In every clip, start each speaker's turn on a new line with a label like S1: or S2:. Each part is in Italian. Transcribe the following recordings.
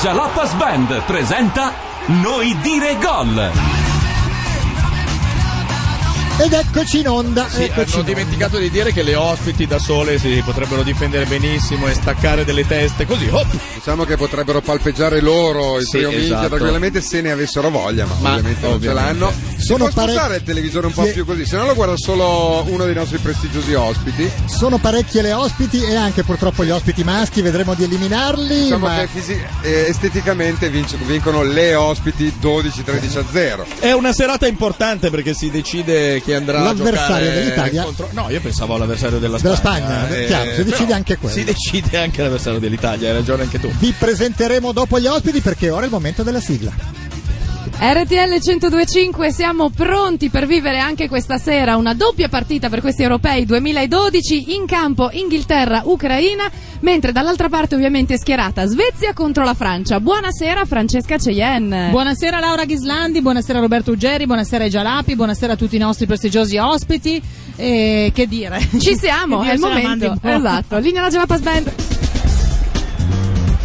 S1: Jalapas Band presenta Noi dire gol.
S2: Ed eccoci in onda. Ecco,
S3: Sì, eh.
S2: eccoci
S3: hanno
S2: in onda.
S3: dimenticato di dire che le ospiti da sole si potrebbero difendere benissimo e staccare delle teste così. hop.
S4: Diciamo che potrebbero palpeggiare loro il
S3: Sì,
S4: trio minchia
S3: esatto.
S4: tranquillamente se ne avessero voglia, ma,
S3: Ma,
S4: ovviamente,
S3: ovviamente.
S4: non ce l'hanno. Si
S2: Sono
S4: può
S2: pare-
S4: spostare il televisore un po'
S2: Sì.
S4: più così, se no lo guarda solo uno dei nostri prestigiosi ospiti.
S2: Sono parecchie le ospiti e anche purtroppo gli ospiti maschi, vedremo di eliminarli.
S4: Diciamo
S2: ma...
S4: che fisi- eh, esteticamente vinc- vincono le ospiti 12-13 a 0.
S3: È una serata importante perché si decide chi andrà a
S2: L'avversario
S3: giocare
S2: dell'Italia?
S3: contro- No, io pensavo all'avversario della
S2: Della
S3: Spagna. eh,
S2: Spagna, chiaro, si decide
S3: però
S2: anche quello.
S3: Si decide anche l'avversario dell'Italia, hai ragione anche tu.
S2: Vi presenteremo dopo gli ospiti perché ora è il momento della sigla.
S5: RTL 1025, siamo pronti per vivere anche questa sera una doppia partita per questi europei 2012 in campo Inghilterra-Ucraina, mentre dall'altra parte ovviamente schierata Svezia contro la Francia. Buonasera Francesca Ceyen.
S6: Buonasera Laura Ghislandi, buonasera Roberto Uggeri, buonasera ai Gialapi, buonasera a tutti i nostri prestigiosi ospiti. E che dire?
S5: Ci siamo,
S6: Che
S5: è il
S6: Dio ce la mandi
S5: momento.
S6: un po'.
S5: Esatto, linea la Jalapas Band.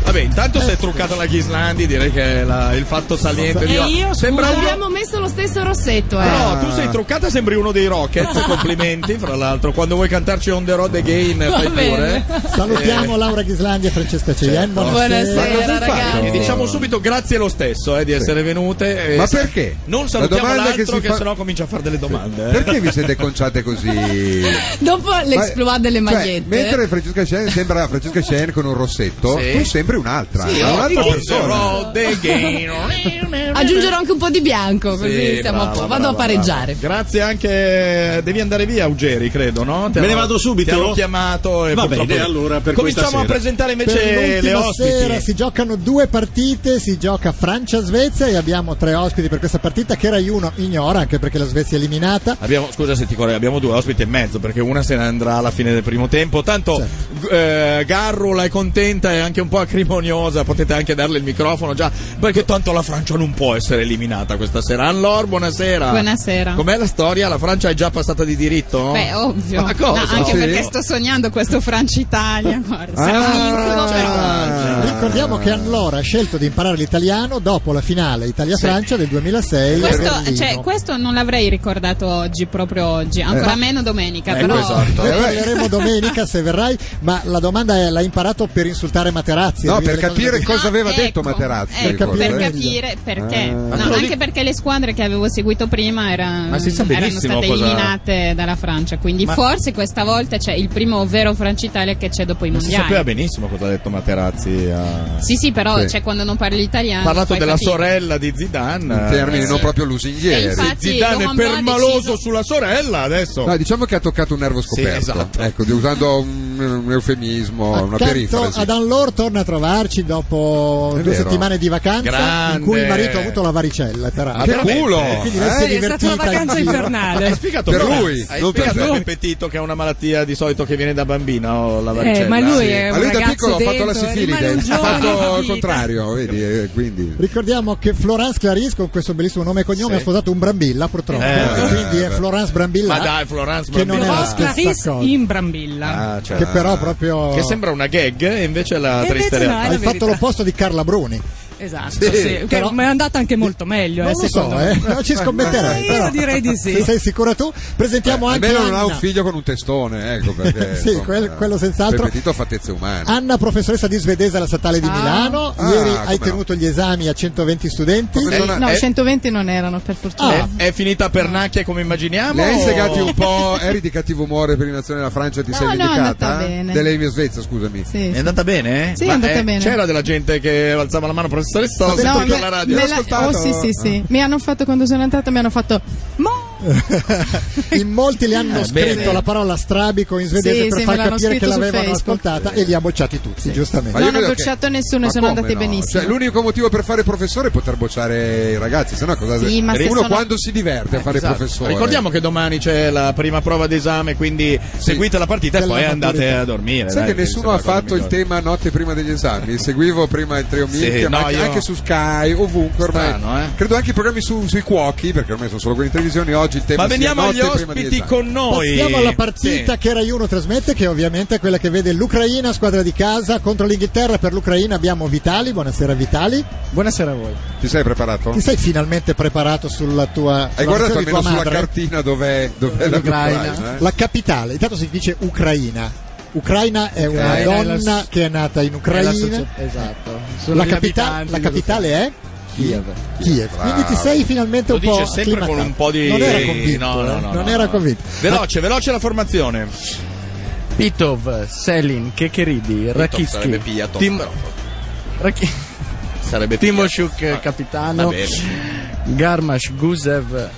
S3: Vabbè, intanto
S2: Eh,
S3: si è truccata la Ghislandi, direi che è la- il fatto saliente di
S5: E
S3: oggi.
S5: io
S3: sembra uno-
S5: abbiamo messo lo stesso rossetto, eh.
S3: No, tu sei truccata, sembri uno dei Rockets. complimenti, fra l'altro. Quando vuoi cantarci on the road again, Eh, fai
S6: bene.
S3: pure. Eh. Certo.
S2: Salutiamo Laura Ghislandi e Francesca Ceglien.
S5: Buonasera,
S4: Ma cosa hai
S5: ragazzi.
S4: fatto?
S3: E diciamo subito grazie lo stesso eh, di essere venute. eh,
S4: Ma perché?
S3: Non
S4: La
S3: salutiamo
S4: domanda
S3: l'altro
S4: che
S3: che,
S4: si fa-
S3: sennò comincia a fare delle domande. eh.
S4: Perché vi siete conciate così?
S5: Dopo
S4: Ma-
S5: l'exploit delle
S4: cioè,
S5: magliette.
S4: mentre Francesca Shen sembra Francesca Shen con un rossetto,
S3: Sì.
S4: tu sembri un'altra,
S3: Sì,
S4: è un'altra
S3: on the
S4: persona.
S3: road again.
S5: Aggiungerò anche un po' di bianco,
S3: Sì,
S5: così siamo
S3: brava,
S5: a po'. Vado
S3: brava,
S5: a pareggiare.
S3: brava. Grazie anche. Devi andare via, Ugeri, credo, no? Te
S7: Me ne
S3: hanno-
S7: vado subito?
S3: Ti hanno chiamato e
S7: Va
S3: purtroppo-
S7: bene, allora, per
S3: Cominciamo
S7: questa
S3: a
S7: sera.
S3: presentare invece
S2: Per
S3: le
S2: l'ultima
S3: ospiti.
S2: sera si giocano due partite, si gioca Francia-Svezia e abbiamo tre ospiti per questa partita che Rai 1 ignora anche perché la Svezia è eliminata.
S3: Abbiamo, scusa se ti correggo, abbiamo due ospiti e mezzo perché una se ne andrà alla fine del primo tempo. Tanto
S2: Certo.
S3: g- eh, Garrula è contenta e anche un po' acrimoniosa. Potete anche darle il microfono già perché tanto la Francia non può essere eliminata questa sera. Anlor, buonasera.
S8: Buonasera.
S3: Com'è la storia? La Francia è già passata di diritto?
S8: Beh, oh, ovvio.
S3: Ma cosa?
S8: No, anche
S4: Sì.
S8: perché sto sognando questo Francia-Italia. guarda, Siamo
S4: Ah,
S8: in incubo per-
S3: Ah.
S4: cioè,
S2: Ricordiamo che Anlora ha scelto di imparare l'italiano dopo la finale Italia-Francia del 2006. a
S8: Questo,
S2: Berlino.
S8: cioè, questo non l'avrei ricordato oggi, proprio oggi, ancora meno domenica.
S3: Eh. Ecco,
S8: però
S3: esatto.
S2: Ne
S4: Eh, beh.
S2: parleremo domenica se verrai, ma la domanda è: l'hai imparato per insultare Materazzi?
S4: No,
S2: Devi
S4: per
S2: dire cose
S4: capire
S2: così.
S4: cosa
S3: Ah,
S4: aveva
S8: ecco,
S4: detto Materazzi, Ah.
S8: ecco,
S2: ricordo,
S8: per
S2: eh.
S8: capire perché. No,
S3: te lo dico-
S8: anche perché le squadre che avevo seguito prima era-
S3: Ma si sa
S8: erano
S3: benissimo
S8: state
S3: cosa-
S8: eliminate dalla Francia. Quindi
S3: Ma-
S8: forse questa volta c'è il primo vero Francia-Italia che c'è dopo i
S3: Non si sapeva
S8: mondiali.
S3: benissimo cosa ha detto Materazzi. Ha
S8: Sì, sì, però
S4: Sì.
S8: cioè, quando non parli italiano.
S3: parlato
S8: poi
S3: della
S8: capisci.
S3: sorella di Zidane.
S4: In termini non proprio
S8: E
S4: lusinghieri.
S8: Eh, infatti-
S3: Zidane è
S8: Roman Bra ha
S3: permaloso
S8: deciso-
S3: sulla sorella adesso.
S4: No, diciamo che ha toccato un nervo scoperto.
S3: esatto.
S4: Ecco, di- usando un, un eufemismo, una
S2: Accanto
S4: perifrasi.
S2: ad Anlor torna a trovarci dopo
S4: È
S2: due
S4: vero.
S2: settimane di vacanza in
S3: Grande.
S2: cui il marito ha avuto la varicella. peraltro.
S3: Ah,
S4: che
S3: veramente?
S4: culo!
S2: Quindi
S4: eh?
S2: lei si è
S5: È stata
S2: divertita.
S5: una vacanza
S2: in giro.
S3: Hai
S5: infernale.
S3: spiegato
S4: Per
S3: bene.
S4: lui,
S3: Hai
S4: non per
S3: spiegato
S4: te.
S3: per Pepito che è una malattia di solito che viene da bambino o la varicella.
S5: Eh, ma lui
S3: Sì.
S5: è
S4: Ma
S5: un
S4: lui da
S5: ragazzo
S4: piccolo ha fatto la
S5: dentro, eh,
S4: sifilide,
S5: rimane un
S4: ha fatto
S5: giovane.
S4: il contrario, vedi, eh, quindi...
S2: Ricordiamo che Florence Claris, con questo bellissimo nome e cognome,
S3: Sì.
S2: ha sposato un Brambilla, purtroppo.
S3: Eh,
S2: quindi è
S4: beh.
S2: Florence Brambilla,
S3: Ma dai, Florence
S2: che non è la
S3: Brambilla.
S2: stessa
S6: Clarisse
S2: cosa.
S6: in Brambilla.
S3: Ah, cioè,
S2: che però proprio.
S3: che sembra una gag e invece è la
S6: E invece
S3: triste
S6: no,
S3: realtà.
S6: è
S2: Hai
S6: la
S2: fatto
S6: verità.
S2: l'opposto di Carla Bruni.
S6: Esatto,
S4: Sì,
S6: sì, che-
S2: però-
S6: ma è andata anche molto meglio.
S2: Non
S6: eh,
S2: lo
S6: secondo
S2: so,
S6: me.
S2: eh. Non ci scommetterei.
S6: Eh, io
S2: però.
S6: direi di sì.
S2: Se sei sicura tu, presentiamo
S4: Eh,
S2: anche.
S4: almeno non ha un
S2: Anna.
S4: figlio con un testone, ecco perché...
S2: Sì, quel- quello senz'altro.
S4: Repetito fattezze umane.
S2: Anna, professoressa di svedese alla statale di
S8: Ciao.
S2: Milano.
S4: Ah,
S2: Ieri
S4: come
S2: hai
S4: no.
S2: tenuto gli esami a 120 studenti.
S4: Come non ha-
S5: No,
S3: Eh.
S5: 120 non erano, per fortuna.
S2: Ah.
S3: È finita per nacchie come immaginiamo?
S4: Le hai segati
S3: o-
S4: un po', eri di cattivo umore per l'inazione della Francia e ti
S5: No,
S4: sei
S5: no, è
S4: vendicata?
S5: andata bene.
S4: Dell'Emio Svezia, scusami.
S5: Sì,
S3: È andata bene? eh,
S5: Sì, è andata bene.
S3: C'era della gente che alzava la mano, professoressa, ho
S5: No,
S3: sentito
S5: me-
S3: la radio.
S5: me
S3: L'ho
S5: la-
S3: ascoltato.
S5: oh, sì, sì,
S2: Ah.
S5: sì. Mi hanno fatto quando sono entrata, mi hanno fatto. Mo!
S2: In molti le hanno
S3: Eh,
S2: scritto
S3: bene.
S2: la parola strabico in svedese
S5: Sì,
S2: per
S5: sì,
S2: far
S5: me l'hanno
S2: capire che
S5: scritto su
S2: l'avevano
S5: Facebook.
S2: ascoltata e li ha bocciati tutti,
S4: io
S2: giustamente.
S5: Ah, Non ho
S4: credo che-
S5: bocciato nessuno e
S4: Ma
S5: sono
S4: come
S5: andati
S4: no?
S5: benissimo.
S4: Cioè, l'unico motivo per fare professore è poter bocciare i ragazzi, sennò cosa
S5: Sì, ma se
S4: Uno
S5: sono- Eh,
S4: quando si diverte a fare
S3: Esatto.
S4: professore.
S3: Ricordiamo che domani c'è la prima prova d'esame, quindi seguite la partita e
S2: Della
S3: poi andate
S2: maturità.
S3: a dormire.
S4: Sai
S3: dai,
S4: che nessuno
S3: sembra
S4: ha
S3: la cosa
S4: fatto il
S3: migliore.
S4: tema notte prima degli esami? Seguivo prima il trio
S3: Sì,
S4: Minchia, ma
S3: no,
S4: anche,
S3: io-
S4: anche su Sky, ovunque ormai.
S3: Strano, eh?
S4: Credo anche i programmi su- sui cuochi, perché ormai sono solo quelli in televisione. Oggi oggi il tema
S3: Ma
S4: sia
S3: veniamo
S4: notte
S3: agli
S4: prima di
S3: ospiti
S4: esame.
S3: con noi.
S2: Passiamo alla partita che Rai 1 trasmette, che ovviamente è quella che vede l'Ucraina, squadra di casa, contro l'Inghilterra. Per l'Ucraina abbiamo Vitali, buonasera Vitali.
S7: Buonasera a voi.
S4: Ti sei preparato?
S2: Ti sei finalmente preparato sulla tua...
S4: Hai
S2: sulla
S4: guardato
S2: nazione di
S4: almeno
S2: tua
S4: sulla
S2: madre?
S4: cartina dov'è, dov'è la
S7: L'Ucraina.
S4: Ucraina, eh?
S2: La capitale, intanto si dice Ucraina. Ucraina è una
S7: Ucraina è la-
S2: donna che è nata in
S7: È la
S2: Ucraina.
S7: socie- esatto. Sono
S2: La,
S7: gli
S2: capita-
S7: abitanti
S2: la
S7: di
S2: capitale è
S7: Kiev.
S2: Kiev. Quindi
S4: Ah,
S2: ti sei finalmente
S3: Lo
S2: un po'
S3: dice sempre con
S2: acclimatato.
S3: un po' di.
S2: Non era convinto.
S3: No, no,
S2: eh,
S3: no,
S2: non
S3: no,
S2: era
S3: no.
S2: convinto.
S3: Veloce, veloce la formazione.
S7: Pitov, Selin, Kekeridi,
S3: sarebbe
S7: Rakitsky,
S3: Piatov, però.
S7: Raki-
S3: Sarebbe
S7: Timoshuk,
S3: Ah,
S7: capitano,
S3: va bene.
S7: Garmash, Gusev,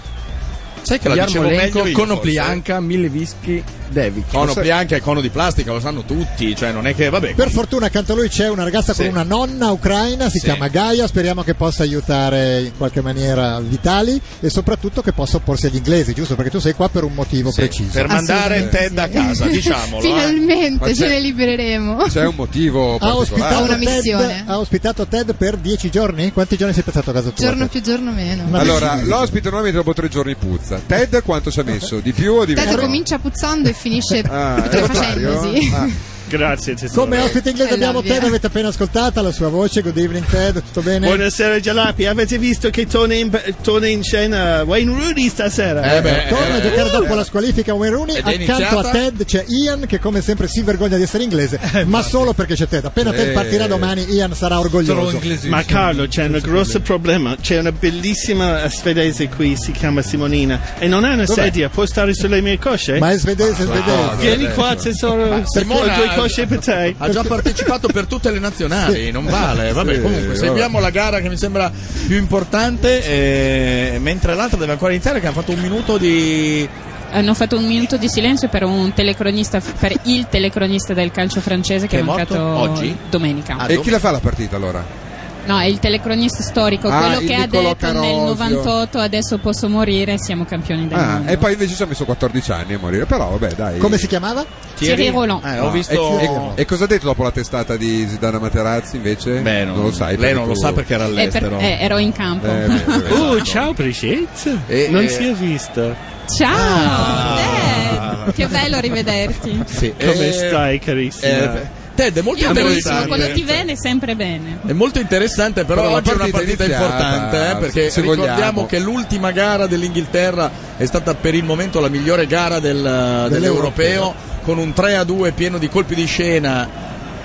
S3: Sai che la dicevo meglio
S7: Yarmolenko,
S3: io,
S7: Konoplianca, Milevisky, Devic.
S3: forse. Konoplianca è cono di plastica, lo sanno tutti, cioè non è che vabbè.
S2: Per fortuna accanto a lui c'è una ragazza
S3: Sì.
S2: con una nonna ucraina, si
S3: Sì.
S2: chiama Gaia, speriamo che possa aiutare in qualche maniera Vitali e soprattutto che possa opporsi agli inglesi, giusto? Perché tu sei qua per un motivo
S3: Sì,
S2: preciso.
S3: Per mandare
S4: Assolutamente
S3: Ted a casa, diciamolo. eh.
S4: Ma
S8: Finalmente
S4: c'è-
S8: ce ne libereremo.
S4: C'è un motivo
S2: Ha
S4: particolare.
S2: ospitato,
S8: una
S2: Ted,
S8: missione.
S2: ha ospitato Ted per dieci giorni? Quanti giorni sei passato a casa tua?
S8: Giorno
S2: Ted?
S8: più giorno meno.
S2: una
S4: Allora,
S2: decina.
S4: l'ospite normalmente dopo tre giorni puzza. Ted quanto ci ha messo? Di più o di meno?
S8: Tanto comincia puzzando e finisce
S4: Ah, è
S8: putrefacendosi.
S4: l'orario? Ah,
S9: Grazie, tesoro.
S2: Come ospite inglese
S8: Eh,
S2: abbiamo
S8: l'ovvia.
S2: Ted, avete appena ascoltata la sua voce, good evening Ted, tutto bene?
S9: Buonasera Gialapi, avete visto che torna in, torna in scena Wayne Rooney stasera?
S3: Eh beh,
S2: Torna a
S3: eh,
S2: giocare dopo la squalifica Wayne Rooney.
S3: Ed è
S2: Accanto a
S3: iniziata? Eh,
S2: Ted c'è Ian che come sempre si vergogna di essere inglese, ma solo perché c'è Ted. Appena Ted
S4: Eh.
S2: partirà domani Ian sarà orgoglioso.
S9: Ma Carlo c'è un grosso problema, c'è una bellissima svedese qui, si chiama Simonina, e non ha una sedia, può stare sulle mie cosce?
S2: Ma è
S3: Ah,
S2: svedese, è svedese.
S9: Vieni qua tesoro, ho
S3: Simona-
S9: due cosce per te.
S3: Ha già partecipato per tutte le nazionali, non vale. Vabbè,
S4: Sì,
S3: comunque,
S4: vabbè.
S3: seguiamo la gara che mi sembra più importante, eh, mentre l'altra deve ancora iniziare, che ha fatto un minuto di.
S8: Hanno fatto un minuto di silenzio per un telecronista, per il telecronista del calcio francese che,
S3: Che è
S8: è mancato
S3: morto oggi?
S8: domenica.
S3: Ah,
S4: E chi la fa la partita allora?
S8: No, è il telecronista storico,
S4: Ah,
S8: quello
S4: il
S8: che ha
S4: Niccolò
S8: detto nel
S4: Carosio.
S8: 98 adesso posso morire, siamo campioni del
S4: Ah,
S8: mondo.
S4: e poi invece ci ha messo 14 anni a morire, però vabbè dai.
S2: Come si chiamava?
S8: Thierry Roland.
S3: Eh,
S4: Ah,
S3: ho visto.
S4: E, e- e cosa ha detto dopo la testata di Zidane a Materazzi invece?
S3: Beh, non,
S4: non lo sai.
S3: Lei non lo
S4: tu-
S3: sa perché era
S8: Eh, per-
S3: all'estero.
S8: eh, ero in campo.
S4: Eh, beh, beh,
S9: Oh,
S4: esatto.
S9: ciao Brigitte,
S3: Eh,
S9: non
S3: eh.
S9: si è vista.
S8: Ciao!
S2: Ah!
S4: Ah.
S8: Eh, che bello rivederti.
S3: Sì,
S9: Come
S3: eh,
S9: stai carissima?
S3: eh, Ted è molto
S8: Io benissimo,
S3: interessante.
S8: quando ti viene sempre bene.
S3: È molto interessante, però,
S4: Però la
S3: oggi è una
S4: partita è
S3: partita
S4: iniziata,
S3: importante, eh, perché
S4: se
S3: ricordiamo
S4: vogliamo.
S3: che l'ultima gara dell'Inghilterra è stata per il momento la migliore gara del- dell'Europeo, con un 3 a 2 pieno di colpi di scena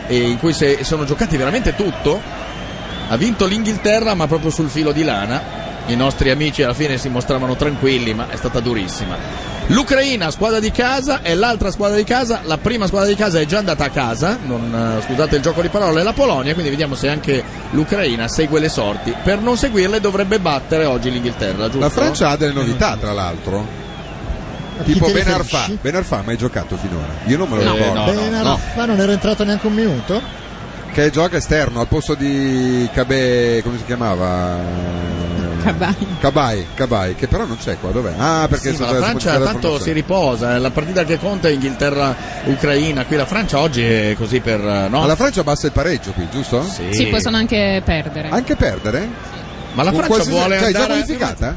S3: e in cui se- sono giocati veramente tutto. Ha vinto l'Inghilterra, ma proprio sul filo di lana. I nostri amici alla fine si mostravano tranquilli, ma è stata durissima. L'Ucraina, squadra di casa, è l'altra squadra di casa. La prima squadra di casa è già andata a casa, non, eh, scusate il gioco di parole, è la Polonia. Quindi vediamo se anche l'Ucraina segue le sorti. Per non seguirle, dovrebbe battere oggi l'Inghilterra, giusto?
S4: La Francia ha delle novità, tra l'altro. Tipo
S2: Chi ti
S4: Ben
S2: riferisci?
S4: Arfa. Ben Arfa mai giocato finora? Io non me lo
S3: Eh, No,
S4: ricordo.
S3: no.
S2: Ben Arfa non era entrato neanche un minuto.
S4: Che gioca esterno al posto di Cabè. come si chiamava?
S8: Cabai.
S4: Cabai, Cabai, che però non c'è qua, dov'è? Ah,
S3: Sì,
S4: perché è
S3: ma
S4: stata
S3: la Francia
S4: modificata la
S3: tanto si
S4: formazione.
S3: riposa, eh, la partita che conta è Inghilterra-Ucraina, qui la Francia oggi è così per... eh,
S4: Ma
S3: No?
S4: la Francia basta il pareggio qui, giusto?
S3: Sì.
S8: Si possono anche perdere.
S4: Anche perdere?
S3: Ma la
S4: Con
S3: Francia
S4: qualsiasi-
S3: vuole
S4: cioè, è già
S3: andare...
S4: qualificata?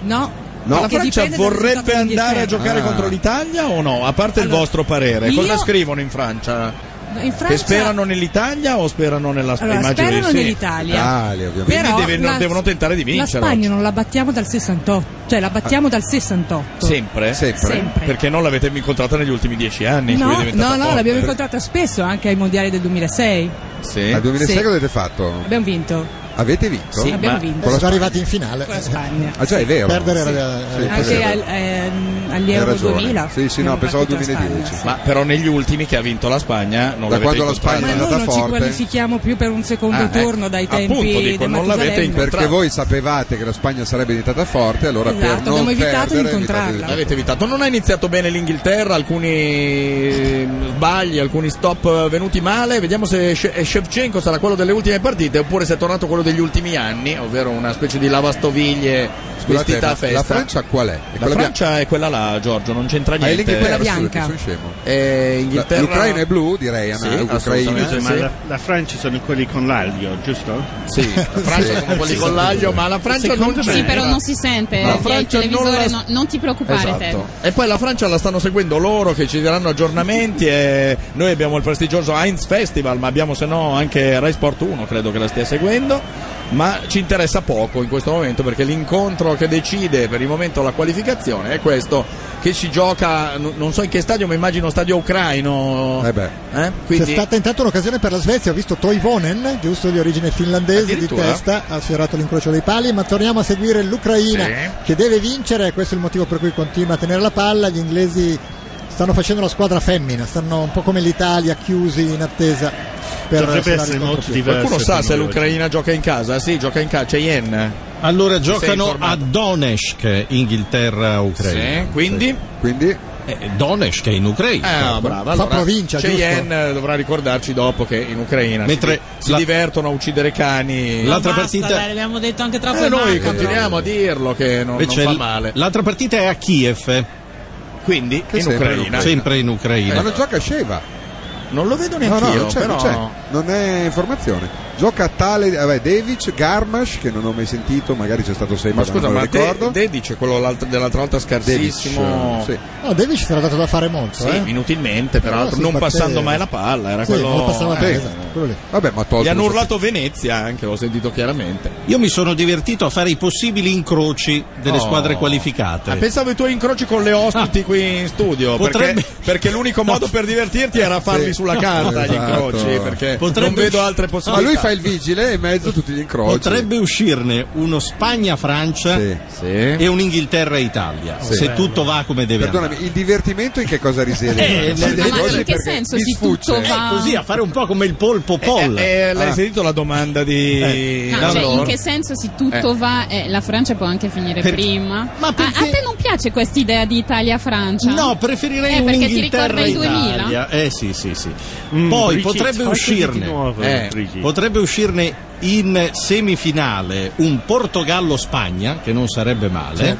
S10: No,
S3: Ma la
S10: Perché
S3: Francia
S10: dipende dal
S3: vorrebbe
S10: risultato
S3: andare a
S10: dell'Inghilterra.
S3: giocare
S4: Ah.
S3: contro l'Italia o no? A parte il
S10: Allora,
S3: vostro parere,
S10: io-
S3: cosa scrivono in Francia?
S10: in Francia
S3: Che sperano nell'Italia o sperano nella Spagna?
S10: allora, sperano nell'Italia.
S4: Italia, ovviamente.
S10: Però
S3: Quindi devono- devono tentare di vincere
S10: La
S3: oggi.
S10: Spagna non la battiamo dal 68, cioè la battiamo dal 68.
S3: Sempre?
S4: Sempre.
S10: Sempre.
S3: Perché non l'avete incontrata negli ultimi dieci anni? in cui è
S10: No,
S3: diventata
S10: no, no,
S3: forte.
S10: l'abbiamo incontrata spesso anche ai mondiali del 2006.
S3: Sì.
S4: Al 2006
S10: Sì.
S4: cosa avete fatto?
S10: Abbiamo vinto,
S4: Avete vinto?
S3: Sì.
S10: abbiamo
S3: ma-
S10: vinto
S2: Sono già arrivati in finale.
S10: con la Spagna.
S4: Ah, già, è vero.
S2: Perdere
S4: Sì.
S3: eh.
S2: era-
S4: Sì,
S2: era-
S4: è
S10: Anche
S4: vero.
S10: al, ehm, agli
S4: Hai
S10: Euro
S4: ragione.
S10: 2000.
S4: Sì, sì, no,
S10: abbiamo
S4: pensavo al
S10: battuto la
S4: 2010.
S10: Spagna.
S3: Ma però negli ultimi che ha vinto la Spagna non
S4: Da
S3: l'avete
S4: quando la
S3: incontrata.
S4: Spagna è
S10: Ma noi
S4: andata
S10: non ci
S4: forte.
S10: qualifichiamo più per un secondo
S3: Ah,
S2: ecco.
S3: eh.
S10: turno dai tempi
S3: Appunto, dico,
S10: del
S3: non l'avete
S10: Matusalemme.
S4: Perché
S3: Incontrata.
S4: voi sapevate che la Spagna sarebbe diventata forte, allora
S10: Esatto,
S4: per non
S10: abbiamo evitato di
S4: perdere,
S10: incontrarla.
S4: evitate di-
S3: L'avete evitato. Non ha iniziato bene l'Inghilterra, alcuni eh, sbagli, alcuni stop eh, venuti male. Vediamo se She- eh, Shevchenko sarà quello delle ultime partite oppure se è tornato quello degli ultimi anni, ovvero una specie di lavastoviglie
S4: Scusate,
S3: vestita
S4: ma
S3: a festa.
S4: la Francia qual è? È
S3: La
S4: quella
S3: Francia è quella là, Giorgio, non c'entra
S4: Ma è
S3: niente.
S4: l'Inghilterra, Quella bianca. sono scemo.
S3: Eh, Inghilterra-
S4: L'Ucraina è blu, direi, Anna,
S3: Sì,
S4: Ucraina.
S3: assolutamente
S9: Ma
S3: sì.
S9: la, la Francia sono quelli con l'aglio, giusto?
S3: Sì, la Francia sono quelli con l'aglio, ma la Francia non
S8: Sì, però non si sente.
S3: La
S8: eh, il
S3: Francia non
S8: televisore
S3: la- Esatto.
S8: no- non ti preoccupare, Ted.
S3: E poi la Francia la stanno seguendo loro che ci daranno aggiornamenti e noi abbiamo il prestigioso Heinz Festival, ma abbiamo se no anche Rai Sport 1 credo che la stia seguendo, ma ci interessa poco in questo momento perché l'incontro che decide per il momento la qualificazione è questo che si gioca n- non so in che stadio, ma immagino stadio ucraino.
S2: Eh beh.
S3: Eh? Quindi
S2: C'è stata intanto un'occasione per la Svezia, ho visto Toivonen, giusto di origine finlandese, di
S3: Addirittura.
S2: testa, ha sfiorato l'incrocio dei pali, ma torniamo a seguire l'Ucraina
S3: Sì.
S2: che deve vincere, questo è il motivo per cui continua a tenere la palla, gli inglesi stanno facendo la squadra femmina, stanno un po' come l'Italia chiusi in attesa per
S9: Dovrebbe
S2: sperare
S9: essere
S2: il
S9: molto
S2: contropiede.
S9: diverso
S3: qualcuno sa
S9: da
S3: se
S9: noi oggi.
S3: l'Ucraina gioca in casa? Sì, gioca in casa, c'è Yen.
S11: Allora
S3: Ti sei
S11: Eh, giocano
S3: informato?
S11: a Donetsk, Inghilterra, Ucraina.
S3: Sì, quindi?
S11: Eh, Donetsk è in Ucraina.
S3: Ah, brava, allora, Cheyenne eh, dovrà ricordarci dopo che in Ucraina
S11: Mentre
S3: si, si divertono a uccidere cani.
S11: L'altra
S12: Basta,
S11: partita
S12: dai, abbiamo detto anche troppo
S3: Eh,
S12: in
S3: noi
S12: macabro.
S3: continuiamo a dirlo che non, non
S11: Invece
S3: fa
S11: l-
S3: male.
S11: L'altra partita è a Kiev.
S3: Quindi
S11: Che
S3: in
S11: sempre
S3: Ucraina.
S11: Sempre in Ucraina.
S4: Ma non gioca Sheva?
S3: Non lo vedo
S4: No,
S3: neanche
S4: no, certo,
S3: io,
S4: non c'è,
S3: però
S4: non c'è. Non è informazione. Gioca tale, vabbè, Devic, Garmash, che non ho mai sentito, magari c'è stato sempre,
S3: Ma scusa,
S4: non me lo
S3: ma De-
S4: ricordo.
S3: Dedic è quello l'altra- dell'altra volta scarsissimo.
S4: Dedic,
S2: No, Davis ci sarà dato da fare molto,
S3: Sì,
S2: eh.
S3: inutilmente, peraltro,
S2: Però sì,
S3: non
S2: batte-
S3: passando mai la palla, era
S2: Sì,
S3: quello.
S2: non passava mai,
S3: eh.
S2: esatto, quello lì.
S4: Vabbè, ma tolto
S3: Gli hanno
S4: lo
S3: urlato Venezia anche, l'ho sentito chiaramente.
S11: Io mi sono divertito a fare i possibili incroci delle
S3: Oh.
S11: squadre qualificate.
S3: Ah, pensavo ai tuoi incroci con le ospiti qui in studio.
S11: Ah. Potrebbe-
S3: Perché, perché l'unico modo per divertirti era farli
S11: Sì.
S3: sulla carta gli
S11: Esatto.
S3: incroci. Perché non
S11: Potrebbe-
S3: vedo altre
S4: Ma
S3: possibilità.
S4: lui fa il vigile e in mezzo tutti gli incroci.
S11: Potrebbe uscirne uno Spagna-Francia e un Inghilterra-Italia,
S4: Sì.
S11: se
S4: Bello.
S11: tutto va come deve andare.
S4: Perdonami, il divertimento in che cosa risiede?
S11: Eh,
S4: Sì,
S11: nel-
S4: dei
S11: ma
S8: Ah,
S4: giochi
S11: in che
S4: perché
S11: senso
S4: mi
S11: si tutto
S4: sfugge.
S11: va- Eh, così, a fare un po' come il polpo
S3: Paul. Eh, l'hai
S11: Ah.
S3: sentito la domanda di.
S4: Eh.
S8: No,
S3: da
S8: cioè, in
S3: loro?
S8: che senso se tutto
S3: Eh.
S8: va, eh, la Francia può anche finire
S3: Perché-
S8: prima. Ma a, te non piace questa idea di Italia-Francia?
S11: No, preferirei
S8: eh,
S11: un
S8: perché ti ricorda il 2000.
S11: Inghilterra-Italia. Eh sì, sì, sì.
S3: Mm,
S11: Poi
S9: Brigitte,
S11: potrebbe
S9: fai così
S11: uscirne,
S9: di nuovo,
S11: eh,
S9: Brigitte.
S11: potrebbe uscirne in semifinale un Portogallo-Spagna, che non sarebbe male.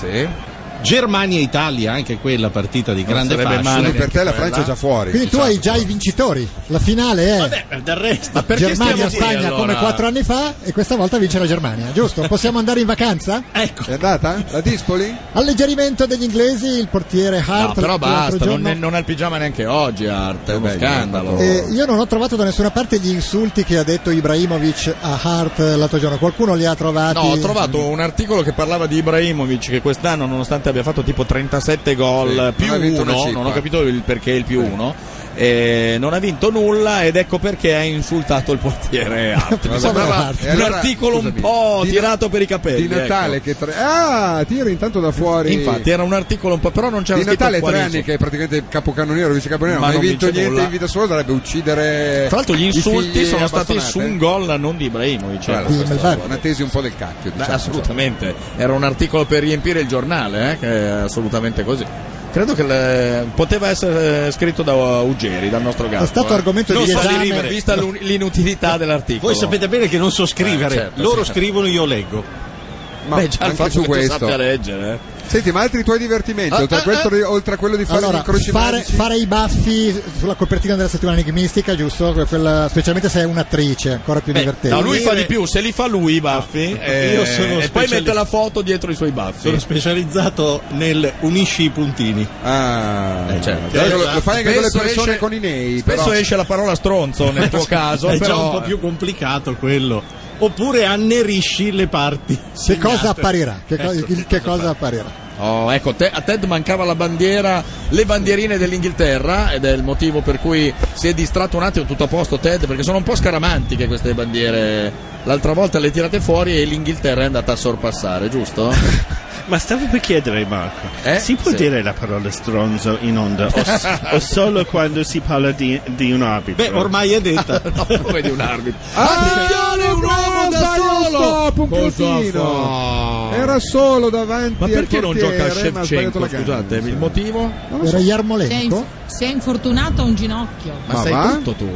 S3: Certo.
S11: Germania-Italia, anche quella partita di grande
S4: sarebbe
S11: fascino.
S4: male Quindi per te la neanche Francia quella. è già fuori.
S2: Quindi tu hai già i vincitori, la finale è
S11: eh, del resto.
S2: Germania Spagna come quattro anni fa e questa volta vince la Germania, giusto? Possiamo andare in vacanza?
S11: Ecco.
S4: È andata? La Dispoli?
S2: Alleggerimento degli inglesi, il portiere Hart.
S3: No, però
S2: l'altro
S3: basta, non,
S2: giorno-
S3: è- non ha il pigiama neanche oggi, Art. È uno scandalo.
S2: Eh, io non ho trovato da nessuna parte gli insulti che ha detto Ibrahimovic a Hart l'altro giorno. Qualcuno li ha trovati?
S3: No, ho trovato un articolo che parlava di Ibrahimovic che quest'anno, nonostante abbia fatto tipo 37 gol
S4: Sì, non
S3: più
S4: ha vinto una
S3: uno,
S4: cippa.
S3: non ho capito il perché il più uno, eh, non ha vinto nulla ed ecco perché ha insultato il portiere Hart. Mi
S4: Vabbè,
S3: sembrava
S4: Hart.
S3: un
S4: E allora,
S3: articolo un
S4: scusami,
S3: po'
S4: di-
S3: tirato per i capelli.
S4: Di Natale
S3: ecco.
S4: che tre... Ah, tira intanto da fuori.
S3: Infatti era un articolo un po', però non c'era
S4: Di
S3: scritto
S4: Natale
S3: quali
S4: tre anni
S3: insulti.
S4: che è praticamente capocannoniere o vicecapocannoniere,
S3: Ma
S4: non ha
S3: non
S4: vinto
S3: vince
S4: niente
S3: nulla.
S4: in vita sua, dovrebbe uccidere.
S3: Tra l'altro gli
S4: i
S3: insulti
S4: figli
S3: sono
S4: a
S3: stati
S4: bastonate.
S3: su un gol non di Ibrahimovic.
S4: Guarda,
S3: ecco,
S4: questa
S3: questa
S4: è una tesi un po' del cacchio,
S3: Beh,
S4: diciamo.
S3: assolutamente, era un articolo per riempire il giornale, eh, che è assolutamente così. Credo che le- poteva essere eh, scritto da Ugeri, dal nostro gatto.
S2: È stato
S3: eh.
S2: argomento di
S3: Non so
S2: esame.
S3: scrivere, vista l'un- l'inutilità dell'articolo.
S11: Voi sapete bene che non so scrivere,
S3: Eh, certo,
S11: loro
S3: sì.
S11: scrivono io leggo.
S4: Ma
S3: Beh, già il
S4: anche
S3: fatto
S4: su
S3: che
S4: questo.
S3: tu sappia leggere. eh.
S4: Senti, ma altri tuoi divertimenti,
S3: Ah,
S4: oltre, a
S3: ah,
S4: quello, oltre a quello di fare gli
S2: Allora,
S4: incroci
S2: fare,
S4: magici?
S2: fare i baffi sulla copertina della settimana enigmistica, giusto? Quella- specialmente se è un'attrice, ancora più divertente.
S3: No, lui fa di più, se li fa lui i baffi, eh,
S11: io sono
S3: e poi
S11: speciali-
S3: mette la foto dietro i suoi baffi.
S11: Sono specializzato nel unisci i puntini. Eh,
S4: Ah,
S3: certo.
S4: Lo- lo fai anche con le
S3: Spesso
S4: persone
S3: esce-
S4: con i nei.
S3: Spesso
S4: però.
S3: esce la parola stronzo nel tuo caso,
S11: è
S3: però
S11: già un po' più complicato quello. Oppure annerisci le parti.
S2: Che cosa apparirà? Che, co-
S3: Ecco.
S2: il- che cosa apparirà?
S3: Oh, ecco, te- a Ted mancava la bandiera, le bandierine dell'Inghilterra ed è il motivo per cui si è distratto un attimo tutto a posto Ted, perché sono un po' scaramantiche queste bandiere. L'altra volta le tirate fuori e l'Inghilterra è andata a sorpassare, giusto?
S9: Ma stavo per chiedere, Marco, si può
S3: Eh? Sì.
S9: dire la parola stronzo in onda o, s- o solo quando si parla di, di un arbitro?
S11: Beh, ormai è detta.
S3: no, come di un arbitro.
S4: Attenzione, un uomo da solo! Stop, un
S3: Cosa
S4: puntino!
S3: fa?
S4: Era solo davanti
S3: Ma
S4: al
S3: perché non
S4: portiere,
S3: gioca
S4: ma ha sbagliato
S3: Shevchenko?
S4: la gamba.
S3: Scusate, il motivo?
S2: Era Yarmolenko?
S6: Si è infortunato a un ginocchio.
S3: Ma sai tutto tu.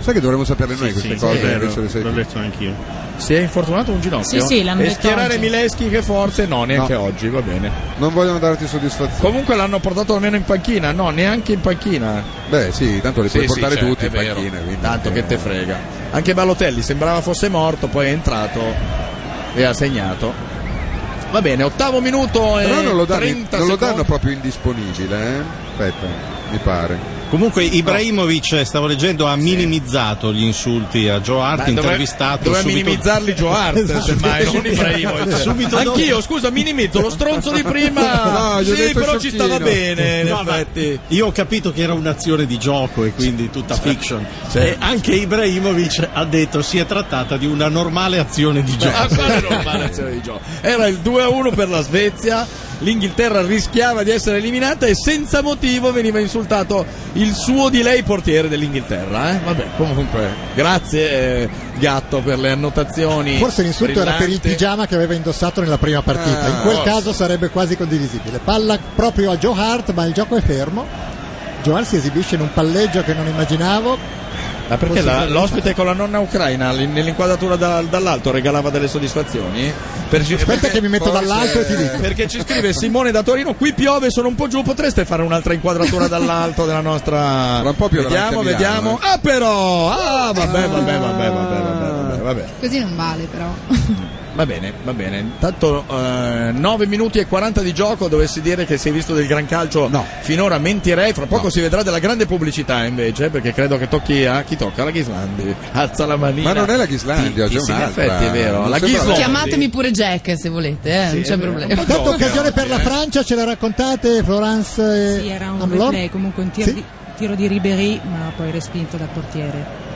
S4: Sai che dovremmo saperle noi queste
S9: sì,
S4: cose?
S9: è vero,
S4: invece le sai
S9: l'ho
S4: tu.
S9: letto anch'io.
S3: Si è infortunato un ginocchio?
S9: Sì, sì, l'hanno
S3: E
S9: detto
S3: schierare
S9: oggi.
S3: Mileschi che forse no, neanche
S4: No.
S3: oggi, va bene.
S4: Non vogliono darti soddisfazione.
S3: Comunque l'hanno portato almeno in panchina, no, neanche in panchina.
S4: Beh, eh, sì, tanto le
S3: Sì,
S4: puoi
S3: sì,
S4: portare
S3: cioè,
S4: tutti
S3: è
S4: in
S3: vero.
S4: panchina. quindi-
S3: Tanto che te frega. Anche Balotelli sembrava fosse morto, poi è entrato e ha segnato. Va bene, ottavo minuto e
S4: Però non lo danno,
S3: 30
S4: non lo
S3: Eh, secondi.
S4: danno proprio indisponibile, eh? Aspetta, mi pare.
S11: Comunque Ibrahimovic, eh, stavo leggendo, ha minimizzato gli insulti a Joe Hart,
S3: Beh, dove-
S11: intervistato
S3: doveva
S11: subito...
S3: Ah, minimizzarli Joe Hart,
S11: Esatto.
S3: semmai, non Ibrahimovic. Anch'io,
S11: dopo.
S3: scusa, minimizzo lo stronzo di prima.
S11: No, gli ho
S3: sì,
S11: detto
S3: però ci
S11: sciocchino.
S3: stava bene, in
S11: No, ma
S3: effetti.
S11: Io ho capito che era un'azione di gioco e quindi tutta fiction. E anche Ibrahimovic ha detto si è trattata di una normale azione di gioco.
S3: Ah, quale normale azione di gioco? Era il 2-1 per la Svezia. L'Inghilterra rischiava di essere eliminata e senza motivo veniva insultato il suo di lei portiere dell'Inghilterra. eh? Vabbè, comunque, grazie eh, Gatto per le annotazioni.
S2: Forse l'insulto era per il
S3: brillanti.
S2: pigiama che aveva indossato nella prima partita.
S3: Ah,
S2: In quel
S3: forse.
S2: caso sarebbe quasi condivisibile. Palla proprio a Joe Hart, ma il gioco è fermo. Joe Hart si esibisce in un palleggio che non immaginavo.
S3: Ma Ah, perché
S2: Forse
S3: la-
S2: sarebbe-
S3: l'ospite con la nonna ucraina l- nell'inquadratura da- dall'alto regalava delle soddisfazioni? Per- perché-
S2: che mi metto
S3: forse-
S2: dall'alto e ti dico.
S3: Perché ci scrive Simone da Torino, qui piove, sono un po' giù, potreste fare un'altra inquadratura dall'alto della nostra...
S4: Tra un po' più
S3: Vediamo,
S4: davanti a Milano, eh.
S3: vediamo. Ah però! Ah, vabbè, vabbè, vabbè, vabbè, vabbè, vabbè, vabbè.
S5: Così non vale però.
S3: Eh. Va bene, va bene. Intanto eh, 9 minuti e 40 di gioco, dovessi dire che si è visto del gran calcio finora mentirei, fra poco si vedrà della grande pubblicità invece, perché credo che tocchi a chi tocca? La Ghislandi. Alza la manina.
S4: Ma non è la Ghislandi,
S3: Sì,
S4: oggi è
S3: sì, in
S4: un'altra.
S3: effetti è vero.
S4: Non
S3: La
S4: sembra-
S3: Ghislandi.
S12: Chiamatemi pure Jack se volete, eh, non c'è problema.
S2: Tanto occasione per la Francia, ce la raccontate Florence e
S10: Sì, era un
S2: Amlor?
S10: replay, comunque un tiro,
S2: Sì.
S10: di, tiro di Ribéry, ma poi respinto dal portiere.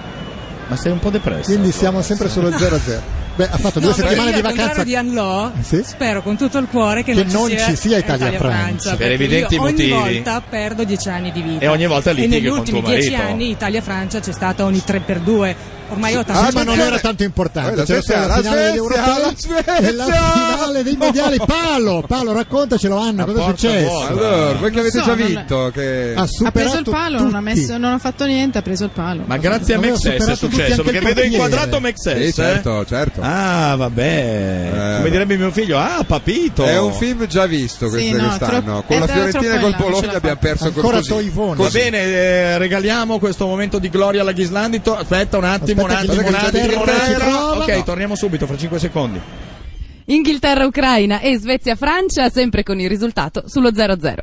S3: Ma sei un po' depresso.
S2: Quindi siamo sempre sullo 0-0. Beh, ha fatto due
S10: No, perché
S2: settimane
S10: io,
S2: di
S10: al
S2: vacanza.
S10: contrario di Anlò, spero con tutto il cuore che,
S2: Che non ci sia
S10: eh,
S2: Italia-Francia.
S10: Italia-Francia,
S3: Per
S10: perché
S3: evidenti
S10: io ogni
S3: motivi.
S10: volta perdo dieci anni di vita.
S3: E ogni volta
S10: E
S3: litighi
S10: negli
S3: con
S10: ultimi
S3: tuo
S10: dieci
S3: marito.
S10: anni Italia-Francia c'è stata ogni 3 per 2 Ormai ho tanto
S2: Ah, ma non era tanto
S10: Eh,
S2: importante.
S10: la
S2: C'era
S10: Svezia,
S2: solo
S10: la
S2: la finale degli
S10: Svezia,
S2: Europei
S10: la Svezia!
S2: e la finale dei mondiali. Palo, Palo, raccontacelo Anna, cosa è successo?
S4: Allora, voi che avete
S8: So,
S4: già
S8: non-
S4: vinto, che...
S2: Ha
S8: Ha preso
S2: superato
S8: il palo, non ha, messo- non ha fatto niente, ha preso il palo.
S3: Ma grazie a
S8: Aveva
S3: Mexes è
S8: superato tutti, anche
S3: successo,
S8: il
S3: perché vedo
S8: portiere.
S3: inquadrato Mexes.
S4: Sì,
S3: eh?
S4: certo, certo.
S3: Ah, vabbè. Come direbbe mio figlio, ah, papito.
S4: Eh. È un film già visto questo
S3: Sì, no,
S4: quest'anno.
S3: troppo-
S4: Con la
S3: era
S4: Fiorentina e
S3: troppo in
S4: col
S3: là, non ce
S4: Bologna
S3: la
S4: abbiamo
S3: fa.
S4: perso
S3: Ancora
S4: così.
S3: Toivone. Va
S4: Così.
S3: bene, eh, regaliamo questo momento di gloria alla Ghislandi. To- aspetta un attimo,
S2: Aspetta che
S3: un attimo, un
S2: l'Inghilterra
S3: attimo. un
S2: ci
S3: attimo.
S2: prova.
S3: Ok, torniamo subito fra 5 secondi.
S5: Inghilterra-Ucraina e Svezia-Francia sempre con il risultato sullo 0-0.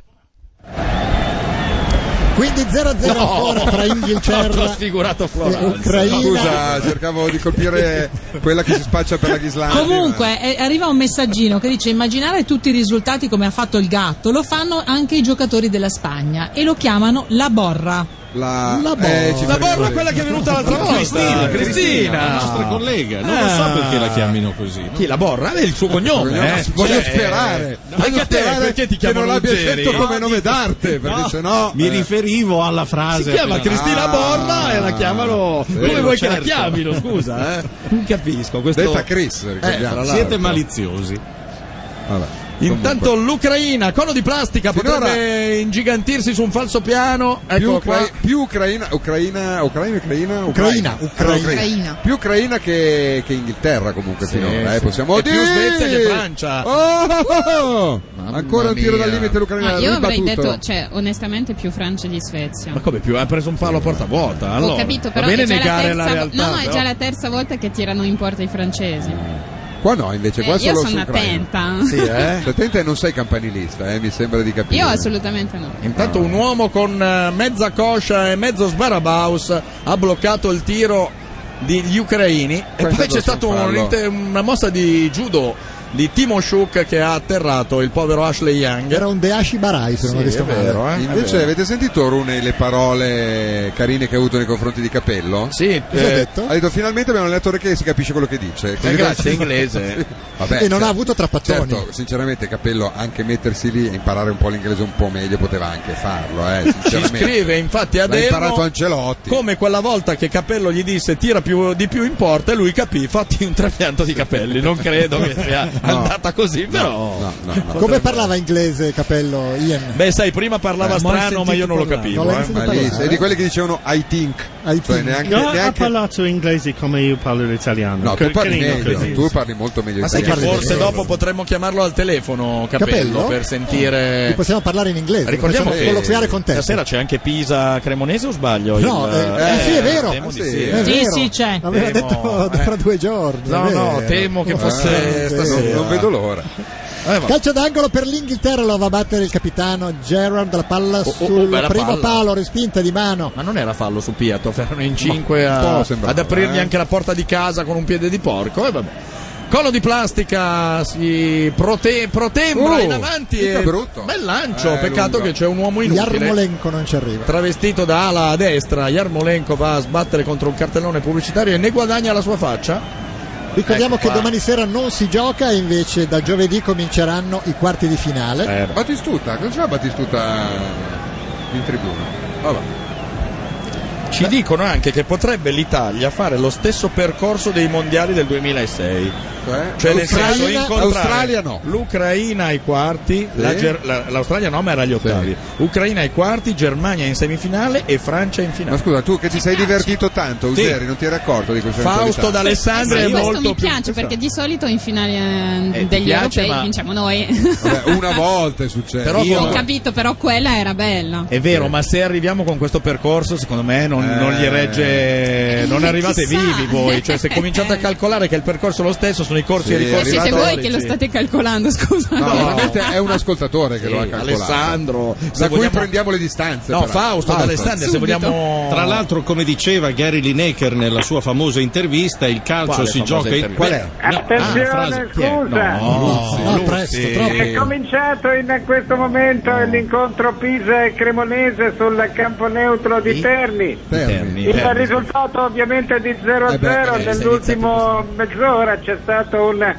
S2: Quindi 0-0 ancora tra
S3: Ho
S2: Inghilterra.
S3: trasfigurato
S2: e
S3: Florence.
S2: Ucraina.
S4: Scusa, cercavo di colpire quella che si spaccia per la Ghislandi.
S6: Comunque eh, arriva un messaggino che dice immaginare tutti i risultati come ha fatto il gatto, lo fanno anche i giocatori della Spagna e lo chiamano la borra.
S4: La,
S6: La borra.
S4: eh, ci faremo
S6: La borra è
S4: vedere.
S6: quella che è venuta l'altra
S3: volta. Cristina, Cristina.
S11: la nostra collega. Non lo so
S3: Ah.
S11: perché la chiamino così.
S3: Chi la borra? È il suo cognome. eh.
S4: Voglio
S3: Cioè,
S4: sperare.
S3: Anche a te, perché ti
S4: che non
S3: chiamano
S4: l'abbia
S3: Ruggeri?
S4: scelto come nome d'arte, perché sennò
S11: Mi
S4: eh,
S11: riferivo alla frase.
S3: Si chiama
S11: appena-
S3: Cristina Borra e la chiamano.
S11: Sì,
S3: Come vuoi che la
S11: certo.
S3: chiamino? Scusa, eh? Non capisco. Questo...
S4: Detta Chris,
S11: Eh,
S4: ricordiamo.
S3: fra l'altro.
S11: Siete maliziosi.
S4: Vabbè.
S3: Intanto
S4: Comunque.
S3: l'Ucraina, cono di plastica,
S4: Finora-
S3: potrebbe ingigantirsi su un falso piano.
S4: più,
S3: Ecco qua.
S4: Ucra- più Ucraina, Ucraina, Ucraina, Ucraina,
S2: Ucraina, Ucraina.
S12: Ucraina.
S4: più Ucraina che, che Inghilterra comunque
S3: Sì,
S4: finora, eh,
S3: sì.
S4: possiamo
S3: E
S4: dire.
S3: più Svezia che Francia.
S4: Oh, oh, oh. Ancora un tiro
S3: mia.
S4: dal limite
S3: Eh,
S4: l'Ucraina.
S8: No, Ah, io avrei
S4: ribattuto.
S8: detto, cioè, onestamente, più Francia di Svezia.
S3: Ma come più? Ha preso un palo a porta vuota. Allora,
S8: Ho capito, però
S3: va bene
S8: è già
S3: negare
S8: la
S3: la,
S8: terza...
S3: realtà.
S8: no, no, è
S3: però.
S8: già la terza volta che tirano in porta i francesi.
S4: Qua no, invece,
S8: Eh,
S4: qua
S8: io
S4: solo
S8: sono
S4: su Ucraina.
S8: attenta.
S4: Sì, eh? Stai attenta e non sei campanilista, eh, mi sembra di capire.
S8: Io assolutamente no.
S3: Intanto un uomo con eh, mezza coscia e mezzo sbarabaus ha bloccato il tiro degli ucraini e
S4: Questo
S3: poi c'è
S4: è
S3: stata
S4: un fallo.
S3: una mossa di judo di Timo Schuck che ha atterrato il povero Ashley Young.
S2: Era un Deashi Barai, se non ho
S3: Sì,
S2: visto
S3: è vero, eh.
S4: Invece,
S3: Vabbè.
S4: avete sentito Rune le parole carine che ha avuto nei confronti di Capello?
S3: Sì,
S2: Cosa ha detto?
S4: Eh, Ha detto finalmente abbiamo un allenatore che si capisce quello che dice.
S3: Eh, grazie, inglese.
S4: Sì. Vabbè,
S2: E non
S4: cioè,
S2: ha avuto trappattoni.
S4: Certo, sinceramente Capello anche mettersi lì e imparare un po' l'inglese un po' meglio poteva anche farlo, eh,
S3: Ci
S4: sinceramente.
S3: scrive infatti
S4: L'ha
S3: Adelmo
S4: imparato Ancelotti.
S3: come quella volta che Capello gli disse tira più, di più in porta e lui capì fatti un trapianto di capelli non credo che sia andata così, però.
S2: Cioè, Come parlava inglese Capello Ian?
S3: Beh, sai, prima parlava
S2: Eh, ma ho
S3: strano, ma io non lo capivo.
S2: sentito parlare.
S3: eh.
S2: Non l'ho
S4: Ma lì, sei di quelli che dicevano I think, cioè neanche,
S9: no, ha
S4: neanche-
S9: parlato inglese come io parlo l'italiano.
S4: No, tu
S9: Che-
S4: parli
S9: carino
S4: meglio,
S9: così.
S4: tu parli molto meglio
S3: Ma sai che
S4: italiano.
S3: forse dopo potremmo chiamarlo al telefono Capello,
S2: Capello?
S3: per
S2: Sì,
S3: sentire.
S2: possiamo parlare in inglese, lo
S3: Ricordiamo
S2: possiamo
S3: che
S2: colloquiare con te.
S3: Stasera c'è anche Pisa Cremonese o sbaglio?
S2: No,
S3: Il-
S2: eh, eh, sì, è vero.
S3: temo di
S2: Sì,
S3: sì.
S2: è vero.
S13: c'è.
S2: Aveva
S3: Temo, eh.
S2: detto fra due giorni.
S3: No,
S2: è
S3: no,
S2: vero.
S3: temo che fosse
S2: Ah, sì.
S3: stasera.
S4: Eh, Non vedo l'ora. Eh,
S3: Eh, va.
S2: Calcio d'angolo per l'Inghilterra lo va a battere il capitano Gerard, la palla
S3: oh, oh,
S2: sul
S3: bella
S2: primo
S3: palla.
S2: palo, respinta di mano.
S3: Ma non era fallo su Piatov, erano in 5 a,
S2: po' sembrava,
S3: ad aprirgli
S2: eh.
S3: anche la porta di casa con un piede di porco. E vabbè. Collo di plastica si prote- protembra
S2: Oh,
S3: in avanti.
S2: mica
S3: e-
S2: brutto.
S3: Bel lancio,
S2: Eh,
S3: peccato
S2: lungo.
S3: che c'è un uomo inutile.
S2: Yarmolenko non ci arriva.
S3: Travestito da ala a destra, Yarmolenko va a sbattere contro un cartellone pubblicitario e ne guadagna la sua faccia.
S2: Ricordiamo
S3: Ecco
S2: che
S3: qua.
S2: domani sera non si gioca e invece da giovedì cominceranno i quarti di finale.
S4: Eh, Battistuta, non c'era Battistuta in tribuna.
S3: Vabbè. Ci dicono anche che potrebbe l'Italia fare lo stesso percorso dei mondiali del 2006.
S4: Cioè,
S3: Cioè, nel
S4: Australia-
S3: senso, incontrare
S4: Australia no.
S3: L'Ucraina ai quarti,
S4: Sì.
S3: la Ger- la- l'Australia no, ma era agli ottavi. Ucraina ai quarti, Germania in semifinale e Francia in finale.
S4: Ma scusa, tu che ti sei divertito tanto,
S3: Sì.
S4: Useri, non ti eri accorto di questo?
S3: Fausto D'Alessandro è
S8: Eh Sì, questo
S3: molto
S8: mi piace
S4: esatto.
S8: perché di solito in finale eh,
S4: Eh,
S8: degli
S4: ti piace,
S8: europei
S4: ma-
S8: vinciamo noi.
S4: una volta è successo.
S3: Però
S8: Io
S3: con-
S8: ho capito, però quella era bella.
S3: È vero, ma se arriviamo con questo percorso, secondo me non,
S4: Eh.
S3: non gli regge. Non
S8: Eh,
S3: arrivate
S8: chissà.
S3: vivi voi. Cioè, se cominciate a calcolare che il percorso è lo stesso, sono i corsi
S4: Eh Sì,
S3: e i ricorsi.
S8: Forse siete voi
S3: cattolici.
S8: che lo state calcolando, scusa.
S4: No, veramente è un ascoltatore che
S3: Sì,
S4: lo ha calcolato.
S3: Alessandro,
S4: da
S3: se
S4: cui
S3: vogliamo-
S4: prendiamo le distanze.
S3: No,
S4: peraltro.
S3: Fausto D'Alessandro, se vogliamo.
S11: Tra l'altro, come diceva Gary Lineker nella sua famosa intervista, il calcio
S3: Quale
S11: si
S3: famosa
S11: gioca in.
S3: intervista?
S11: No,
S12: Attenzione,
S11: ah, frase- chi è?
S12: scusa.
S11: No,
S12: No,
S11: Luzzi.
S12: È cominciato in questo momento l'incontro Pisa e Cremonese sul campo neutro di Terni.
S3: Terni,
S12: Il
S3: Terni.
S12: risultato ovviamente di 0-0
S3: Eh beh, eh,
S12: nell'ultimo mezz'ora c'è stato un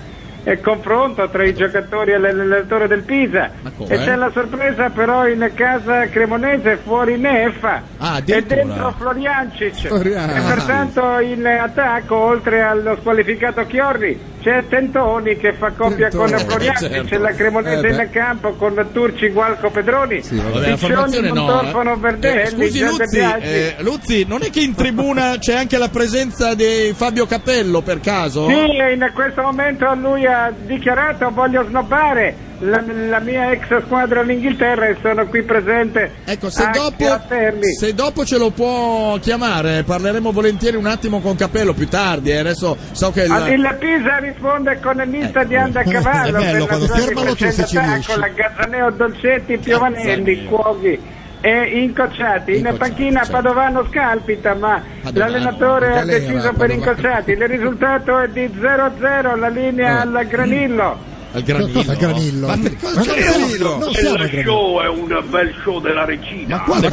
S12: eh, confronto tra i giocatori e l'allenatore del Pisa
S3: come?
S9: Eh,
S12: e c'è la sorpresa però in casa cremonese fuori Neffa
S3: Ah,
S12: e
S3: addirittura.
S12: dentro Floriancic
S3: Florian-
S12: e pertanto in attacco oltre allo squalificato Chiorri c'è Tentoni che fa coppia
S3: Tentoni,
S12: con Floriancic
S3: certo.
S12: e la Cremonese
S3: Eh, beh.
S12: in campo con Turci, Gualco, Pedroni
S3: Vabbè, la
S12: Piccioni,
S3: formazione no,
S12: Montorfano,
S3: eh.
S12: Verdelli
S3: Eh, scusi
S12: Gian De
S3: Luzzi,
S12: Biasi.
S3: eh, Luzzi, non è che in tribuna c'è anche la presenza di Fabio Cappello per caso?
S12: Sì, in questo momento lui ha dichiarato voglio snobbare la, la mia ex squadra all'Inghilterra e sono qui presente
S3: Ecco, se
S12: anche
S3: dopo,
S12: a Terni.
S3: se dopo ce lo può chiamare, parleremo volentieri un attimo con Cappello più tardi. eh. Adesso so che il-
S12: Ah, Il Pisa risponde con l'ista di Anda a
S3: È
S12: cavallo
S3: bello
S12: per la
S3: quando-
S12: zona di
S3: fermalo tu se ci
S12: Crescenta
S3: riesci.
S12: Tacola, Gazzaneo, Dolcetti, Piovanelli, Cuoghi e Incocciati. In panchina Padovano scalpita, ma l'allenatore ha
S14: Galera,
S12: deciso per
S14: Padovano.
S12: Incocciati. Il risultato è di 0-0, la linea al Granillo.
S3: al granillo.
S2: Al granillo. Ma
S14: Eh,
S2: non siamo
S14: il show è un bel show della regina. Ma
S2: quale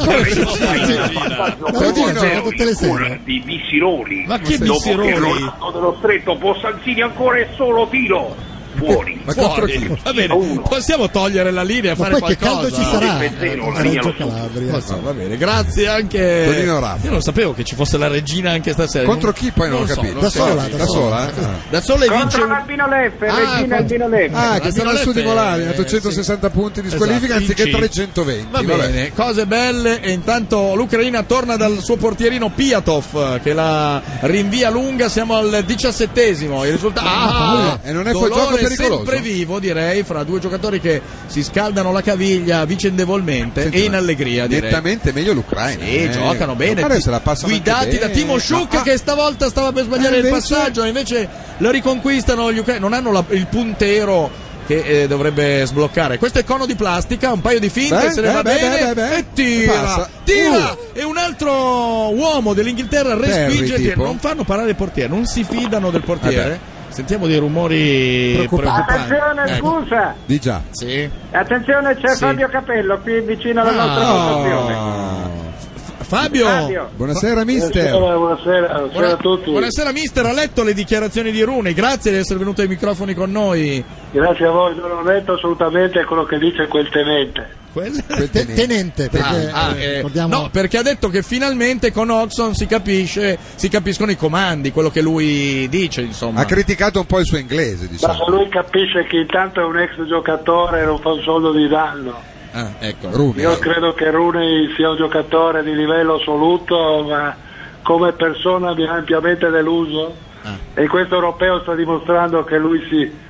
S14: di Bissiroli.
S3: Ma che
S14: Dopo
S3: Bissiroli?
S14: che Rolando dello Stretto Bossanzini ancora e solo tiro. Fuori.
S3: Ma contro chi? Va bene, possiamo togliere la linea e
S14: Ma
S3: fare
S14: poi che
S3: qualcosa.
S14: caldo ci sarà? Eh, Pezzero, la linea lo so.
S3: Lo so, va bene, grazie anche.
S4: Tonino Raffa.
S3: Io non sapevo che ci fosse la regina anche stasera.
S4: Contro chi poi non ho
S3: lo so,
S4: capito?
S3: non
S4: Da
S3: so.
S4: sola, da sola, eh?
S3: Da sola e vince
S12: Contro
S3: un- Ah,
S12: l'Albino Leffe, Regina Albino Leffe.
S4: Ah, che sarà su di Molari, ha
S3: eh,
S4: fatto 160 punti di
S3: Esatto,
S4: squalifica anziché
S3: vinci.
S4: 320.
S3: Va
S4: vabbè.
S3: bene, cose belle e intanto l'Ucraina torna dal suo portierino Piatov eh, che la rinvia lunga, siamo al diciassettesimo, il risultato ah,
S4: E non è
S3: dolore
S4: quel gioco pericoloso.
S3: sempre vivo direi fra due giocatori che si scaldano la caviglia vicendevolmente
S4: Senti,
S3: e in
S4: ma
S3: allegria direi.
S4: Nettamente meglio l'Ucraina.
S3: Sì,
S4: eh.
S3: giocano bene,
S4: L'Ucraina se la passano anche
S3: guidati da
S4: bene. ah,
S3: Timo Sciucca che stavolta stava per sbagliare
S4: Eh,
S3: il
S4: invece-
S3: passaggio, invece lo riconquistano gli ucraini, non hanno la- il puntero che eh, dovrebbe sbloccare. Questo è cono di plastica, un paio di finte,
S4: Beh,
S3: se ne
S4: beh,
S3: va
S4: beh,
S3: bene
S4: beh, beh,
S3: e tira,
S4: passa. Uh.
S3: tira e un altro uomo dell'Inghilterra respinge,
S4: Terry,
S3: il tiro.
S4: tipo.
S3: non fanno parare il portiere, non si fidano del portiere.
S4: Eh
S3: Sentiamo dei rumori
S4: Preoccupanti.
S3: preoccupanti.
S12: Attenzione,
S3: Ecco.
S12: scusa.
S4: Di già.
S3: Sì.
S12: Attenzione, c'è
S3: Sì.
S12: Fabio Capello qui vicino alla
S3: Ah.
S12: nostra postazione.
S3: F- Fabio.
S4: Buonasera mister.
S15: Buonasera, Eh, buonasera, buonasera
S3: Buona-
S15: a tutti.
S3: Buonasera mister, ha letto le dichiarazioni di Rune, grazie di essere venuto ai microfoni con noi.
S15: Grazie a voi, non ho detto assolutamente quello che dice quel tenente.
S2: Te- tenente, perché
S3: Ah, ah,
S2: eh,
S3: eh,
S2: ricordiamo-
S3: No, perché ha detto che finalmente con Oxon si capisce, si capiscono i comandi, quello che lui dice, insomma.
S4: Ha criticato un po' il suo inglese,
S15: Ma
S4: diciamo.
S15: se lui capisce che intanto è un ex giocatore e non fa un soldo di danno.
S3: Ah, ecco,
S15: Io credo che Rooney sia un giocatore di livello assoluto, ma come persona mi ha ampiamente deluso. E questo europeo sta dimostrando che lui si.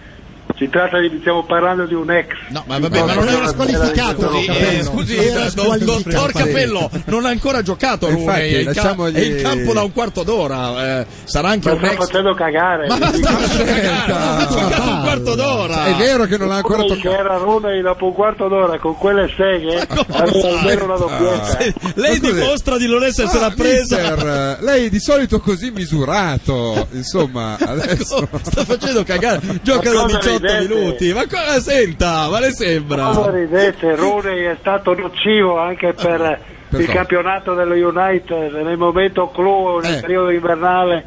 S15: Si tratta di, stiamo parlando di un ex.
S3: No, ma vabbè, ma non era
S15: squalificato.
S3: Scusi, eh, scusi, do- dottor Capello, non ha ancora giocato
S4: E
S3: Rune,
S4: infatti,
S3: è, in ca-
S4: lasciamogli-
S3: è in campo da un quarto d'ora, eh, sarà anche
S15: Ma
S3: un
S15: sta
S3: ex.
S15: facendo cagare.
S3: Ma sta facendo cagare, ha giocato un quarto d'ora.
S4: È vero che non l'ha ancora
S15: Come C'era Rooney dopo un quarto d'ora con quelle seghe, aveva almeno una doppietta.
S3: Ah. Lei dimostra di non essersela
S4: Ah,
S3: presa.
S4: mister, eh, lei di solito così misurato, insomma, adesso
S3: Ecco, sta facendo cagare. Gioca
S15: Ma
S3: da
S15: cosa
S3: 18
S15: ridete?
S3: minuti, ma cosa senta? Ma le sembra? Eh,
S15: Come ridete, Rooney è stato nocivo anche per il
S3: cosa?
S15: campionato dello United nel momento clou,
S3: Eh.
S15: nel periodo invernale,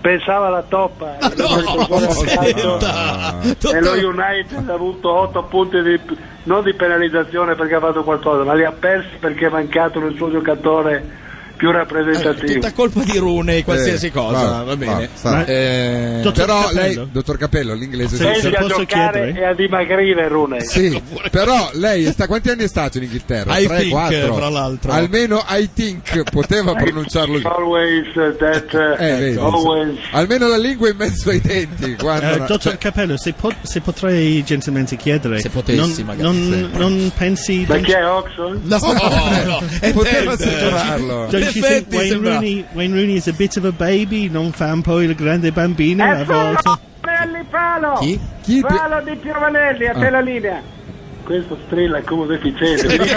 S15: pensava alla toppa. E lo United ha avuto 8 punti di, non di penalizzazione perché ha fatto qualcosa, ma li ha persi perché è mancato il suo giocatore più rappresentativo.
S3: Eh, Tutta colpa di Rune, qualsiasi
S4: Eh,
S3: cosa, va,
S4: va, va,
S3: bene.
S4: sta. Ma-
S3: Eh,
S4: Dottor però Capello? lei- dottor Capello, l'inglese
S15: Pensi a giocare e a dimagrire Rooney.
S4: Sì, però lei sta, quanti anni è stato in Inghilterra?
S3: Ecco, I
S4: 3,
S3: think,
S4: 4.
S3: fra l'altro.
S4: Almeno I think poteva pronunciarlo
S15: Always that uh,
S4: Eh, vedi,
S15: always
S4: Almeno la lingua in mezzo ai denti. Quando
S9: Eh,
S4: la-
S9: dottor
S4: cioè-
S9: Capello, se, po- se potrei gentilmente chiedere, se
S4: potessi,
S9: non,
S4: magari,
S9: non,
S4: sì.
S9: non pensi. Oh,
S15: Ma chi è Oxon?
S9: No,
S4: no, è Poteva Ted. sembrarlo.
S9: Don't you think
S4: Effetti,
S9: Wayne
S4: sembra-
S9: Rooney, Wayne Rooney is a bit of a baby, non fa un po' il grande bambino
S15: Eh,
S9: a volte?
S15: Piovanelli, palo!
S9: Chi? Chi?
S15: Palo di Piovanelli, a te
S9: Ah.
S15: la linea! Questo strilla come deficiente.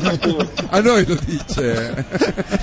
S4: A noi lo dice.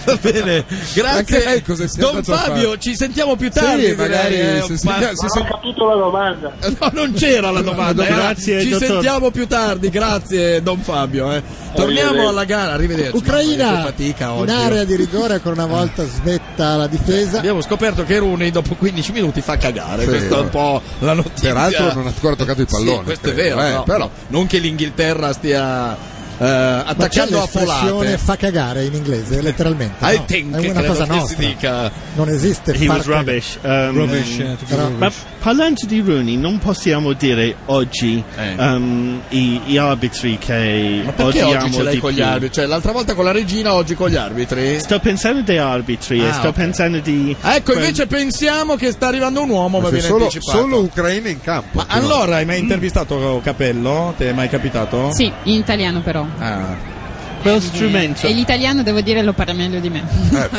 S3: Va bene,
S4: Anche
S3: grazie.
S4: lei cosa sia
S3: Don
S4: andato a
S3: Fabio,
S4: fare?
S3: ci sentiamo più
S4: Sì,
S3: tardi.
S4: magari,
S3: direi, eh,
S4: se
S3: un
S4: si-
S3: par-
S4: se si-
S15: Ho capito la domanda.
S3: No, non c'era la domanda. eh.
S9: Grazie,
S3: ci
S9: dottor.
S3: sentiamo più tardi. Grazie, Don Fabio. eh. Torniamo
S2: Arrivederci.
S3: alla gara. Arrivederci. Mamma mia,
S2: Ucraina
S3: che fatica
S2: in
S3: oggi.
S2: area di rigore ancora una volta smetta la difesa.
S3: Abbiamo scoperto che Rooney dopo 15 minuti fa cagare.
S4: Sì.
S3: Questa è un po' la notizia.
S4: Peraltro non ha ancora toccato il pallone.
S3: Sì, questo è
S4: credo,
S3: vero.
S4: eh,
S3: no.
S4: però.
S3: Non che l'Inghilterra stia eh,
S2: Ma c'è
S3: attaccando a
S2: l'espressione
S3: folate.
S2: fa cagare in inglese, letteralmente.
S3: I
S2: no?
S3: think,
S2: è una
S3: credo
S2: cosa
S3: che si
S2: nostra.
S3: dica.
S2: Non esiste
S9: He
S2: far
S9: was
S2: cagare.
S9: rubbish. Um,
S2: Rubbish,
S9: um,
S2: eh, tutto rubbish.
S9: Ma parlando di Rooney, non possiamo dire oggi um, i, gli arbitri che
S3: Ma perché
S9: odiamo
S3: oggi ce l'hai
S9: di
S3: con gli
S9: più.
S3: arbitri? Cioè, l'altra volta con la regina, oggi con gli arbitri?
S9: Sto pensando di arbitri e
S3: Ah,
S9: sto
S3: ok.
S9: pensando di.
S3: Ecco,
S9: quel-
S3: invece pensiamo che sta arrivando un uomo, ma
S4: Se
S3: viene
S4: solo,
S3: anticipato.
S4: solo Ucraina in campo.
S3: Ma allora hai mai intervistato Capello? Ti è mai capitato?
S8: Sì, in italiano però.
S3: Ah.
S9: Quel strumento.
S8: E l'italiano, devo dire, lo parla meglio di me.
S4: Eh,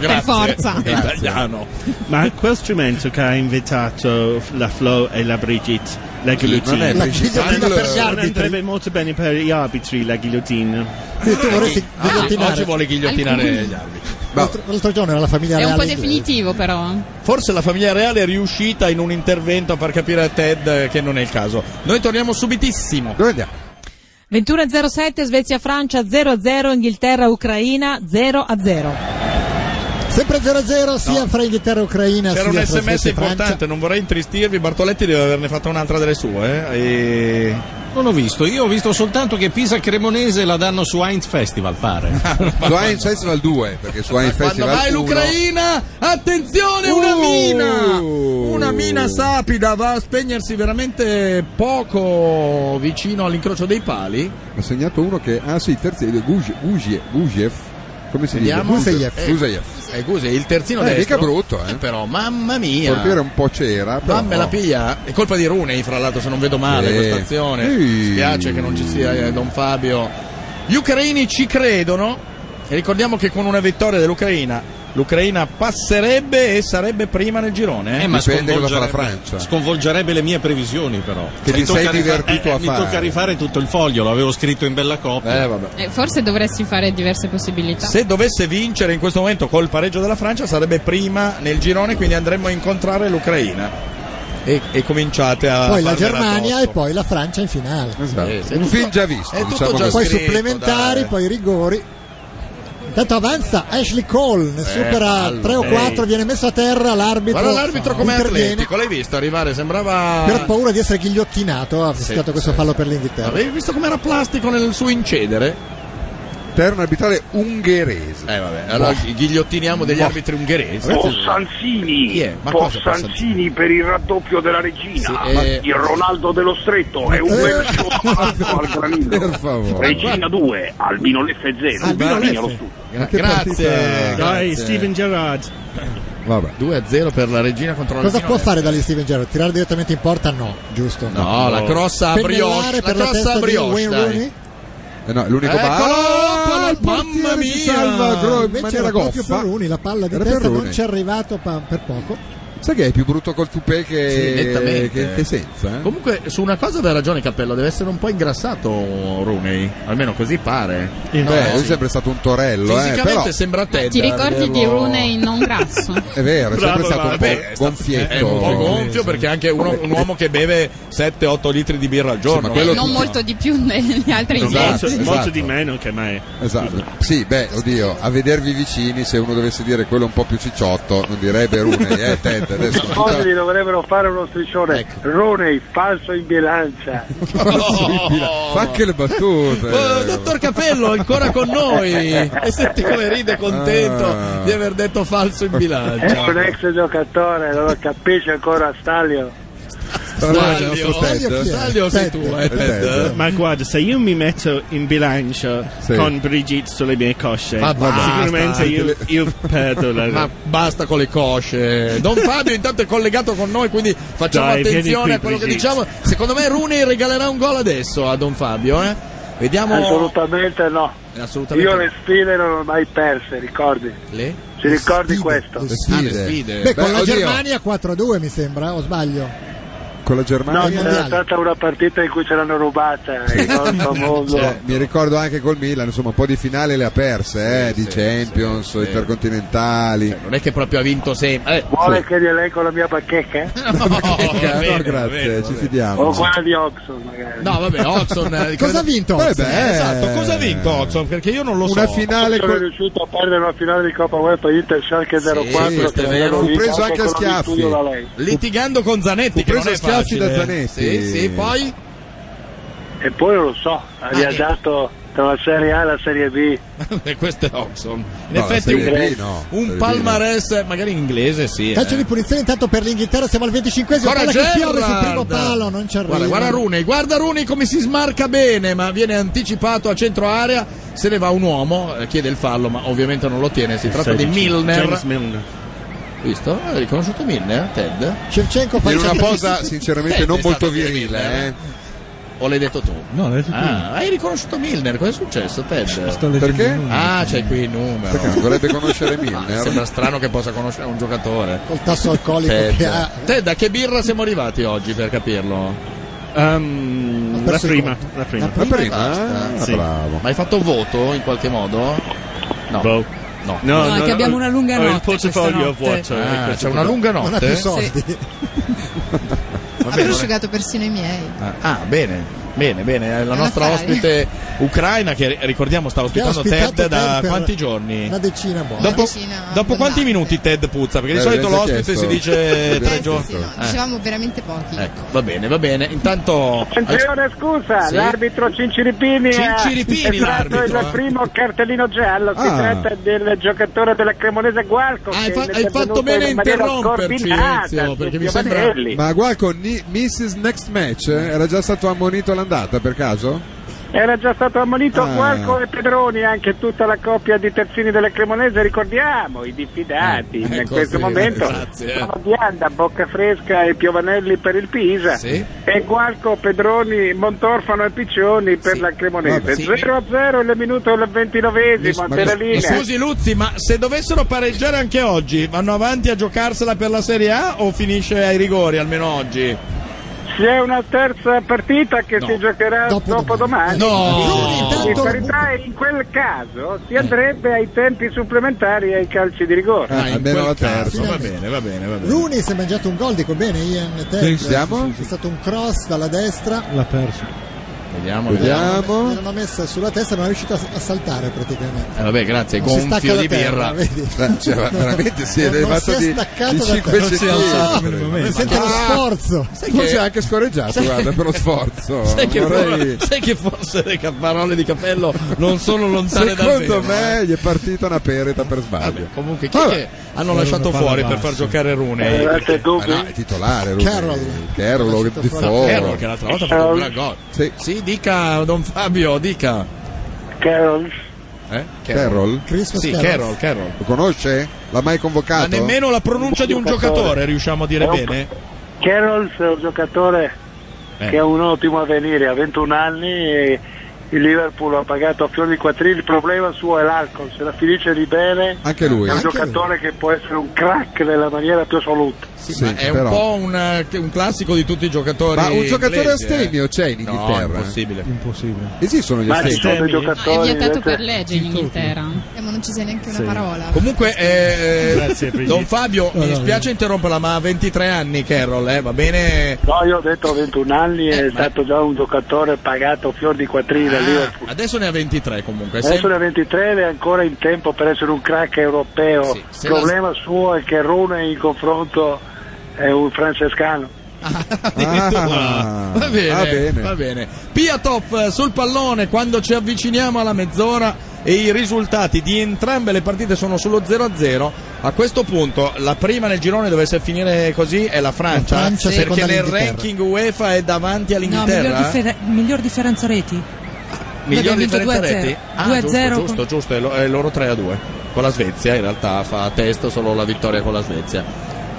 S8: per forza.
S3: Eh, italiano.
S9: Ma quel strumento che ha invitato la Flo e la Brigitte, la
S4: non è
S9: guillotine.
S4: La Brigitte. guillotine per gli
S9: Non
S4: arbitri.
S9: andrebbe molto bene per gli arbitri, la guillotine.
S2: tu vorresti
S9: Ah,
S2: ghigliottinare.
S9: oggi vuole ghigliottinare Alcuni. gli
S3: arbitri.
S2: L'altro, l'altro giorno era la famiglia
S8: È un po'
S2: reale inglese.
S8: definitivo però.
S3: Forse la famiglia reale è riuscita in un intervento a far capire a Ted che non è il caso. Noi torniamo subitissimo.
S4: Dove andiamo?
S10: 21.07 Svezia-Francia 0-0 Inghilterra-Ucraina 0-0.
S2: Sempre 0-0 sia fra Inghilterra e Ucraina
S3: C'era
S2: sia
S3: un
S2: fra
S3: sms
S2: Svezia e Francia.
S3: importante, non vorrei intristirvi, Bartoletti deve averne fatta un'altra delle sue. eh, E...
S11: Non ho visto, io ho visto soltanto che Pisa Cremonese la danno su Heinz Festival, pare.
S4: Su Heinz Festival 2, perché su Heinz
S11: quando
S4: Festival Uh.
S11: vai
S4: 1
S3: Ucraina, attenzione, una mina! Una mina sapida va a spegnersi veramente poco vicino all'incrocio dei pali.
S4: ha segnato uno che ah sì, terzi Gugiev, come si
S3: Vediamo.
S4: dice?
S3: Eh,
S4: Guseyev.
S3: eh, Guseyev, il terzino
S4: Eh,
S3: destro.
S4: mica brutto, eh.
S3: Però, mamma
S4: Il
S3: mia.
S4: portiere un po' c'era, però Oh.
S3: Ma me la piglia, è colpa di Runei fra l'altro se non vedo male
S4: Sì.
S3: questa azione.
S4: Sì.
S3: Spiace che non ci sia eh, Don Fabio. Gli ucraini ci credono e ricordiamo che con una vittoria dell'Ucraina l'Ucraina passerebbe e sarebbe prima nel girone. eh.
S11: Sconvolgerebbe le mie previsioni, però. Cioè,
S3: Che
S11: Mi
S3: ti sei
S11: tocca rifa-
S3: divertito
S11: eh,
S3: a
S11: mi
S3: fare.
S11: tocca rifare tutto il foglio, l'avevo scritto in bella copia.
S8: Eh, forse dovresti fare diverse possibilità.
S3: Se dovesse vincere in questo momento col pareggio della Francia sarebbe prima nel girone, quindi andremmo a incontrare l'Ucraina. E, e cominciate a...
S2: Poi la
S3: farvela
S2: Germania
S3: addosso.
S2: e poi la Francia in finale.
S3: Esatto. Sì, sì, Un è tutto- film già visto, è tutto diciamo già così.
S2: poi
S3: scritto,
S2: supplementari,
S3: dai.
S2: poi rigori. Intanto avanza Ashley Cole, ne
S3: Eh,
S2: supera
S3: palle.
S2: 3 o 4, viene messo a terra l'arbitro.
S3: Guarda l'arbitro come
S2: interviene.
S3: atletico, l'hai visto arrivare?
S2: Per
S3: Sembrava.
S2: paura di essere ghigliottinato ha fischiato questo fallo per l'Inghilterra.
S3: Avevi visto com'era plastico nel suo incedere?
S4: Per un arbitrale ungherese.
S3: Eh vabbè, allora
S4: Boh.
S3: ghigliottiniamo degli
S4: Boh.
S3: arbitri ungheresi.
S14: Possanzini,
S3: Chi è? Ma cosa
S14: Possanzini per il raddoppio della regina,
S3: Sì, eh.
S14: il Ronaldo dello Stretto è un versione al granillo.
S4: Per favore.
S14: Regina 2, Albino Leffe 0,
S4: Albino
S14: Albino
S4: Leffe.
S3: Gra-
S4: Che
S3: grazie,
S4: partita-
S9: Dai, Steven
S3: Gerrard. 2-0 per la regina contro la
S2: Cosa
S3: Regina
S2: può
S3: Leffe.
S2: fare da lì Steven Gerrard? Tirare direttamente in porta? No, giusto?
S3: No,
S4: Boh.
S3: la cross a
S2: Pennellare
S3: brioche. La
S2: per la
S3: cross a
S2: testa di
S3: brioche.
S2: Wayne
S3: dai.
S2: Rooney.
S4: Eh no, l'unico
S3: Eccolo,
S4: bar.
S3: palla al
S4: Mamma
S3: portiere,
S4: mia!
S3: si
S4: salva Gro- in
S2: Invece
S4: maniera
S2: era proprio
S4: goffa.
S2: Perroni, la palla di
S4: Era
S2: testa non
S4: Perroni.
S2: ci è arrivato pa- per poco.
S4: Sai che è più brutto col tupè
S3: Sì,
S4: che,
S3: nettamente.
S4: che, che senza? eh?
S3: Comunque, su una cosa aveva ragione Cappello, deve essere un po' ingrassato Rooney, almeno così pare.
S4: Beh, lui è sempre stato un torello, eh,
S3: Fisicamente
S4: però
S3: sembra te.
S8: Ti ricordi di Rooney non grasso?
S4: è vero, è sempre stato un po' gonfietto.
S3: È un po' gonfio perché è anche uno- un uomo che beve 7-8 litri di birra al giorno.
S4: ma quello
S8: Eh, non molto di più negli altri
S4: Esatto,
S8: inglesi.
S4: esatto.
S9: Molto di meno che mai.
S4: Esatto. Sì, beh, oddio, a vedervi vicini, se uno dovesse dire quello un po' più cicciotto, non direbbe Rooney, eh, Ted, adesso.
S15: I Modri dovrebbero fare uno striscione. Roney, falso in bilancia.
S4: Fa anche le battute.
S3: Eh, dottor Capello ancora con noi e senti come ride contento
S4: Ah.
S3: di aver detto falso in bilancio.
S15: È un ex giocatore, non lo capisce ancora Stalio.
S3: Staglio. Staglio chi è? Staglio sei tu, eh, Ted.
S9: Ma guarda, se io mi metto in bilancio
S3: Sì.
S9: con Brigitte sulle mie cosce,
S3: Ma basta.
S9: sicuramente io, io perdo la
S3: Ma basta con le cosce. Don Fabio intanto è collegato con noi, quindi facciamo
S9: Dai, vieni
S3: attenzione
S9: qui,
S3: a quello
S9: Brigitte.
S3: che diciamo. Secondo me Rooney regalerà un gol adesso a Don Fabio, eh. Vediamo
S15: Assolutamente no.
S3: Assolutamente
S15: Io
S3: no.
S15: le sfide non le ho mai perse, ricordi?
S3: Le?
S15: Ci ricordi questo?
S4: sfide.
S3: Ah, le sfide.
S2: Beh, con
S4: Beh,
S2: la
S4: oddio.
S2: Germania 4-2 mi sembra, o sbaglio?
S4: Con la Germania.
S15: No, c'era stata una partita in cui ce l'hanno rubata, il gol famoso.
S3: Cioè,
S4: Eh, mi ricordo anche col Milan, insomma, un po' di finale le ha perse, eh, di Champions, intercontinentali.
S3: Non è che proprio ha vinto sempre. Eh,
S15: Vuole che gli elenco la mia bacheca?
S4: no,
S3: bene,
S4: grazie,
S3: eh,
S4: ci fidiamo.
S15: O quella di Oxford magari.
S3: No, vabbè, Oxon. eh, credo-
S4: Vabbè,
S3: Eh, esatto, cosa ha vinto Oxon? Perché io non lo so.
S15: sono riuscito a perdere una finale di Coppa UEFA Inter Schalke 04
S3: questo è
S15: che
S3: vero.
S15: avevo
S3: Fu
S15: vinto
S3: preso anche a
S15: con la
S3: schiaffi.
S15: vittoria da lei.
S3: Litigando con Zanetti, che
S15: preso
S3: non è
S15: a schiaffi
S3: facile. eh.
S15: da Zanetti.
S3: Sì, sì, poi.
S15: E poi non lo so, ha
S3: Ah,
S15: viaggiato tra la Serie A e la Serie B.
S3: E questo è Oxon. In
S15: No, la
S3: effetti,
S15: Serie
S3: un,
S15: B no,
S3: un
S15: Serie B
S3: palmarès, magari in inglese, sì.
S2: Calcio
S3: eh.
S2: di punizione intanto per l'Inghilterra, siamo al 25esimo,
S3: Guarda
S2: palla che piove sul primo
S3: Gerrard.
S2: palo, non ci arriva.
S3: Guarda, guarda Rooney, guarda Rooney come si smarca bene, ma Ah, viene anticipato a centro area, se ne va un uomo, eh, chiede il fallo, ma ovviamente non lo tiene, si tratta di Milner.
S9: James Milner.
S3: Visto? Hai riconosciuto Milner, Ted?
S2: Shevchenko fa
S4: In
S2: il
S4: una
S2: sacrificio.
S4: posa sinceramente
S3: Ted
S4: non
S3: è
S4: molto
S3: stato dire
S4: virile,
S3: Milner.
S4: eh.
S3: O l'hai detto tu?
S4: No, l'hai detto
S3: Ah, hai riconosciuto Milner, cosa è successo, Ted?
S4: Sto leggendo Perché? il numero.
S3: Ah, c'è qui il numero.
S4: Perché non dovrebbe conoscere Milner?
S3: Ah, sembra strano che possa conoscere un giocatore.
S2: Col tasso alcolico
S3: Ted.
S2: che ha.
S3: Ted, a che birra siamo arrivati oggi per capirlo? Ehm.
S9: la prima, la prima.
S3: La prima, e basta?
S9: Ah, Sì. bravo.
S3: Ma hai fatto voto in qualche modo? No.
S9: Boh.
S3: No.
S9: No, No, no,
S10: che abbiamo una lunga
S9: ho il
S10: notte
S9: portafoglio
S10: questa notte.
S9: vuoto, eh,
S3: Ah,
S9: questo
S3: c'è una
S9: qui.
S3: lunga notte.
S2: Non ha più soldi.
S3: Vabbè,
S12: Avrò
S3: non è-
S12: asciugato persino i miei.
S3: Ah, bene. Bene, bene, la
S12: Lo
S3: nostra
S12: sai.
S3: ospite ucraina che ricordiamo sta
S2: Che ha
S3: ospitando
S2: ospitato
S3: Ted da
S2: per
S3: quanti giorni?
S2: Una decina buona.
S3: Dopo, dopo quanti minuti Ted puzza? Perché di
S4: Beh,
S3: solito
S4: l'abbiamo
S3: l'ospite
S4: chiesto.
S3: si dice
S4: L'abbiamo
S3: tre giorni.
S4: chiesto.
S3: Eh,
S12: Dicevamo veramente pochi.
S3: Ecco, va bene, va bene. Intanto
S15: Attenzione, scusa,
S3: Sì.
S15: l'arbitro Cinciripini, ha-
S3: Cinciripini
S15: è stato
S3: l'arbitro,
S15: il
S3: eh.
S15: primo cartellino giallo. Si
S3: Ah.
S15: tratta del giocatore della Cremonese Gualco. che
S3: hai, fa-
S15: è
S3: hai fatto
S15: intervenuto
S3: bene a
S15: in maniera
S3: interromperci,
S15: coordinata,
S3: Ezio, perché mi
S15: Silvio
S3: sembra.
S15: Vanelli.
S4: Ma Gualco, ni- Mrs. Next Match eh, era già stato ammonito all'andata per caso?
S15: Era già stato ammonito
S4: Ah.
S15: Gualco e Pedroni, anche tutta la coppia di terzini della Cremonese, ricordiamo, i diffidati in
S14: ecco,
S15: questo
S14: sì,
S15: momento.
S14: grazie.
S15: Sono Bianda, Boccafresca e Piovanelli per il Pisa
S14: Sì.
S15: e Gualco, Pedroni, Montorfano e Piccioni per la
S3: Vabbè,
S15: Cremonese.
S3: sì.
S15: 0-0 il minuto del ventinovesimo,
S3: Ma-
S15: della
S3: ma
S15: linea.
S3: scusi Luzzi, ma se dovessero pareggiare anche oggi, vanno avanti a giocarsela per la Serie A o finisce ai rigori almeno oggi?
S15: C'è una terza partita che si giocherà dopodomani.
S3: No.
S15: In parità in quel caso si andrebbe ai tempi supplementari e ai calci di rigore.
S4: Ah, almeno la terza.
S3: Va bene, va bene, va bene.
S2: Rooney si è mangiato un gol, dico bene, Ian Ted.
S4: Sì, siamo?
S2: C'è stato un cross dalla destra.
S4: L'ha perso.
S3: Vediamo, vediamo.
S2: Me l'hanno messa sulla testa, ma non è riuscito a a saltare praticamente.
S3: Eh, vabbè, grazie,
S2: Non si stacca
S3: gonfio
S2: da
S3: di birra.
S2: terra, vedi?
S3: Eh,
S4: Cioè, va- veramente si è
S2: Non- non
S4: elevato
S2: si è
S4: di,
S2: staccato
S4: di
S2: da
S4: 5
S2: terra. No, per il
S4: centimetri.
S2: momento. Mi sento lo sforzo.
S4: Sai che... si è anche scorreggiato,
S3: Sai-
S4: guarda, per lo sforzo.
S3: Sai che,
S4: Vorrei-
S3: sai che forse le ca- parole di Cappello non sono lontane da dal
S4: Secondo
S3: vero,
S4: me gli è partita una pereta per sbaglio.
S3: Comunque, chi è che hanno lasciato
S4: palla
S3: fuori per
S4: bassa.
S3: far giocare Rune?
S4: Eh, ma no, è titolare Rune.
S3: Carroll.
S4: Carroll di
S3: No, Carroll che l'altra volta ha fatto un gran gol.
S4: Sì.
S3: dica Don Fabio, dica.
S15: Carol.
S3: Eh?
S4: Carroll?
S3: Sì, Carroll, Carroll.
S4: Lo conosce? L'ha mai
S3: Ma
S4: convocato?
S3: nemmeno la pronuncia di un giocatore riusciamo a dire
S15: È un-
S3: bene.
S15: Carroll è un giocatore
S3: Eh.
S15: che ha un ottimo avvenire, ha 21 anni e il Liverpool ha pagato a fior di quattrini, il problema suo è l'alcol, se la finisce di bere
S4: Anche lui.
S15: è un
S4: Anche
S15: giocatore che può essere un crack nella maniera più assoluta.
S4: Sì,
S3: Ma è un
S4: però-
S3: po' un, eh, un classico di tutti i giocatori.
S4: Ma un giocatore
S3: inglesi, eh.
S4: astemio c'è in Inghilterra?
S3: No, impossibile.
S4: Impossibile. Esistono gli
S3: Ma ci sono
S4: astemi?
S3: i giocatori-
S12: È
S3: Poi,
S12: vietato
S3: invece-
S12: per legge in
S3: Sì, tutti.
S12: Inghilterra. Eh, ma non ci sia neanche una
S3: Sì.
S12: parola.
S3: Comunque, eh,
S15: Grazie, Brigitte.
S3: Don Fabio, mi spiace interromperla, ma ha 23 anni Carroll, eh, va bene?
S15: No, io ho detto 21 anni, è stato già un giocatore pagato a fior di quattrini al
S3: Ah,
S15: Liverpool.
S3: adesso ne ha 23 comunque.
S15: Adesso
S3: sempre-
S15: ne ha 23 ed è ancora in tempo per essere un crack europeo.
S3: Sì,
S15: Il
S3: se
S15: problema suo è che Rune in confronto è un francescano.
S3: Addirittura. Ah, va, bene, va,
S15: va
S3: bene.
S15: bene.
S3: Piatov eh, sul pallone quando ci avviciniamo alla mezz'ora e i risultati di entrambe le partite sono sullo 0-0. A questo punto la prima nel girone dovesse finire così è la Francia,
S2: La Francia,
S3: perché
S2: seconda
S3: nel
S2: l'Inghilterra.
S3: ranking UEFA è davanti
S10: No, miglior,
S3: all'Inghilterra.
S10: differ- miglior differenza reti.
S3: Miglior
S10: Abbiamo vinto
S3: differenza
S10: 2-0.
S3: reti? Ah,
S10: 2-0
S3: giusto,
S10: con-
S3: giusto, giusto, è, lo- è loro 3 a 2. Con la Svezia in realtà fa testo solo la vittoria con la Svezia.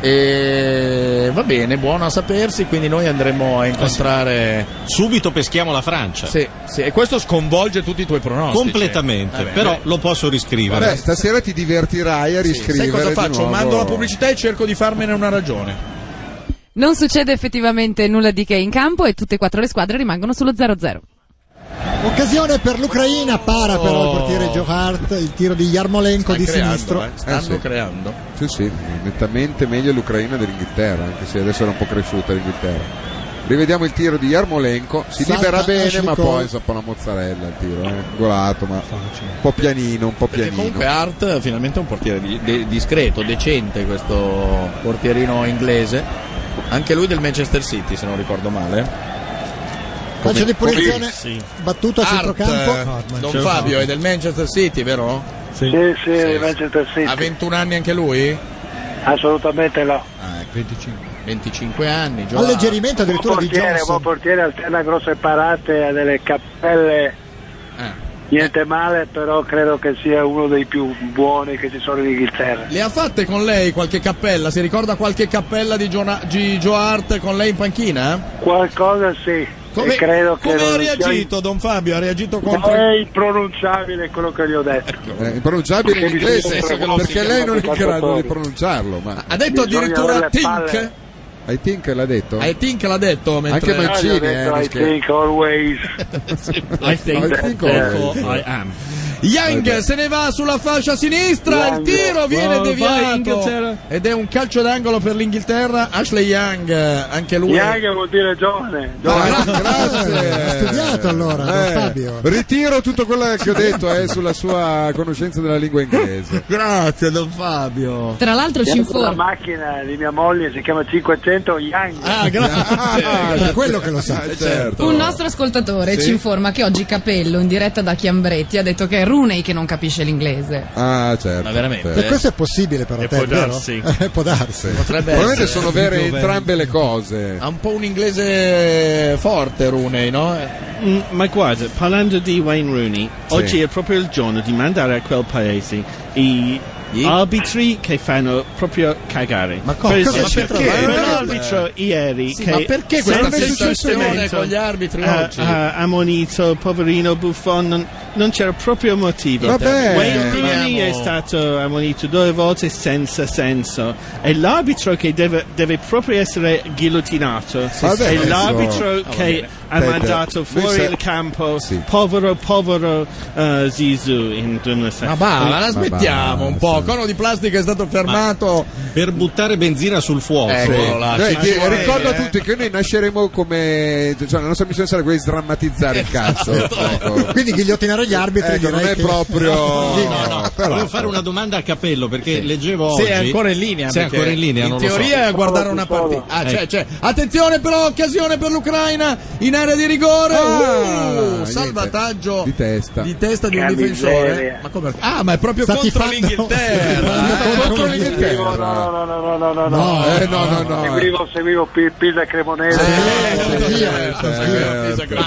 S3: E va bene, buono a sapersi, quindi noi andremo a incontrare
S11: Subito peschiamo la Francia.
S3: Sì, sì, e questo sconvolge tutti i tuoi pronostici.
S11: Completamente,
S3: Vabbè,
S11: però
S3: Eh, beh,
S11: lo posso riscrivere.
S4: Beh, stasera ti divertirai a riscrivere
S3: Sai cosa
S4: di
S3: faccio?
S4: nuovo.
S3: Mando la pubblicità e cerco di farmene una ragione.
S5: Non succede effettivamente nulla di che in campo e tutte e quattro le squadre rimangono sullo 0-0.
S2: Occasione per l'Ucraina, para però il
S3: Oh.
S2: portiere Joe Hart, il tiro di Yarmolenko di
S4: creando,
S2: sinistro.
S4: eh.
S3: Stanno
S4: Eh, sì.
S3: creando.
S4: Sì, sì, nettamente meglio l'Ucraina dell'Inghilterra, anche se adesso era un po' cresciuta l'Inghilterra. Rivediamo il tiro di Yarmolenko, si
S2: Salta
S4: libera bene,
S2: Ashley
S4: ma
S2: Cole.
S4: poi sappa la mozzarella il tiro, eh. golato, ma un po' pianino, un po'
S3: Perché
S4: pianino.
S3: comunque Hart finalmente è un portiere di- de- discreto, decente questo portierino inglese. Anche lui del Manchester City, se non ricordo male.
S2: Calcio di
S3: Come-
S2: punizione
S3: Sì.
S2: battuto a
S3: Hart, eh,
S2: centrocampo.
S3: Don Fabio eh. è del Manchester City, vero?
S15: Sì, sì, Manchester City.
S3: Ha 21 anni anche lui?
S15: Assolutamente no.
S3: 25. 25 anni, giovane.
S2: Alleggerimento addirittura
S15: buon
S2: di
S15: portiere,
S2: Johnson.
S15: buon portiere, alterna grosse parate, ha delle cappelle, niente male, però credo che sia uno dei più buoni che ci sono in Inghilterra.
S3: Le ha fatte con lei qualche cappella? Si ricorda qualche cappella di, Giona- di Joe Hart con lei in panchina?
S15: Qualcosa sì.
S3: Come,
S15: e credo che
S3: come
S15: non
S3: ha
S15: sia-
S3: reagito Don Fabio? Ha reagito
S15: No,
S3: contro...
S15: è impronunciabile quello che gli ho detto.
S4: Eh, impronunciabile in
S15: Perché
S4: inglese
S15: mi sembra
S4: perché
S15: che
S4: lei non è in
S15: siamo
S4: grado di
S15: giocatori.
S4: pronunciarlo. Ma...
S3: Ha detto
S15: Bisogna
S3: addirittura
S15: avere le palle.
S3: Tink?
S4: I think l'ha detto?
S3: I think l'ha detto mentre...
S4: Anche Mancini,
S15: Io ho detto,
S4: eh,
S15: I
S4: rischia-
S15: think always.
S3: I think,
S4: I think Eh,
S3: therefore
S4: always.
S3: I am. Young se ne va sulla fascia sinistra,
S15: Young.
S3: il tiro viene
S15: Vai,
S3: deviato
S15: Inghilterra.
S3: ed è un calcio d'angolo per l'Inghilterra. Ashley Young, eh, anche lui.
S15: Young vuol dire giovane.
S2: Ha studiato allora, Don
S4: Eh,
S2: Fabio.
S4: Ritiro tutto quello che ho detto eh, sulla sua conoscenza della lingua inglese.
S3: Grazie Don Fabio.
S5: Tra l'altro ci
S15: La
S5: informa.
S15: macchina di mia moglie si chiama 500 Young.
S3: Ah, grazie.
S2: per quello che lo sa.
S4: certo.
S5: Un nostro ascoltatore
S4: Sì.
S5: ci informa che oggi Capello, in diretta da Chiambretti, ha detto che è Runei che non capisce l'inglese.
S4: Ah, certo.
S3: Ma veramente?
S2: E questo è possibile però, te,
S4: può
S2: vero?
S4: darsi.
S2: Eh, può darsi.
S3: Potrebbe
S4: Probabilmente
S3: essere.
S4: sono vere entrambe le cose.
S3: Ha un po' un inglese forte Runei, no?
S9: Mm, ma guarda, parlando di Wayne Rooney,
S3: Sì.
S9: oggi è proprio il giorno di mandare a quel paese i arbitri che fanno proprio cagare. Ma
S3: cosa? Cosa c'entra?
S9: perché
S3: Ma non è-
S9: l'arbitro ieri
S3: Sì,
S9: che
S3: ma perché questa
S9: senza
S3: sensazione
S9: giudizio
S3: con gli arbitri
S9: ha-
S3: oggi?
S9: ha ammonito poverino Buffon non- non c'era proprio motivo.
S11: Vabbè.
S9: Wayne Rooney
S11: Andiamo.
S9: è stato ammonito due volte senza senso. È l'arbitro che deve, deve proprio essere ghilottinato.
S11: Vabbè,
S9: è
S11: adesso-
S9: l'arbitro
S11: Ah, va
S9: che
S11: bene.
S9: ha
S11: Peter,
S9: mandato
S11: noi
S9: fuori
S11: sa-
S9: il campo povero, povero eh, Zizou in 2006.
S3: Ma va, ma la smettiamo un po'. Cono di plastica è stato fermato
S11: Ah, per buttare benzina sul fuoco.
S3: Ecco,
S4: Eh, sì.
S11: là,
S4: Noi
S11: ci
S4: ti-
S11: vuole,
S4: ricordo a
S11: eh.
S4: tutti che noi nasceremo come cioè, la nostra missione sarà quella di sdrammatizzare il calcio
S3: Esatto.
S4: ecco.
S2: Quindi ghigliottinare gli arbitri
S4: Ecco,
S2: direi
S4: non è
S2: che-
S4: proprio
S11: No, no,
S4: però-
S11: volevo fare una domanda a capello perché leggevo
S3: Se
S11: oggi.
S3: è ancora in linea.
S11: Se è
S3: perché
S11: ancora in linea, non lo so. Ecco.
S3: teoria è guardare una partita. Ah,
S4: Ecco.
S3: c'è, c'è. Attenzione però, occasione per l'Ucraina in area di rigore.
S4: Ah,
S3: Uh,
S4: niente.
S3: salvataggio
S4: di testa
S3: di testa di un
S4: Che
S3: difensore.
S4: miseria.
S3: Ma come? Ah, ma è proprio
S4: Sta
S3: contro
S4: tifando-
S3: l'Inghilterra. eh?
S4: contro l'Inghilterra.
S15: No, no, no, no, no, no,
S4: No, eh, no, no, no,
S15: Seguivo, seguivo P- Pisa e Cremonese.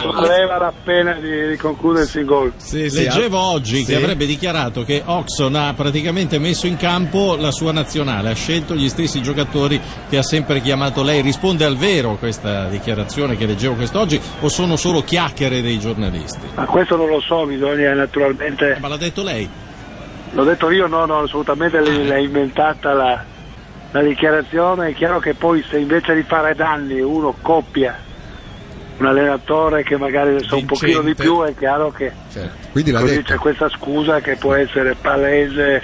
S15: Volevano appena di, di concludersi in gol.
S11: Leggevo oggi
S15: Sì.
S11: che avrebbe dichiarato che Oxon ha praticamente messo in campo la sua nazionale, ha scelto gli stessi giocatori che ha sempre chiamato lei. Risponde al vero questa dichiarazione che leggevo quest'oggi o sono solo chiacchiere dei giornalisti?
S15: Ma questo non lo so, bisogna naturalmente.
S11: Ma l'ha detto lei? Ah, eh.
S15: L'ho detto io, no, no, assolutamente l- l'ha inventata la, la dichiarazione. È chiaro che poi se invece di fare danni uno coppia un allenatore che magari ne sa un pochino di più, è chiaro che
S4: Certo. quindi l'ha
S15: così
S4: detto
S15: c'è questa scusa che può essere palese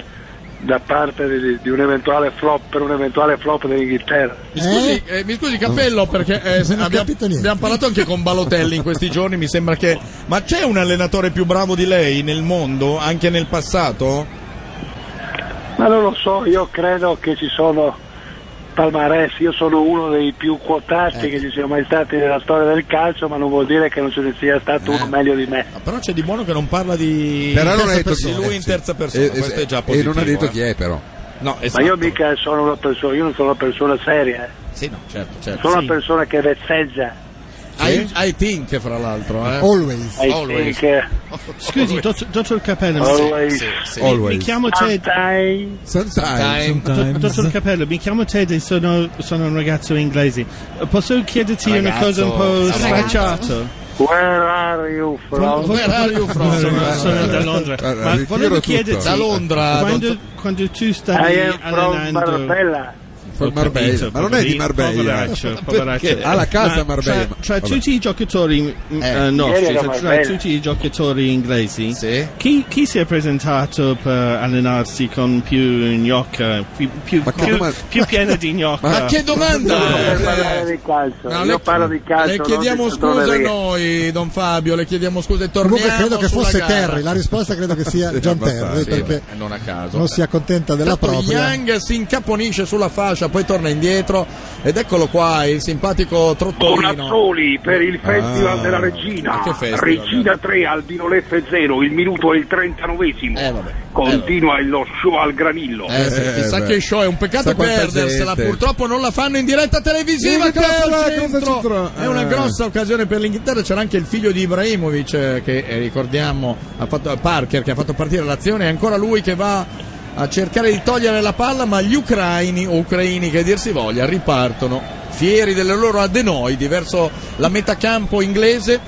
S15: da parte di, di un eventuale flop per un eventuale flop dell'Inghilterra.
S3: Mi scusi, eh, mi scusi Cappello perché eh, se- abbiamo, abbiamo parlato anche con Balotelli in questi giorni, mi sembra che... Ma c'è un allenatore più bravo di lei nel mondo, anche nel passato?
S15: Ma non lo so, io credo che ci sono palmarès, io sono uno dei più quotati
S3: Eh.
S15: che ci siano mai stati nella storia del calcio, ma non vuol dire che non ce ne sia stato
S3: Eh.
S15: uno meglio di me.
S3: Però c'è di buono che non parla di,
S4: Però
S3: in
S4: non ha
S3: terza
S4: detto
S3: persona,
S4: chi è,
S3: di lui in
S4: sì.
S3: terza persona,
S4: E-
S3: questo
S4: e-
S3: è già
S4: e
S3: positivo.
S4: non ha detto
S3: eh.
S4: chi è però
S3: No, esatto.
S15: Ma io mica sono una persona, io non sono una persona seria, eh.
S3: Sì, no, certo, certo.
S15: sono una persona che vezzeggia.
S3: I, I think, fra l'altro. Eh.
S15: Always. I
S3: Always.
S15: think, eh.
S9: Scusi, dott- dottor Capello,
S15: Always.
S9: mi,
S15: Sì, sì.
S9: mi-
S15: Always.
S9: mi chiamo Ted.
S4: Sometimes.
S9: Dott- Dottor Capello, mi chiamo Ted e sono, sono un ragazzo inglese. Posso chiederti una
S15: Ragazzo.
S9: cosa un po'
S15: Ragazzo.
S9: sfacciata?
S15: Where are you from?
S9: Where are you from? Sono- sono da Londra.
S15: Guarda,
S9: Ma
S15: ritiro
S9: volevo
S15: tutto.
S9: chiederti,
S15: Da Londra,
S9: quando,
S15: dottor-
S9: quando tu stavi
S15: I am from
S9: allenando...
S15: Marbella.
S9: Ho capito,
S4: Marbella. Ma non è di Marbella.
S9: Poveraccio,
S4: Perché?
S9: poveraccio.
S4: Ha la casa
S9: Ma
S4: Marbella.
S9: Tra, tra
S4: Vabbè.
S9: tutti i giocatori mm,
S4: Eh,
S9: eh,
S4: ieri
S9: nostri,
S4: era
S9: tra, tra
S4: Marbella.
S9: tutti i giocatori inglesi, chi, chi si è presentato per allenarsi con più gnocca, più, più,
S4: che
S9: più-
S4: domanda-
S9: più piena di gnocca?
S3: Ma che
S15: Io
S4: Eh,
S3: domanda?
S15: voglio parlare di calcio, io parlo di calcio.
S3: le
S15: non
S3: chiediamo
S15: di
S3: scusa
S15: sottovalere.
S3: noi, Don Fabio, le chiediamo scusa e torniamo
S2: Comunque credo che
S3: sulla
S2: fosse
S3: gara.
S2: Terry, la risposta credo che sia
S3: Sì,
S2: John
S3: abbastanza,
S2: Terry,
S3: sì,
S2: perché
S3: beh, non a caso.
S2: non eh. si accontenta della
S3: Tanto
S2: propria.
S3: Young si incaponisce sulla fascia, poi torna indietro ed eccolo qua il simpatico Trottolino.
S14: Bonazzoli per il Festival
S3: Ah.
S14: della Regina.
S3: Ma che festival,
S14: Regina 3, Albino Leffe 0, il minuto è il 39esimo. Continua lo show al granillo.
S3: Eh, sì, chissà che show è un peccato
S14: Sa quanta
S3: perdersela,
S14: gente.
S3: purtroppo non la fanno in diretta televisiva.
S4: L'Inghilterra,
S3: calcio al
S4: cosa
S3: centro.
S4: c'entra?
S3: È una
S4: Eh.
S3: grossa occasione per l'Inghilterra. C'era anche il figlio di Ibrahimovic eh, che eh, ricordiamo ha fatto, eh, Parker che ha fatto partire l'azione. È ancora lui che va a cercare di togliere la palla, ma gli ucraini o ucraini che dir si voglia ripartono fieri delle loro adenoidi verso la metà campo inglese.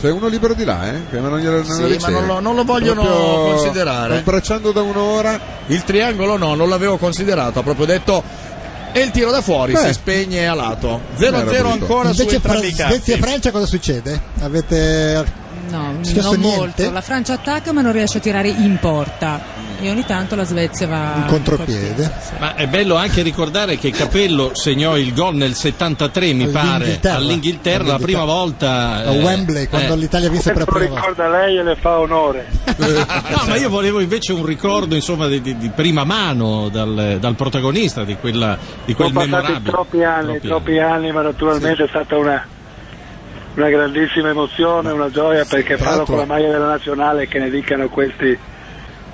S4: c'è uno libero di là eh? che non glielo- non
S3: Sì, ma
S4: lo riceve.
S3: non lo- non lo vogliono
S4: Proprio
S3: considerare.
S4: abbracciando da un'ora
S3: Il triangolo no, non l'avevo considerato, ha proprio detto e il tiro da fuori
S2: Beh.
S3: si spegne a lato. 0-0
S2: Era brutto.
S3: ancora su
S2: Invece Fra-
S3: entrambi i
S2: Svezia e
S3: campi.
S2: Francia cosa succede? Avete
S10: No,
S2: successo
S10: non
S2: niente?
S10: molto. La Francia attacca ma non riesce a tirare in porta. E ogni tanto la Svezia va
S2: Un contropiede.
S11: Ma è bello anche ricordare che Capello segnò il gol nel 73, mi pare,
S2: All'Inghilterra.
S11: all'Inghilterra, la prima volta.
S3: Eh,
S11: eh,
S2: A Wembley quando l'Italia vinse per la
S15: Lo
S2: prima volta.
S15: ricorda lei e le fa onore.
S11: No, ma io volevo invece un ricordo insomma, di, di- di prima mano dal, dal protagonista di, quella, di quel
S15: Sono passati
S11: memorabile.
S15: troppi anni,
S11: Troppi
S15: troppi, anni. ma naturalmente è stata una, una grandissima emozione, una gioia perché
S4: tra
S15: farlo
S4: l'altro-
S15: con la maglia della nazionale che ne dicano questi,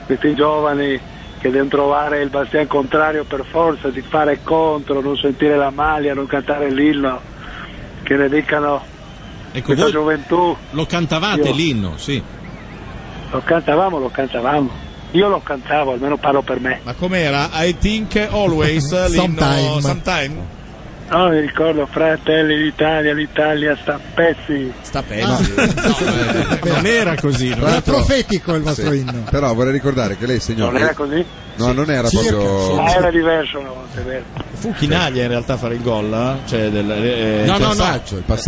S15: questi giovani che devono trovare il bastian contrario per forza, di fare contro, non sentire la maglia, non cantare l'inno, che ne dicano
S11: Ecco,
S15: questa
S11: voi
S15: gioventù.
S11: lo cantavate
S15: Io-
S11: l'inno, sì.
S15: Lo cantavamo, lo cantavamo. Io lo cantavo, almeno parlo per me.
S3: Ma com'era? I think always l'inno
S15: Sometime.
S3: sometime.
S15: No, mi ricordo Fratelli d'Italia, l'Italia sta a pezzi.
S3: Sta a
S15: pezzi.
S11: non era così. non
S2: Era
S11: era troppo.
S2: profetico il vostro
S4: Sì.
S2: inno.
S4: Però vorrei ricordare che lei, signor.
S15: Non era così?
S4: No, non era
S11: Circa,
S4: proprio.
S15: Ah, era diverso una volta, è vero.
S7: Fu Chinaglia in realtà a fare il gol, eh? cioè del eh,
S3: No,
S7: cioè-
S3: no, no.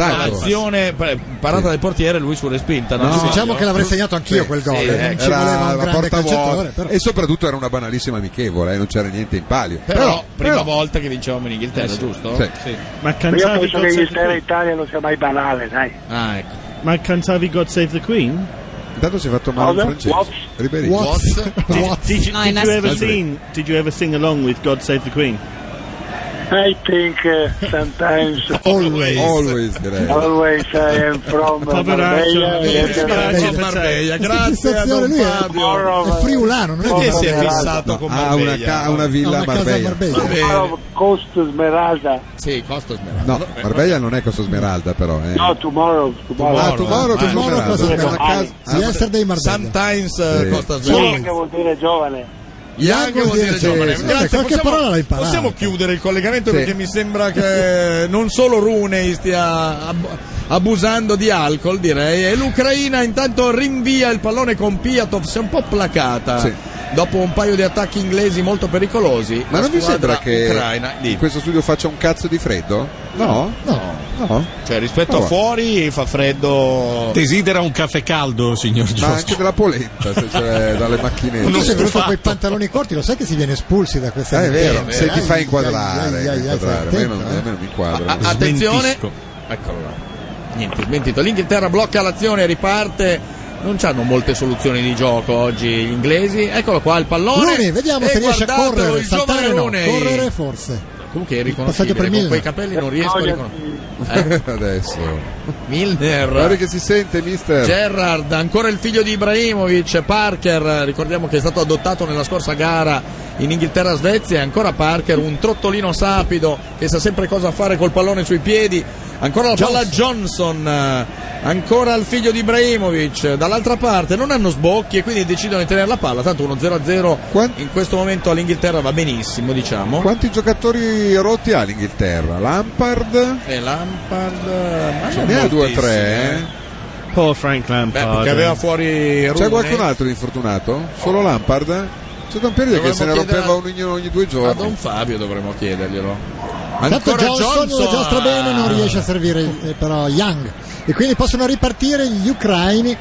S3: L'azione pa- parata del portiere, lui su respinta. no?
S4: No,
S2: diciamo
S4: no.
S2: che l'avrei segnato anch'io
S4: Sì,
S2: quel gol,
S4: sì,
S2: eh, non
S4: ecco.
S2: ci
S4: Era
S2: voleva un
S4: la
S2: grande
S4: porta
S2: calciatore,
S4: vuota.
S2: però.
S4: E soprattutto era una banalissima amichevole, eh, non c'era niente in palio.
S3: Però, prima
S4: però-
S3: volta che vincevamo in
S2: Eh,
S3: Inghilterra, giusto?
S4: Sì.
S9: Ma
S15: Io
S9: cantavi
S15: penso
S9: God
S15: che
S9: Save the
S15: Inghilterra e
S9: Queen?
S15: Italia non sia mai banale, dai.
S3: Ah, ecco.
S9: Ma cantavi God Save the Queen?
S4: Intanto si è fatto male il
S9: Cosa?
S4: francese.
S9: What?
S4: Ribery.
S9: Did, did you,
S8: No,
S9: did
S8: in
S9: you ever
S8: Aspen.
S9: sing, did you ever sing along with God Save the Queen?
S15: I think uh, sometimes
S9: Always.
S4: Always, direi.
S15: always I am from
S4: Poveraccio,
S15: Marbella.
S4: eh,
S15: and-
S4: Poveraccio a Marbella, grazie a Don
S2: lui è-
S4: Fabio.
S2: è friulano, non è
S15: Perché si è
S2: poveraccio.
S15: fissato
S4: con Ha una Marbella? ca- ha una villa
S2: Ha una
S4: a
S2: casa
S4: Marbella.
S15: Tomorrow Costa Smeralda.
S3: Sì, Costa Smeralda.
S4: No, Marbella non è Costa Smeralda, però. Eh.
S15: No, tomorrow, tomorrow.
S4: Ah, tomorrow,
S15: Tomorrow,
S4: tomorrow,
S15: Costa
S4: tomorrow.
S15: Smeralda.
S4: Ah, casa-
S2: Sì, yesterday Marbella.
S3: Sometimes eh,
S4: Sì.
S3: Costa
S15: Young
S3: Smeralda.
S15: vuol dire giovane.
S3: Young vuol dire
S4: Sì,
S3: giovane.
S4: sì.
S3: Grazie,
S4: Eh, qualche
S3: possiamo,
S4: parola l'hai imparata.
S3: possiamo chiudere il collegamento
S4: Sì.
S3: perché mi sembra che non solo Runei stia ab- abusando di alcol, direi. E l'Ucraina intanto rinvia il pallone con Piatov, si è un po' placata.
S4: Sì.
S3: Dopo un paio di attacchi inglesi molto pericolosi,
S4: Ma
S3: la
S4: non vi
S3: squadra
S4: sembra che
S3: ucraina
S4: in questo studio faccia un cazzo di freddo? No? No.
S3: Cioè, rispetto
S4: Oh.
S3: a fuori fa freddo.
S11: Desidera un caffè caldo, signor
S4: Ma
S11: Giusto.
S4: anche della polenta, se cioè dalle macchinette.
S2: Tu sei venuto con i pantaloni corti, lo sai che si viene espulsi da eh? questa
S4: Ah, è vero,
S2: emittente?
S4: se ti
S2: Ai,
S4: fa
S2: ai,
S4: inquadrare,
S2: ai, ai, ai,
S4: inquadrare.
S2: stai
S4: A me non-
S2: attento,
S4: a me non mi inquadra.
S3: eh. A- a- attenzione. Eccolo là. Niente, smentito. L'Inghilterra blocca l'azione, riparte. Non hanno molte soluzioni di gioco oggi gli inglesi. Eccolo qua il pallone.
S2: Rooney, vediamo
S3: E
S2: se riesce a
S3: guardatelo,
S2: correre,
S3: il giovane
S2: saltare no,
S3: Rooney.
S2: correre forse.
S3: Comunque è
S2: Passaggio per
S3: riconoscibile, con
S2: Milner.
S3: quei capelli non riesco a riconoscere. Eh,
S4: Adesso.
S3: Milner.
S4: Guarda che si sente,
S3: Certo.
S4: mister.
S3: Gerrard, ancora il figlio di Ibrahimovic, Parker, eh, ricordiamo che è stato adottato nella scorsa gara in Inghilterra-Svezia, e ancora Parker, un trottolino sapido che sa sempre cosa fare col pallone sui piedi, ancora la palla a Johnson, eh, ancora il figlio di Ibrahimovic, eh, dall'altra parte non hanno sbocchi e quindi decidono di tenere la palla, tanto uno 0-0 in questo momento all'Inghilterra va benissimo diciamo.
S4: Quanti giocatori rotti ha l'Inghilterra? Lampard?
S3: E Lampard, eh, ma
S4: Ce
S3: non
S4: ne ha due o
S3: moltissimi,
S4: tre,
S3: eh.
S4: eh?
S9: Poor Frank
S3: Beh,
S9: Lampard.
S3: perché aveva fuori
S4: C'è
S3: Rooney.
S4: qualcun altro di infortunato? Solo Lampard? C'è da un periodo che
S3: Dovremmo
S4: se ne
S3: chiedere
S4: rompeva
S3: a-
S4: uno ogni, ogni due
S3: A
S4: giorni.
S3: Don Fabio dovremmo chiederglielo.
S2: Tanto
S3: Ancora
S2: Johnson,
S3: Johnson.
S2: giostra bene, non riesce a servire eh, però Young. E quindi possono ripartire gli ucraini.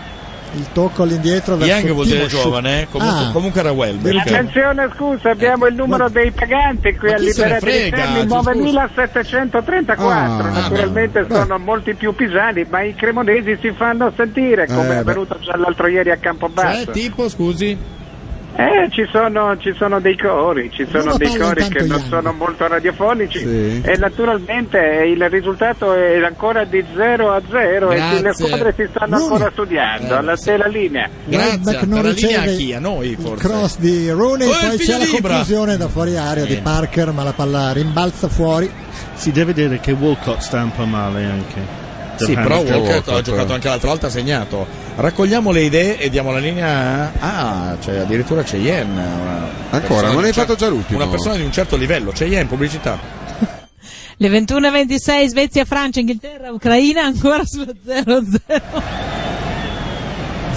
S2: Il tocco all'indietro verso
S3: Young vuol dire
S2: Timoshu.
S3: giovane, eh? comunque,
S2: Ah,
S3: comunque era Welbeck.
S12: Attenzione, scusa, abbiamo il numero dei paganti qui
S3: Eh, Ma
S12: a
S3: chi se ne
S12: Liberati di
S3: frega,
S12: Terni,
S3: Gesù, scusa.
S12: 9734.
S4: Ah,
S12: Naturalmente
S4: beh.
S12: sono molti più pisani, ma i cremonesi si fanno sentire, come
S4: Eh,
S12: è
S4: beh.
S12: avvenuto già l'altro ieri a Campobasso.
S3: Eh, tipo, scusi.
S12: Eh, ci sono, ci sono dei cori, ci sono
S2: Non
S12: dei
S2: parla
S12: cori
S2: intanto
S12: che non
S2: Ian.
S12: sono molto radiofonici
S4: Sì.
S12: e naturalmente il risultato è ancora di 0 a 0 e
S3: Grazie. Eh,
S12: le squadre si stanno
S2: Rooney.
S12: ancora studiando, alla stella linea.
S3: Grazie,
S2: Welbeck
S3: per
S2: non
S3: la linea a
S2: riceve
S3: chi? A noi
S2: il
S3: forse.
S2: cross di Rooney,
S3: Oh, il
S2: poi
S3: figlio
S2: c'è la
S3: di Ibra.
S2: conclusione da fuori area di
S3: Bene.
S2: Parker, ma la palla rimbalza fuori.
S9: Si deve dire che Walcott sta un po' male anche.
S3: Sì,
S9: Johannes
S3: però Walcott
S9: Walcott.
S3: ha giocato anche l'altra volta, ha segnato. Raccogliamo le idee e diamo la linea a... Ah, cioè, addirittura c'è Yen. una persona
S4: non
S3: di un
S4: hai
S3: cer-
S4: fatto già l'ultimo.
S3: Una persona di un certo livello, c'è Yen, pubblicità.
S10: Le 21.26 Svezia, Francia, Inghilterra, Ucraina ancora sullo 0-0.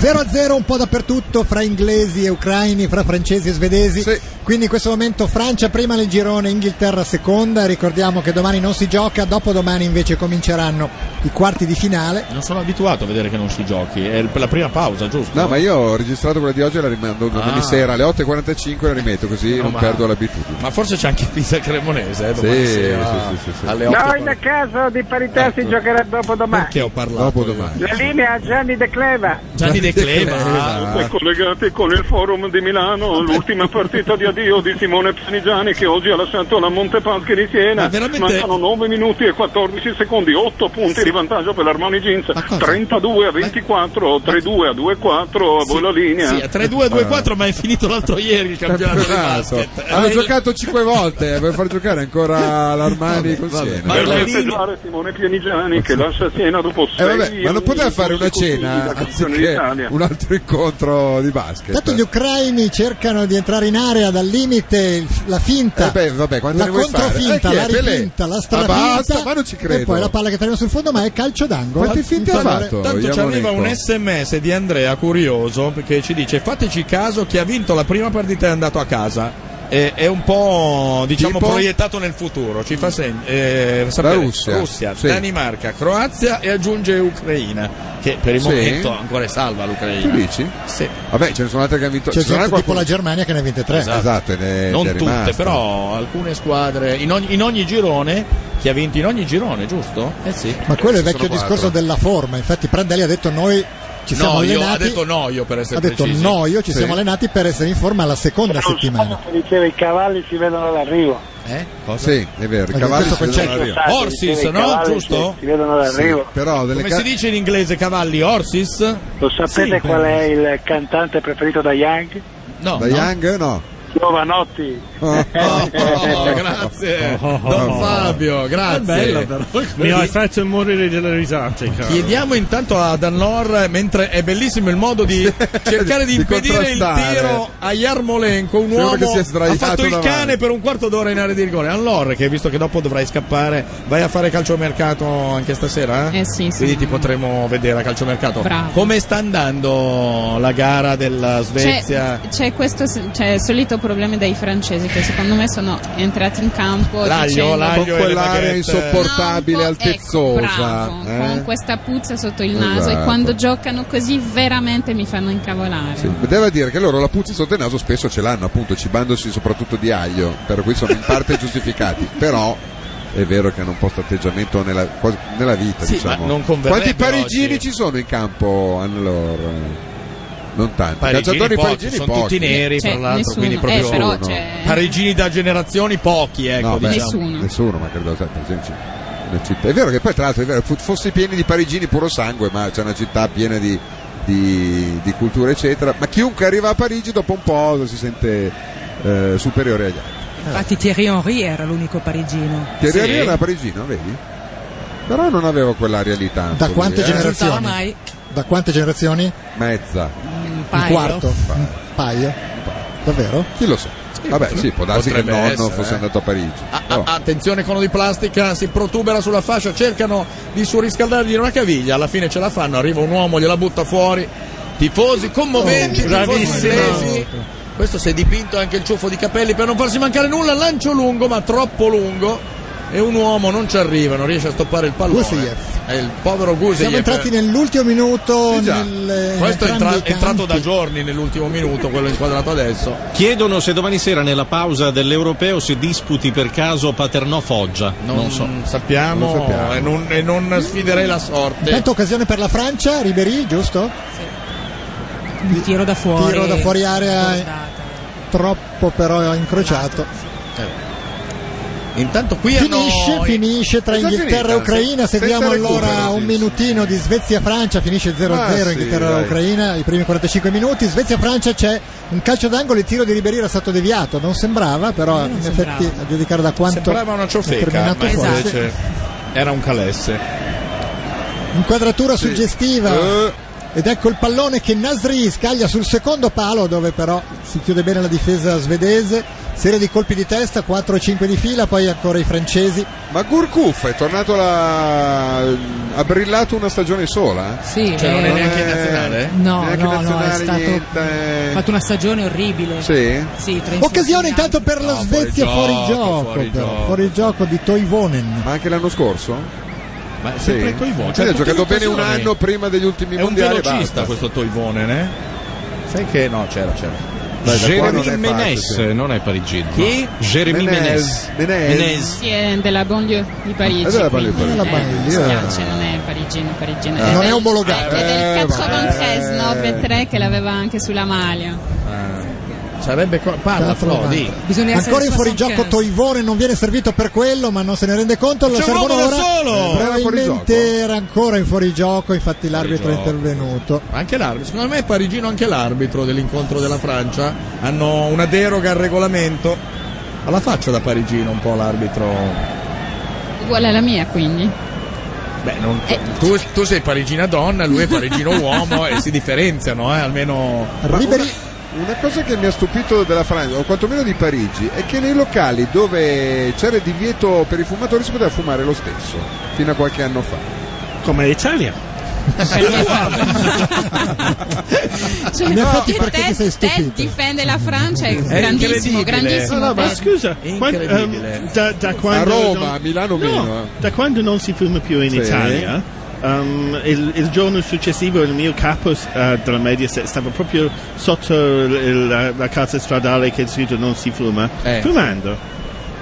S2: 0-0 un po' dappertutto fra inglesi e ucraini, fra francesi e svedesi. Quindi in questo momento Francia prima nel girone, Inghilterra seconda. Ricordiamo che domani non si gioca, dopodomani invece cominceranno i quarti di finale.
S3: Non sono abituato a vedere che non si giochi, è il- la prima pausa, giusto?
S4: No, ma io ho registrato quella di oggi e la rimando
S3: Ah.
S4: domani sera alle 8.45 la rimetto così
S3: No,
S4: non
S3: ma-
S4: perdo l'abitudine.
S3: Ma forse c'è anche Pisa Cremonese, eh, domani
S4: Sì,
S3: sera
S4: sì, sì, sì, sì.
S3: alle otto e
S12: No,
S3: quaranta.
S12: in caso di parità
S4: Ecco.
S12: si giocherà dopo domani.
S3: Perché ho parlato? Dopo domani.
S12: La linea a Gianni De Cleva.
S3: Gianni De
S16: E
S4: Esatto.
S3: Cleva.
S16: collegati Ecco, con il forum di Milano, l'ultima partita di addio di Simone Panigiani che oggi ha lasciato la Montepaschi di Siena.
S3: Ma veramente-
S16: Mancano 9 minuti e 14 secondi, 8 punti di vantaggio per l'Armani Jeans. 32 a 24, 3-2 a 2-4, a voi la linea.
S3: Sì, a 3-2-2-4, ma è finito l'altro ieri il campionato di
S4: Campionato.
S3: basket.
S4: Esatto. Hanno giocato 5 volte eh, per far giocare ancora l'Armani con Siena.
S16: Per festeggiare Simone Pianigiani che lascia Siena dopo 6
S4: Eh, vabbè, ma non poteva fare una cena anziché un altro incontro di basket.
S2: Tanto gli ucraini cercano di entrare in area da dal limite, il- la finta,
S4: Eh beh, vabbè, quante
S2: la
S4: ne vuoi fare? Eh,
S2: controfinta,
S4: chi è?
S2: la
S4: Pelé?
S2: rifinta, la
S4: Ma
S2: strafinta
S4: basta, ma non ci credo.
S2: e poi la palla che termina sul fondo, ma è calcio d'angolo.
S4: Quante finte
S2: In
S4: ha
S2: favore-
S4: fatto? ecco.
S2: Tanto-
S3: Tanto ci arriva un sms di Andrea Curioso che ci dice fateci caso chi ha vinto la prima partita è andato a casa. E- è un po' diciamo
S4: Tipo?
S3: proiettato nel futuro, ci fa segno. eh,
S4: La
S3: sapere.
S4: Russia, Sì.
S3: Danimarca, Croazia e aggiunge Ucraina, che per il
S4: Sì.
S3: momento ancora è salva l'Ucraina.
S4: Tu dici?
S3: Sì.
S4: Vabbè, ce ne sono altre che hanno vinto.
S2: C'è
S4: ci sono
S2: gente tipo
S4: qualcuno-
S2: la Germania che ne ha vinte tre.
S3: Esatto.
S4: Esatto, ne-
S3: non
S4: ne è
S3: tutte,
S4: rimasta.
S3: però alcune squadre in ogni, in ogni girone chi ha vinto in ogni girone, giusto? Eh sì.
S2: Ma quello è il vecchio
S3: Sono quattro.
S2: discorso della forma, infatti Prandelli ha detto noi ci siamo
S3: no, io, ha
S2: allenati.
S3: detto no io per essere
S2: ha detto
S3: precisi.
S2: no, io ci
S3: Sì.
S2: siamo allenati per essere in forma la seconda settimana.
S15: Diceva i cavalli si vedono all'arrivo.
S3: Eh?
S4: Oh, Sì, è vero, i
S2: Hai
S4: cavalli
S2: detto
S4: si vedono
S2: concetto?
S4: all'arrivo.
S15: Sai,
S3: Horses,
S15: diceva i
S3: no?
S15: cavalli
S3: Giusto?
S15: si- si vedono all'arrivo.
S4: però delle
S3: Come
S4: ca-
S3: si dice in inglese cavalli horses?
S15: Lo sapete qual è il cantante preferito da Young?
S3: No,
S4: da
S3: no.
S4: Young no.
S15: Giovanotti.
S3: Oh, grazie, Don Fabio, grazie.
S9: Mi hai fatto morire delle risate, caro.
S3: Chiediamo intanto a Danlor, mentre è bellissimo il modo di cercare di,
S9: Di
S3: impedire il
S9: contrastare.
S3: tiro a Yarmolenko, un
S4: Sembra
S3: uomo
S4: che sia
S3: ha
S4: sdraiato
S3: fatto il
S4: davanti.
S3: cane per un quarto d'ora in area di rigore. Allor, che visto che dopo dovrai scappare, vai a fare calciomercato anche stasera? Eh, sì, sì. Quindi ti potremo vedere a calciomercato.
S8: Bravo.
S3: Come sta andando la gara della Svezia?
S8: C'è, c'è questo c'è il solito problema dei francesi che secondo me sono entrati in campo
S3: L'aglio,
S8: dicendo- "Boh,
S3: l'aglio Con e le quell'aria
S4: È insopportabile,
S8: Ecco,
S4: altezzosa.
S8: bravo,
S4: eh?
S8: con questa puzza sotto il naso
S4: Esatto.
S8: e quando giocano così veramente mi fanno incavolare.
S4: Sì, Deve dire che loro la puzza sotto il naso spesso ce l'hanno, appunto, cibandosi soprattutto di aglio, per cui sono in parte giustificati, però è vero che hanno un po' questo atteggiamento nella, quasi- nella vita.
S3: Sì,
S4: diciamo.
S3: ma non converrebbe
S4: Quanti parigini
S3: oggi?
S4: ci sono in campo allora? Non tanti.
S3: Parigini
S4: Calciatori
S3: pochi,
S4: parigini
S3: sono
S4: pochi.
S3: tutti neri
S8: Cioè,
S3: tra l'altro,
S8: nessuno.
S3: quindi proprio
S8: Eh, però
S4: Nessuno.
S8: c'è-
S3: parigini da generazioni pochi, ecco,
S4: No, beh,
S3: diciamo.
S4: nessuno, ma credo sai, per esempio, una città. È vero che poi tra l'altro è vero, fu- fosse pieni di parigini puro sangue, ma c'è una città piena di, di- di cultura, eccetera. Ma chiunque arriva a Parigi dopo un po' si sente eh, superiore agli altri.
S17: Infatti Thierry Henry era l'unico parigino.
S4: Thierry Henry era parigino, vedi? Però non aveva quell'aria lì tanto.
S2: Da
S4: lui,
S2: quante
S4: eh?
S2: generazioni? Da quante generazioni?
S4: Mezza.
S2: Un quarto? Un paio? Davvero?
S4: Chi lo sa? Vabbè, sì, può darsi che il nonno
S3: Potrebbe essere,
S4: fosse
S3: eh.
S4: andato a Parigi.
S3: Ah, ah, attenzione cono di plastica, si protubera sulla fascia, cercano di surriscaldargli una caviglia, alla fine ce la fanno, arriva un uomo, gliela butta fuori. Tifosi commoventi,
S9: Oh,
S3: tifosi
S9: bravissimo.
S3: inglesi. Questo si è dipinto anche il ciuffo di capelli per non farsi mancare nulla, lancio lungo ma troppo lungo e un uomo non ci arriva, non riesce a stoppare il pallone.
S2: Guseyev.
S3: È il povero Guseyev.
S4: eh,
S2: Siamo entrati nell'ultimo minuto.
S3: Sì, già.
S2: nel-
S3: Questo è
S2: entrambi
S3: entra-
S2: i campi.
S3: entrato da giorni nell'ultimo minuto, quello inquadrato adesso.
S11: Chiedono se domani sera nella pausa dell'Europeo si disputi per caso Paternò-Foggia. Non, so.
S3: Sappiamo, E, non, e non sfiderei la sorte.
S2: Intanto occasione per la Francia, Ribéry, giusto?
S17: Un tiro da fuori.
S2: Tiro da fuori area, eh, troppo però incrociato.
S3: Eh. Intanto qui
S2: Finisce,
S3: hanno...
S2: finisce tra
S3: È già
S2: Inghilterra e
S3: finita,
S2: Ucraina,
S3: se-
S2: seguiamo
S3: senza
S2: allora
S3: recupero,
S2: un
S3: sì.
S2: minutino di Svezia-Francia, finisce 0-0
S4: Ah, sì, dai.
S2: Inghilterra-Ucraina, i primi 45 minuti, Svezia-Francia c'è un calcio d'angolo, il tiro di Ribéry era stato deviato, Eh, non sembrava Esatto. però in effetti a giudicare da quanto
S3: Sembrava una
S2: è
S3: ciofeca,
S2: terminato
S3: ma
S2: fuori.
S3: invece era un calesse.
S2: Inquadratura
S3: Sì.
S2: suggestiva.
S3: Eh.
S2: Ed ecco il pallone che Nasri scaglia sul secondo palo, dove però si chiude bene la difesa svedese. Serie di colpi di testa, 4-5 di fila, poi ancora i francesi.
S4: Ma Gurkuf è tornato la... ha brillato una stagione sola?
S17: Sì, Cioè, non è eh, neanche in nazionale? no,
S4: neanche
S17: no,
S4: in
S17: no, è
S4: nazionale,
S17: stato-
S4: niente.
S17: Ha fatto una stagione orribile.
S4: Sì?
S17: Sì, tra i
S2: Occasione intanto per la
S4: No,
S2: Svezia
S4: fuori
S2: fuori
S4: gioco,
S2: gioco,
S4: fuori
S2: però.
S4: gioco.
S2: Fuori gioco di Toivonen.
S4: Ma anche l'anno scorso?
S3: Ma
S4: sempre
S3: Sempre cioè, Toivonen.
S4: ha giocato bene un
S3: occasioni.
S4: anno prima degli ultimi
S3: È un
S4: mondiali. e
S3: velocista
S4: basta.
S3: questo Toivonen, eh? Sai che no, c'era, c'era. Dai, da qua non
S11: Jérémy
S3: è facile.
S11: Menez, non è parigino.
S3: Chi?
S11: Jérémy Menez.
S3: Eh,
S11: Menez.
S8: Eh, Sì, è della banlieue di Parigi.
S11: Ah, della banlieue
S8: quindi,
S11: di Parigi.
S8: eh, mi
S11: Della banlieue.
S8: dispiace, non è parigino, parigino.
S2: Ah. Non è omologato.
S8: È del
S2: Eh,
S8: 93,
S2: vabbè.
S8: 93 che l'aveva anche sulla maglia.
S3: Eh, Ah. Sarebbe co- parla Flo, di.
S2: Ancora in fuorigioco Toivonen non viene servito per quello, ma non se ne rende conto. Lo
S3: C'è un
S2: servono
S3: uomo da
S2: ora. Eh,
S3: solo! Era fuorigioco?
S2: Probabilmente era ancora in fuorigioco, infatti l'arbitro è
S3: Fuorigioco.
S2: intervenuto.
S3: Ma Anche l'arbitro, secondo me è parigino anche l'arbitro dell'incontro della Francia, hanno una deroga al regolamento, alla faccia da parigino un po' l'arbitro.
S8: Uguale alla mia, quindi.
S3: Beh, non- tu, tu sei parigina donna, lui è parigino uomo e si differenziano, eh, almeno...
S2: Ribéry
S4: Una cosa che mi ha stupito della Francia, o quantomeno di Parigi, è che nei locali dove c'era il divieto per i fumatori si poteva fumare lo stesso, fino a qualche anno fa.
S9: Come l'Italia.
S2: In effetti
S8: Ted-
S2: perché ti sei
S8: Ted
S2: stupito?
S8: difende la Francia, è Cioè, grandissimo, Eh,
S9: incredibile.
S8: grandissimo.
S9: No, no, ma
S8: Ted.
S9: scusa, quan-
S8: Incredibile.
S9: ehm, da, da
S8: A
S9: quando
S4: Roma,
S9: non-
S4: a Milano
S9: no,
S4: meno, eh.
S9: Da quando non si fuma più in
S4: Sì.
S9: Italia, ehm, il, il giorno successivo il mio capo eh, della media se- stava proprio sotto il- la, la casa stradale che è scritto non si fuma, fumando.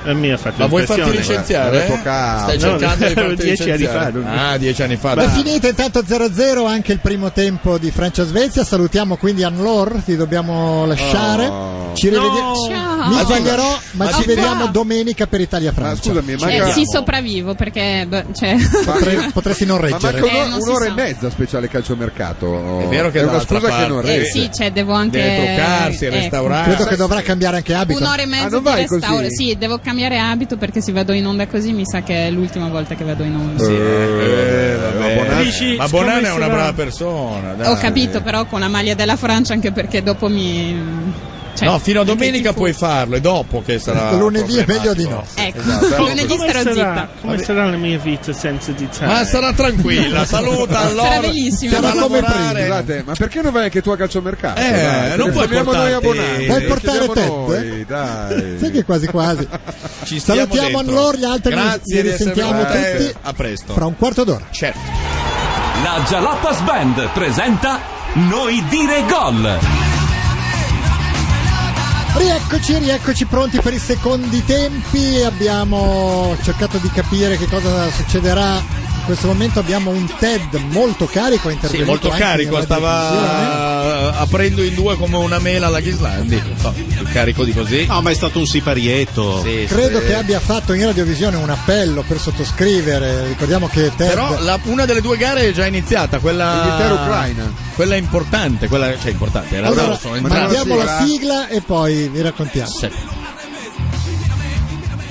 S9: E mi ha fatto
S3: Ma vuoi farti
S9: impressione.
S3: licenziare? Stai cercando di farti
S9: dieci anni fa.
S3: licenziare.
S9: non-
S3: Ah, dieci anni fa.
S2: È
S3: dai.
S2: finita intanto 0-0 anche il primo tempo di Francia-Svezia. Salutiamo quindi Anlor, ti dobbiamo lasciare. Ci
S3: No.
S2: rivediamo.
S8: Ciao.
S2: Mi
S8: Ma
S2: sbaglierò,
S8: scusa,
S2: ma
S8: ma
S2: ci
S8: scusa.
S2: vediamo domenica per Italia-Francia.
S4: scusami,
S8: Eh, sì, sopravvivo perché. beh, cioè...
S2: Potrei- potresti non
S4: Ma manca
S2: reggere.
S4: un'ora,
S8: Eh, non si
S4: un'ora e
S8: sa.
S4: mezza speciale calciomercato.
S3: È vero che
S4: è una
S3: dall'altra
S4: scusa che
S3: parte-
S4: non regge.
S8: Eh, sì, cioè, devo anche. ecco.
S2: Credo che dovrà cambiare anche abito.
S8: Un'ora e
S3: Ah,
S8: mezza di restauro. Sì, devo cambiare abito perché se vado in onda così mi sa che è l'ultima volta che vado in onda.
S3: Sì, eh, vabbè.
S4: ma Bonanno-
S3: Dici, ma
S4: siccome
S3: Bonanno è
S4: si
S3: una
S4: va-
S3: brava persona. dai.
S8: Ho capito, però, con la maglia della Francia anche perché dopo mi. cioè,
S3: no, fino a
S8: anche
S3: domenica
S8: tifo-
S3: puoi farlo e dopo che
S4: Eh,
S3: sarà.
S2: Lunedì è meglio di no.
S8: Ecco,
S3: Esatto.
S8: lunedì
S9: Come
S8: starò
S9: sarà,
S8: zitta.
S9: come sarà la mia vita senza di te?
S3: Ma sarà tranquilla, saluta allora.
S8: Sarà bellissimo.
S3: Sarà
S4: Eh. Cioè, Ma come
S3: lavorare.
S4: prima,
S9: Eh,
S4: scusate, ma perché non vai anche tu a calciomercato?
S3: Eh,
S4: Dai,
S3: non puoi
S4: chiamiamo noi
S3: portarti-
S4: abbonati.
S3: Puoi
S2: portare
S4: chiamiamo
S2: Ted,
S4: noi, dai.
S2: Sai che quasi quasi.
S3: Ci stiamo
S2: Salutiamo
S3: dentro.
S2: Anlor, gli altri
S3: Grazie
S2: li
S3: di essere
S2: risentiamo
S3: venuti. Eh,
S2: tutti
S3: A presto.
S2: fra un quarto d'ora.
S1: La Jalapas Band presenta Noi dire gol.
S2: Rieccoci, rieccoci pronti per i secondi tempi. Abbiamo cercato di capire che cosa succederà. In questo momento abbiamo un Ted molto carico, è
S3: Sì,
S2: intervenuto
S3: molto
S2: anche
S3: carico,
S2: nella decisione.
S8: eh.
S3: stava aprendo in due come una mela alla Ghislandi. No, più carico di così.
S11: No, ma è stato un siparietto.
S3: Eh,
S2: Credo che abbia fatto in radiovisione un appello per sottoscrivere. Ricordiamo che Ted
S3: Però la- una delle due gare è già iniziata, quella
S4: Inghilterra-Ucraina.
S3: Ah, Quella importante, quella cioè importante, era
S2: Allora,
S3: loro sono entrati.
S2: mandiamo la sigla e poi vi raccontiamo.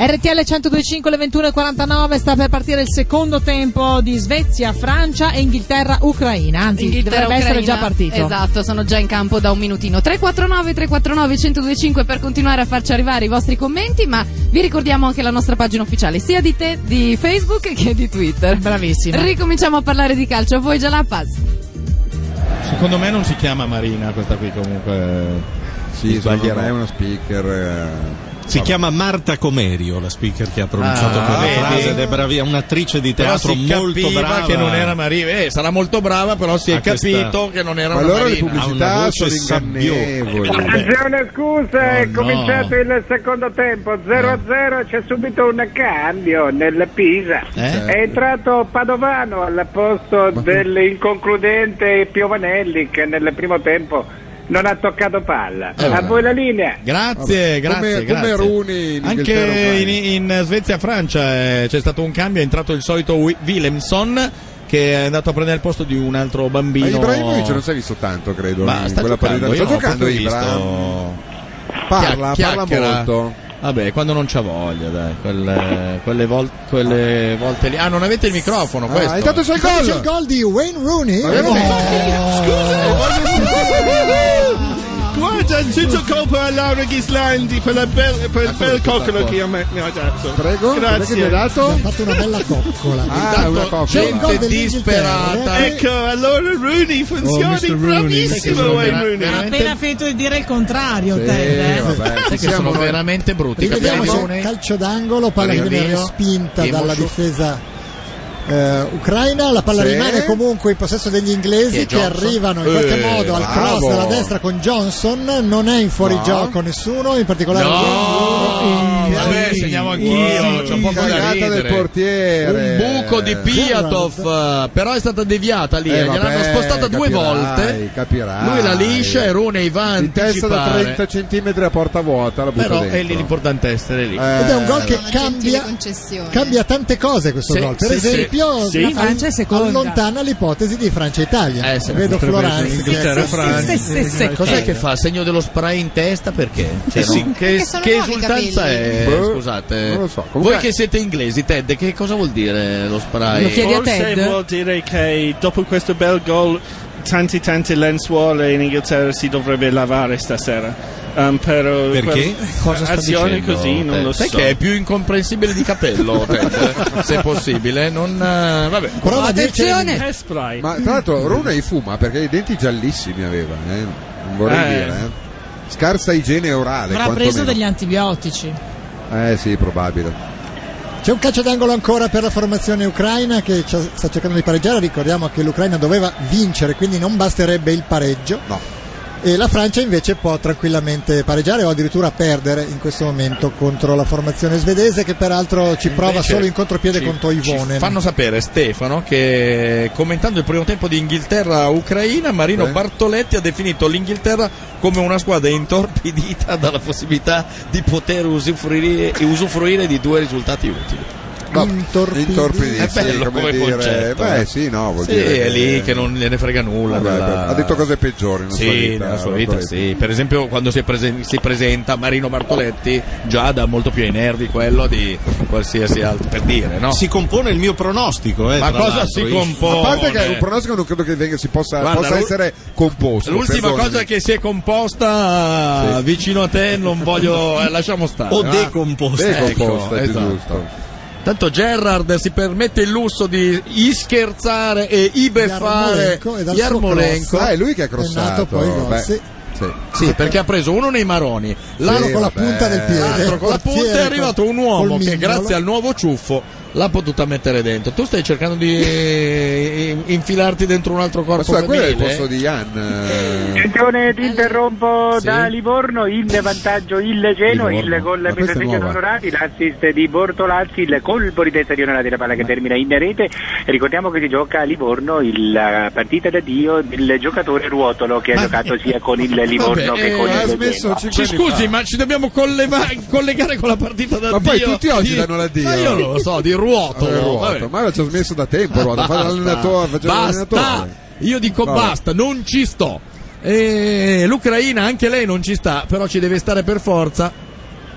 S10: RTL 1025 alle 21.49 sta per partire il secondo tempo di Svezia, Francia e Inghilterra, Ucraina. Anzi, dovrebbe essere già
S5: Inghilterra-Ucraina.
S10: partito.
S5: Esatto, sono già in campo da un minutino. 349 349 1025 per continuare a farci arrivare i vostri commenti, ma vi ricordiamo anche la nostra pagina ufficiale, sia di, te- di Facebook che di Twitter.
S10: Bravissima.
S5: Ricominciamo a parlare di calcio. A Voi già la paz.
S7: Secondo me non si chiama Marina questa qui comunque.
S4: Sì, secondo me è una speaker.
S11: Si chiama Marta Comerio, la speaker che ha pronunciato
S3: Ah,
S11: quella
S3: vedi.
S11: frase ed è bravi- è un'attrice di
S3: Però
S11: teatro
S3: si
S11: molto
S3: capiva
S11: brava.
S3: che non era Marina, eh, sarà molto brava, però si è
S11: Ha questa-
S3: capito che non era
S11: Ma
S3: Ah, una
S11: allora le
S3: Marina.
S11: pubblicità Ha una voce sono ingannevoli. sabbiosa.
S12: Buongiorno, scusa, è cominciato il secondo tempo
S4: Eh.
S12: 0-0, c'è subito un cambio nel Pisa.
S15: Eh?
S4: Certo.
S12: È entrato Padovano al posto dell'inconcludente Piovanelli che nel primo tempo non ha toccato palla.
S3: Eh,
S12: A
S3: vabbè.
S12: voi la linea.
S3: Grazie,
S12: Vabbè,
S3: grazie.
S12: come- come
S3: grazie.
S12: Rooney in
S3: Anche
S12: Inghilterra,
S3: in, in Svezia-Francia eh, c'è stato un cambio, è entrato il solito Wi- Willemson che è andato a prendere il posto di un altro
S4: Ma
S3: bambino.
S4: Ibrahimovic non si è visto tanto, credo.
S3: Ma
S4: in
S3: sta
S4: quella
S3: giocando,
S4: partita.
S3: io
S4: Sta
S3: non ho
S4: giocando
S3: proprio
S4: Ibra. Parla,
S3: Chia-
S4: parla
S3: chiacchiera.
S4: molto.
S3: Vabbè, quando non c'ha voglia, dai, quelle, quelle vol- quelle volte lì. Ah, non avete il microfono,
S2: Ah,
S3: questo.
S2: intanto c'è il gol. di Wayne Rooney.
S4: Eh,
S9: Guarda, tutto colpo a Laura Ghislandi per, la bel- per il bel coccolo che mi ha mi ha dato.
S4: Ecco, Prego,
S9: grazie.
S4: mi ha dato?
S2: fatto una bella coccola.
S4: Ah, una
S2: c'è il gol
S4: coccola. eh?
S2: dell'Inghilterra.
S9: Ecco, allora Rooney funziona,
S4: Mr. Rooney.
S9: bravissimo Wayne Rooney.
S10: Ha appena finito di dire il contrario, Ted. eh.
S3: Sai che sono veramente brutti.
S2: Rivediamo
S3: capiamo?
S2: se calcio d'angolo, palla che viene
S3: Arrivederci.
S2: respinta
S3: Che
S2: dalla
S3: emotion-
S2: difesa eh, ucraina, la palla
S3: Sì.
S2: rimane comunque in possesso degli
S3: Che è
S2: inglesi che
S3: Johnson.
S2: arrivano in
S3: Eh,
S2: qualche modo al
S3: bravo.
S2: cross dalla destra con Johnson, non è in fuorigioco nessuno, in particolare
S3: No, vabbè, segniamo anch'io. C'è un po' da
S4: Cagata
S3: ridere.
S4: del portiere.
S3: Un buco di Piatov, eh, però è stata deviata lì.
S4: Eh,
S3: eh,
S4: vabbè,
S3: gliel'hanno spostata due
S4: capirai,
S3: volte.
S4: capirai.
S3: Lui la liscia e Rooney va a
S4: In testa da
S3: anticipare.
S4: 30 cm a porta vuota. La butta
S3: Però è
S4: dentro. Eh,
S3: lì l'importante essere lì.
S2: Ed è un gol che
S5: Sono
S2: cambia,
S5: gentili concessioni.
S2: cambia tante cose questo
S3: Sì,
S2: gol. Per
S3: sì, sì.
S2: esempio,
S3: Sì.
S2: all-
S3: Francia è seconda.
S2: allontana l'ipotesi di Francia-Italia.
S3: Eh, sì.
S2: Vedo
S3: Potrebbe essere
S2: Floranzi.
S3: Inghilterra, Francia. Cos'è che
S2: fa?
S3: fa? Segno dello spray in testa perché? Cioè,
S4: Eh sì,
S3: no?
S4: perché
S3: Che,
S4: sono
S3: che
S4: nuovi i
S3: esultanza
S4: capelli.
S3: è?
S4: Boh,
S3: Scusate.
S4: non lo so. Comunque-
S3: Voi che siete inglesi, Ted, che cosa vuol dire lo spray?
S9: Forse vuol dire che dopo questo bel gol tante tante lenzuole in Inghilterra si dovrebbe lavare stasera. Ehm, però
S3: Perché?
S9: quel-
S3: Cosa sta
S9: azioni
S3: dicendo, Eh,
S9: così non
S3: Ted?
S9: lo so.
S3: Sai che è più incomprensibile di capello, Ted, se possibile. Non, eh, vabbè.
S4: Prova a dirci-
S9: È Sprite.
S4: Ma tra l'altro Runei fuma perché i denti giallissimi aveva, eh. non vorrei
S9: Eh.
S4: dire. eh. Scarsa igiene orale.
S6: Avrà preso
S4: quantomeno.
S6: degli antibiotici.
S4: Eh sì, probabile.
S2: C'è un calcio d'angolo ancora per la formazione ucraina che ci- sta cercando di pareggiare. Ricordiamo che l'Ucraina doveva vincere, quindi non basterebbe il pareggio. E la Francia invece può tranquillamente pareggiare o addirittura perdere in questo momento contro la formazione svedese che peraltro ci prova
S3: Invece
S2: solo in contropiede
S3: ci-
S2: contro Ivonen.
S3: ci Fanno sapere Stefano che commentando il primo tempo di Inghilterra-Ucraina, Marino
S2: Eh.
S3: Bartoletti ha definito l'Inghilterra come una squadra intorpidita dalla possibilità di poter usufruire, usufruire di due risultati utili.
S2: Intorpiditi.
S4: Intorpiditi,
S3: È bello
S4: come
S3: come
S4: dire,
S3: concetto,
S4: beh,
S3: eh.
S4: sì, no, vuol
S3: Sì,
S4: dire
S3: è
S4: che-
S3: lì che non gliene frega nulla.
S4: Vabbè,
S3: della-
S4: ha detto cose peggiori nella
S3: sì,
S4: sua vita,
S3: nella sua vita,
S4: Bartoletti.
S3: sì. Per esempio, quando si, presen- si presenta Marino Bartoletti, già dà molto più ai nervi quello di qualsiasi altro, per dire, no?
S11: Si compone il mio pronostico, eh,
S3: Ma
S11: tra
S3: cosa
S11: l'altro.
S3: si compone?
S4: A parte che un pronostico non credo che venga, si possa,
S3: Guarda,
S4: possa
S3: l'ul-
S4: essere composto.
S3: L'ultima
S4: perdonami.
S3: cosa che si è composta
S4: Sì.
S3: vicino a te, non voglio. eh, lasciamo stare.
S4: O ecco,
S3: va?
S4: decomposta. Decomposta, è più giusto.
S3: Tanto Gerrard si permette il lusso di isscherzare e ibeffare
S4: Yarmolenko e dal suo
S3: Yarmolenko.
S4: cross. Ah, è lui
S3: Esatto,
S4: che ha È crossato, nato poi il gol, beh, sì. sì.
S3: Sì, perché ha preso uno nei maroni, l'altro
S4: Sì, vabbè.
S3: L'altro con la punta è arrivato un uomo che grazie al nuovo ciuffo l'ha potuta mettere dentro. Tu stai cercando di eh, infilarti dentro un altro
S4: Ma
S3: corpo
S4: scusa, quello è il
S3: femminile?
S4: posto di Jan. eh.
S12: Attenzione, ti interrompo
S3: Sì.
S12: da Livorno, il vantaggio il Genoa, il
S4: Livorno.
S12: gol
S4: Ma
S12: per
S4: questa è
S12: Sergio
S4: nuova.
S12: Onorati, l'assist di Bortolazzi, il colpo di testa di Onorati, la palla che termina in rete. E Ricordiamo che si gioca a Livorno il- la partita d'addio del giocatore Ruotolo che ha giocato sia con il Livorno
S3: Vabbè,
S12: che
S3: eh,
S12: con
S3: ha
S12: il
S3: smesso
S12: Genoa.
S3: Ci scusi, ma ci dobbiamo colleva- collegare con la partita da
S4: Ma poi tutti oggi danno la
S3: Ma io non lo so, di ruoto.
S4: Eh, ruoto.
S3: vabbè.
S4: Ma ora ci ho smesso da tempo, ruoto. Fa
S3: Basta.
S4: l'allenatore, faceva
S3: Basta.
S4: l'allenatore.
S3: Io dico
S4: Vabbè.
S3: basta, non ci sto. E L'Ucraina anche lei non ci sta, però ci deve stare per forza.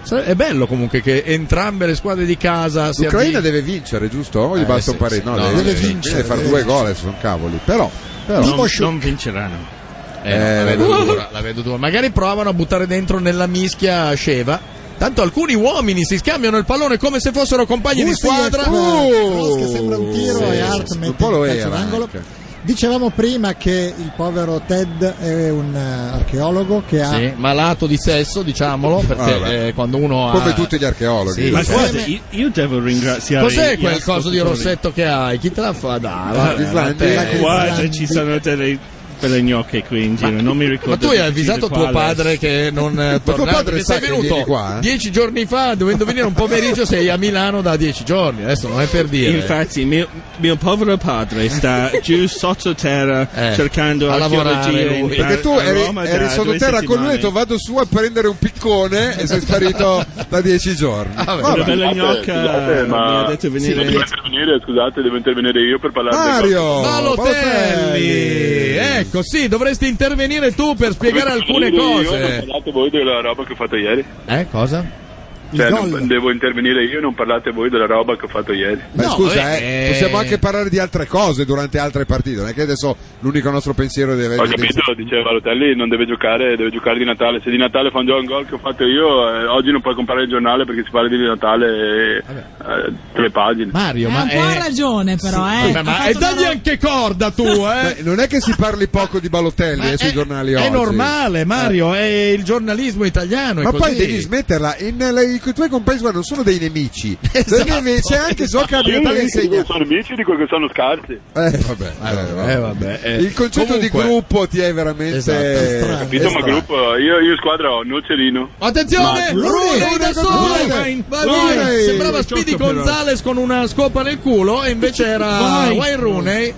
S3: Sa- È bello comunque che entrambe le squadre di casa si
S4: L'Ucraina
S3: avvi-
S4: deve vincere, giusto? O gli
S3: Eh,
S4: basta
S3: sì,
S4: un pareggio?
S3: sì,
S4: no,
S3: no,
S4: deve,
S3: deve
S4: vincere,
S3: vincere,
S4: Deve fare
S3: deve
S4: due
S3: vincere.
S4: gol, adesso sono cavoli. Però, però-
S3: non, non vinceranno. Eh, no, la, vedo dura, la vedo dura. Magari provano a buttare dentro nella mischia Sceva. Tanto alcuni uomini si scambiano il pallone come se fossero compagni di squadra.
S2: Kroos che sembra un tiro
S3: Sì,
S2: e
S3: sì,
S2: Hart
S3: sì.
S2: mette
S3: Un po' lo
S2: il calcio
S3: era
S2: d'angolo.
S3: anche.
S2: Dicevamo prima che il povero Ted è un eh, archeologo che ha
S3: Sì, malato di sesso, diciamolo,
S4: Ah,
S3: perché
S4: vabbè.
S3: eh, quando uno ha...
S4: come tutti gli archeologhi.
S3: Sì,
S9: Ma
S3: sì.
S9: guarda, io, io devo ringraziare.
S3: Cos'è
S9: gli
S3: quel coso di
S9: ascoltatori.
S3: Rossetto che hai? Chi te la fa?
S4: Ah,
S3: Dai, vabbè,
S9: Eh,
S3: ma te-
S9: Guarda, ci sono delle, delle gnocche qui in giro, non mi ricordo.
S3: Ma tu hai
S9: di-
S3: avvisato
S9: di
S3: tuo
S9: quale.
S3: padre che non eh,
S9: tuo
S3: tornava,
S9: padre
S3: perché
S9: sa
S3: sei
S9: che vieni
S3: venuto
S9: qua, eh?
S3: dieci giorni fa, dovendo venire un pomeriggio, sei a Milano da dieci giorni. Adesso non è per dire.
S9: Infatti, mio, mio povero padre sta giù sottoterra cercando
S3: Eh, a lavorare
S9: archeologia in-
S3: lui.
S4: Perché tu
S9: a- a
S4: eri,
S9: Roma
S4: eri
S9: da due
S4: sottoterra con lui e hai
S9: settimane.
S4: detto vado su a prendere un piccone e sei sparito da dieci giorni.
S3: Ah,
S9: Una bella gnocca
S16: Scusate,
S9: mi ha
S16: ma
S9: detto venire.
S16: devo intervenire, scusate, devo intervenire io per parlare
S4: Mario!
S3: Balotelli! Ecco, sì, dovresti intervenire tu per spiegare alcune
S16: Io non
S3: cose.
S16: parlate voi della roba che ho fatto ieri.
S3: Eh, cosa?
S16: Cioè, non- devo intervenire io, non parlate voi della roba che ho fatto ieri.
S4: Ma scusa, eh, possiamo anche parlare di altre cose durante altre partite. Non è che adesso l'unico nostro pensiero deve
S16: Ho
S4: deve-
S16: capito, diceva Balotelli, non deve giocare, deve giocare di Natale. Se di Natale fa un gioco un gol che ho fatto io, eh, oggi non puoi comprare il giornale perché si parla di Natale eh, eh, tre pagine.
S3: Mario,
S6: Ha un
S16: Eh,
S6: po' ragione, però, eh.
S3: Ma,
S6: Ha
S3: ma
S6: fatto
S3: e
S6: una
S3: dagli
S6: ro-
S3: anche corda tu, eh!
S4: Beh, non è che si parli poco di Balotelli eh, sui giornali oggi. Eh,
S3: È normale, Mario, è il giornalismo italiano. è
S4: Ma poi
S3: così.
S4: devi smetterla, in- le- i tuoi compagni guarda, non sono dei nemici, Devi- c'è anche gioca a
S16: Io
S4: Natale
S16: non dico
S4: insegna.
S16: che sono amici, dico che sono scarsi.
S4: Eh vabbè, eh, vabbè. il concetto
S16: Comunque-
S4: di gruppo ti è veramente eh,
S16: Capito, ma gruppo, io, io squadra ho Nocerino.
S3: Attenzione!
S16: Ma-
S3: Rooney da solo!
S16: Rooney!
S3: Va bene.
S16: Rooney!
S3: Sembrava Speedy
S16: Ciotto però.
S3: Gonzales con una scopa nel culo e invece era
S2: Vai.
S3: Wayne Rooney.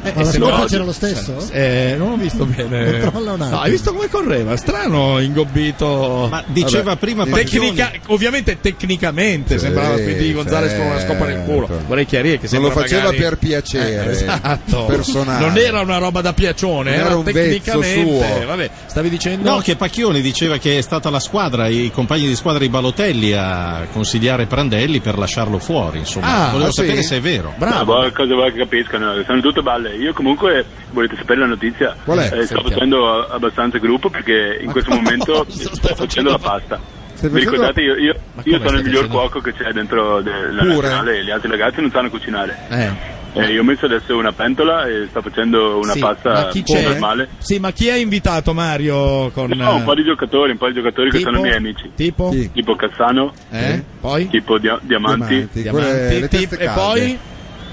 S3: Eh,
S2: Ma
S3: eh,
S2: la
S3: se no-
S2: scopa c'era lo stesso?
S3: Eh, non ho visto bene.
S2: Controlla un attimo.
S3: No, hai visto come correva? Strano, ingobbito. Ma
S11: diceva prima
S3: Tecnica, ovviamente tecnicamente
S4: Sì,
S3: sembrava Speedy Gonzales con una scopa nel culo.
S4: certo.
S3: Vorrei chiarire che
S4: Non lo
S3: sembra
S4: faceva
S3: magari-
S4: per piacere
S3: Eh, esatto.
S4: personale.
S3: Non era una roba da piaccione,
S11: Non
S3: era,
S11: era un vezzo
S3: tecnicamente.
S11: suo.
S3: Vabbè, stavi dicendo
S11: No, che Pacchioni diceva che è stata la squadra, i compagni di squadra di Balotelli a consigliare
S3: Ah,
S4: Ah,
S11: Prandelli per lasciarlo fuori. Insomma, Ah, volevo sapere se è vero.
S16: Ma boh, cosa vuoi che capiscano? Sono tutte balle. male. Io comunque, volete sapere la notizia?
S4: Qual è?
S16: Eh, sto
S4: Sentiamo.
S16: facendo a- abbastanza gruppo perché in questo momento sto facendo la pasta.
S4: Stai
S16: Vi
S4: facendo-
S16: ricordate, io, io-
S4: Ma come
S16: io sono
S4: stai
S16: il miglior
S4: facendo?
S16: cuoco che c'è dentro de- la
S4: Pure?
S16: nazionale, gli altri ragazzi non sanno cucinare.
S18: Eh.
S16: Eh, io ho messo adesso una pentola e sto facendo una
S3: Sì, ma
S16: pasta
S3: chi
S16: un po'
S3: c'è?
S16: normale.
S3: Sì, ma chi è invitato Mario? Con,
S16: No, un po'
S3: eh,
S16: di giocatori, un po' di giocatori che
S3: Tipo?
S16: sono miei amici.
S3: Tipo? Sì.
S16: Tipo Cassano,
S3: eh? Poi?
S16: tipo Dia- Diamanti,
S3: Diamanti, Diamanti, quelle- le tip- teste e calde. poi?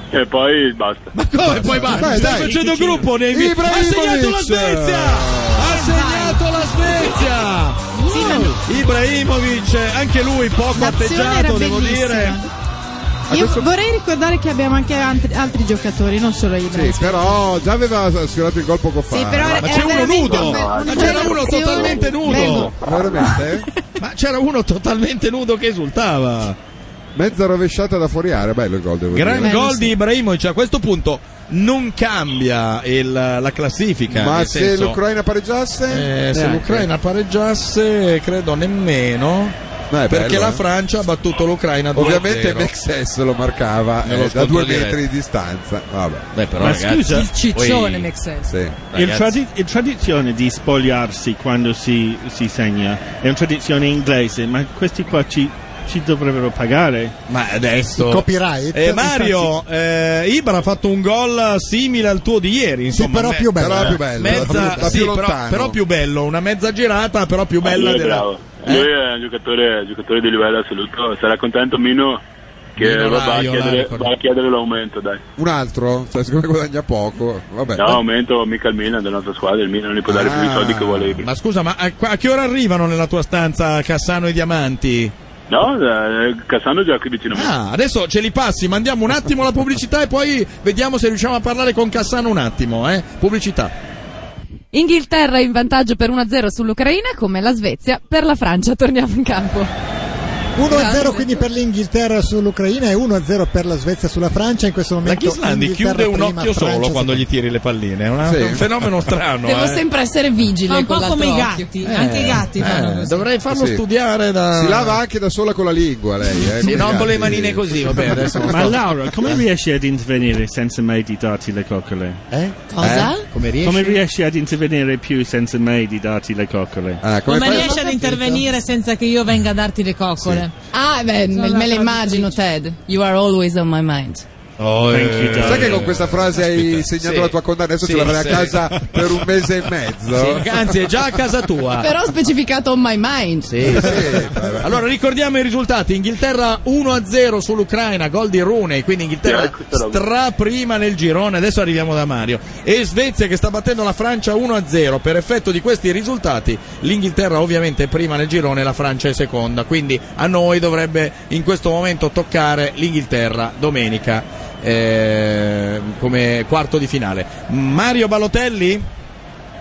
S16: E poi basta.
S3: Ma eh, come? Poi basta,
S16: Dai,
S3: stai
S16: dai.
S3: facendo gruppo nei vi- Ha segnato la Svezia! Ha segnato la Svezia! Ibrahimovic, anche lui poco
S19: L'azione
S3: atteggiato,
S19: era
S3: devo
S19: bellissima.
S3: dire.
S19: Io
S4: Adesso-
S19: vorrei ricordare che abbiamo anche altri, altri giocatori, non solo Ibra.
S4: Sì, però già aveva sfiorato il gol poco fa.
S19: Sì, però
S4: Ma
S19: era
S4: c'è uno
S19: veramente
S4: nudo!
S19: un-
S4: Ma
S19: una
S4: c'era
S3: uno
S19: relazione-
S3: totalmente nudo.
S19: Prego.
S4: Veramente?
S3: Ma c'era uno totalmente nudo che esultava.
S4: Mezza rovesciata da fuori area, bello il gol devo
S3: Gran
S4: dire.
S3: gol di Ibrahimovic, a questo punto non cambia il- la classifica.
S4: Ma
S3: nel
S4: se
S3: senso-
S4: l'Ucraina pareggiasse?
S3: Eh, se
S4: Neanche.
S3: l'Ucraina pareggiasse, credo nemmeno. perché
S4: bello,
S3: la
S4: eh.
S3: Francia ha battuto l'Ucraina 2
S4: Ovviamente Mexes lo marcava
S3: Nello
S4: eh, da
S3: scontro
S4: due
S3: diretto.
S4: metri di distanza. Vabbè.
S9: Ma scusa,
S10: ciccione Mexes.
S4: Sì.
S9: Il tradi- il tradizione di spogliarsi quando si, si segna è una tradizione inglese, ma questi qua ci, ci dovrebbero pagare.
S3: Ma adesso.
S9: copyright.
S3: Eh, Mario, eh, Ibra ha fatto un gol simile al tuo di ieri, insomma.
S9: però
S3: Me-
S9: più bello. eh. Però più bello,
S3: Mezza-
S9: da più- da
S3: sì,
S9: più
S3: però,
S9: lontano.
S3: però più bello, una mezza girata, però più bella
S16: lui è
S3: della- Eh?
S16: bravo. Lui è un giocatore, un giocatore di livello assoluto. Sarà contento Mino che
S4: Mino
S16: va, a
S4: Raiola,
S16: chiedere,
S4: ricordo.
S16: va a chiedere l'aumento, dai.
S4: Un altro? Cioè, siccome guadagna poco, vabbè.
S16: No, aumento mica il Milan della nostra squadra, il Milan non gli può dare più
S3: Ah.
S16: i soldi che vuole.
S3: Ma scusa, ma a, a che ora arrivano nella tua stanza Cassano e Diamanti?
S16: No, eh, Cassano è già qui vicino a me.
S3: Ah, adesso ce li passi, mandiamo un attimo la pubblicità e poi vediamo se riusciamo a parlare con Cassano un attimo, eh? Pubblicità.
S5: Inghilterra in vantaggio per 1-0 sull'Ucraina, come la Svezia per la Francia. Torniamo in campo.
S2: 1-0 quindi per l'Inghilterra sull'Ucraina e 1-0 per la Svezia sulla Francia in questo
S3: La
S2: momento.
S3: Ghislandi
S2: Inghilterra
S3: chiude un
S2: prima,
S3: occhio solo
S2: Francia
S3: quando gli tiri le palline, è una-
S2: Sì.
S3: un fenomeno strano.
S5: Devo
S3: eh.
S5: sempre essere vigile.
S6: Ma un po'
S5: con Eh.
S6: come
S5: l'altro
S6: i
S5: occhio.
S6: gatti, anche i gatti fanno così.
S3: eh, Dovrei farlo studiare da-
S4: Si lava anche da sola con la lingua lei. Eh, come gatti.
S3: Eh,
S9: Ma Laura, come riesci ad intervenire senza mai di darti le coccole?
S3: Eh?
S6: Cosa? Eh? Come riesci?
S9: Come riesci ad intervenire più senza mai di darti le coccole?
S3: Ah,
S6: Come, riesci
S3: Eh.
S6: ad intervenire senza che io venga a darti le coccole?
S5: Ah, beh, me, me le immagino, Ted. You are always on my mind.
S3: eh,
S16: eh,
S4: Sai che con questa frase hai segnato
S3: Sì.
S4: la tua condanna? Adesso
S3: Sì,
S4: ce l'avrai
S3: sì.
S4: a casa per un mese e mezzo.
S3: Sì, anzi, è già a casa
S4: Ah.
S3: tua.
S5: Però ho specificato on my mind.
S3: Sì, sì. Allora ricordiamo i risultati: Inghilterra 1-0 sull'Ucraina, gol di Rooney, quindi Inghilterra stra prima nel girone. Adesso arriviamo da Mario. E Svezia che sta battendo la Francia 1-0. Per effetto di questi risultati, l'Inghilterra ovviamente è prima nel girone, la Francia è seconda. Quindi a noi dovrebbe in questo momento toccare l'Inghilterra domenica. eh, come quarto di finale Mario Balotelli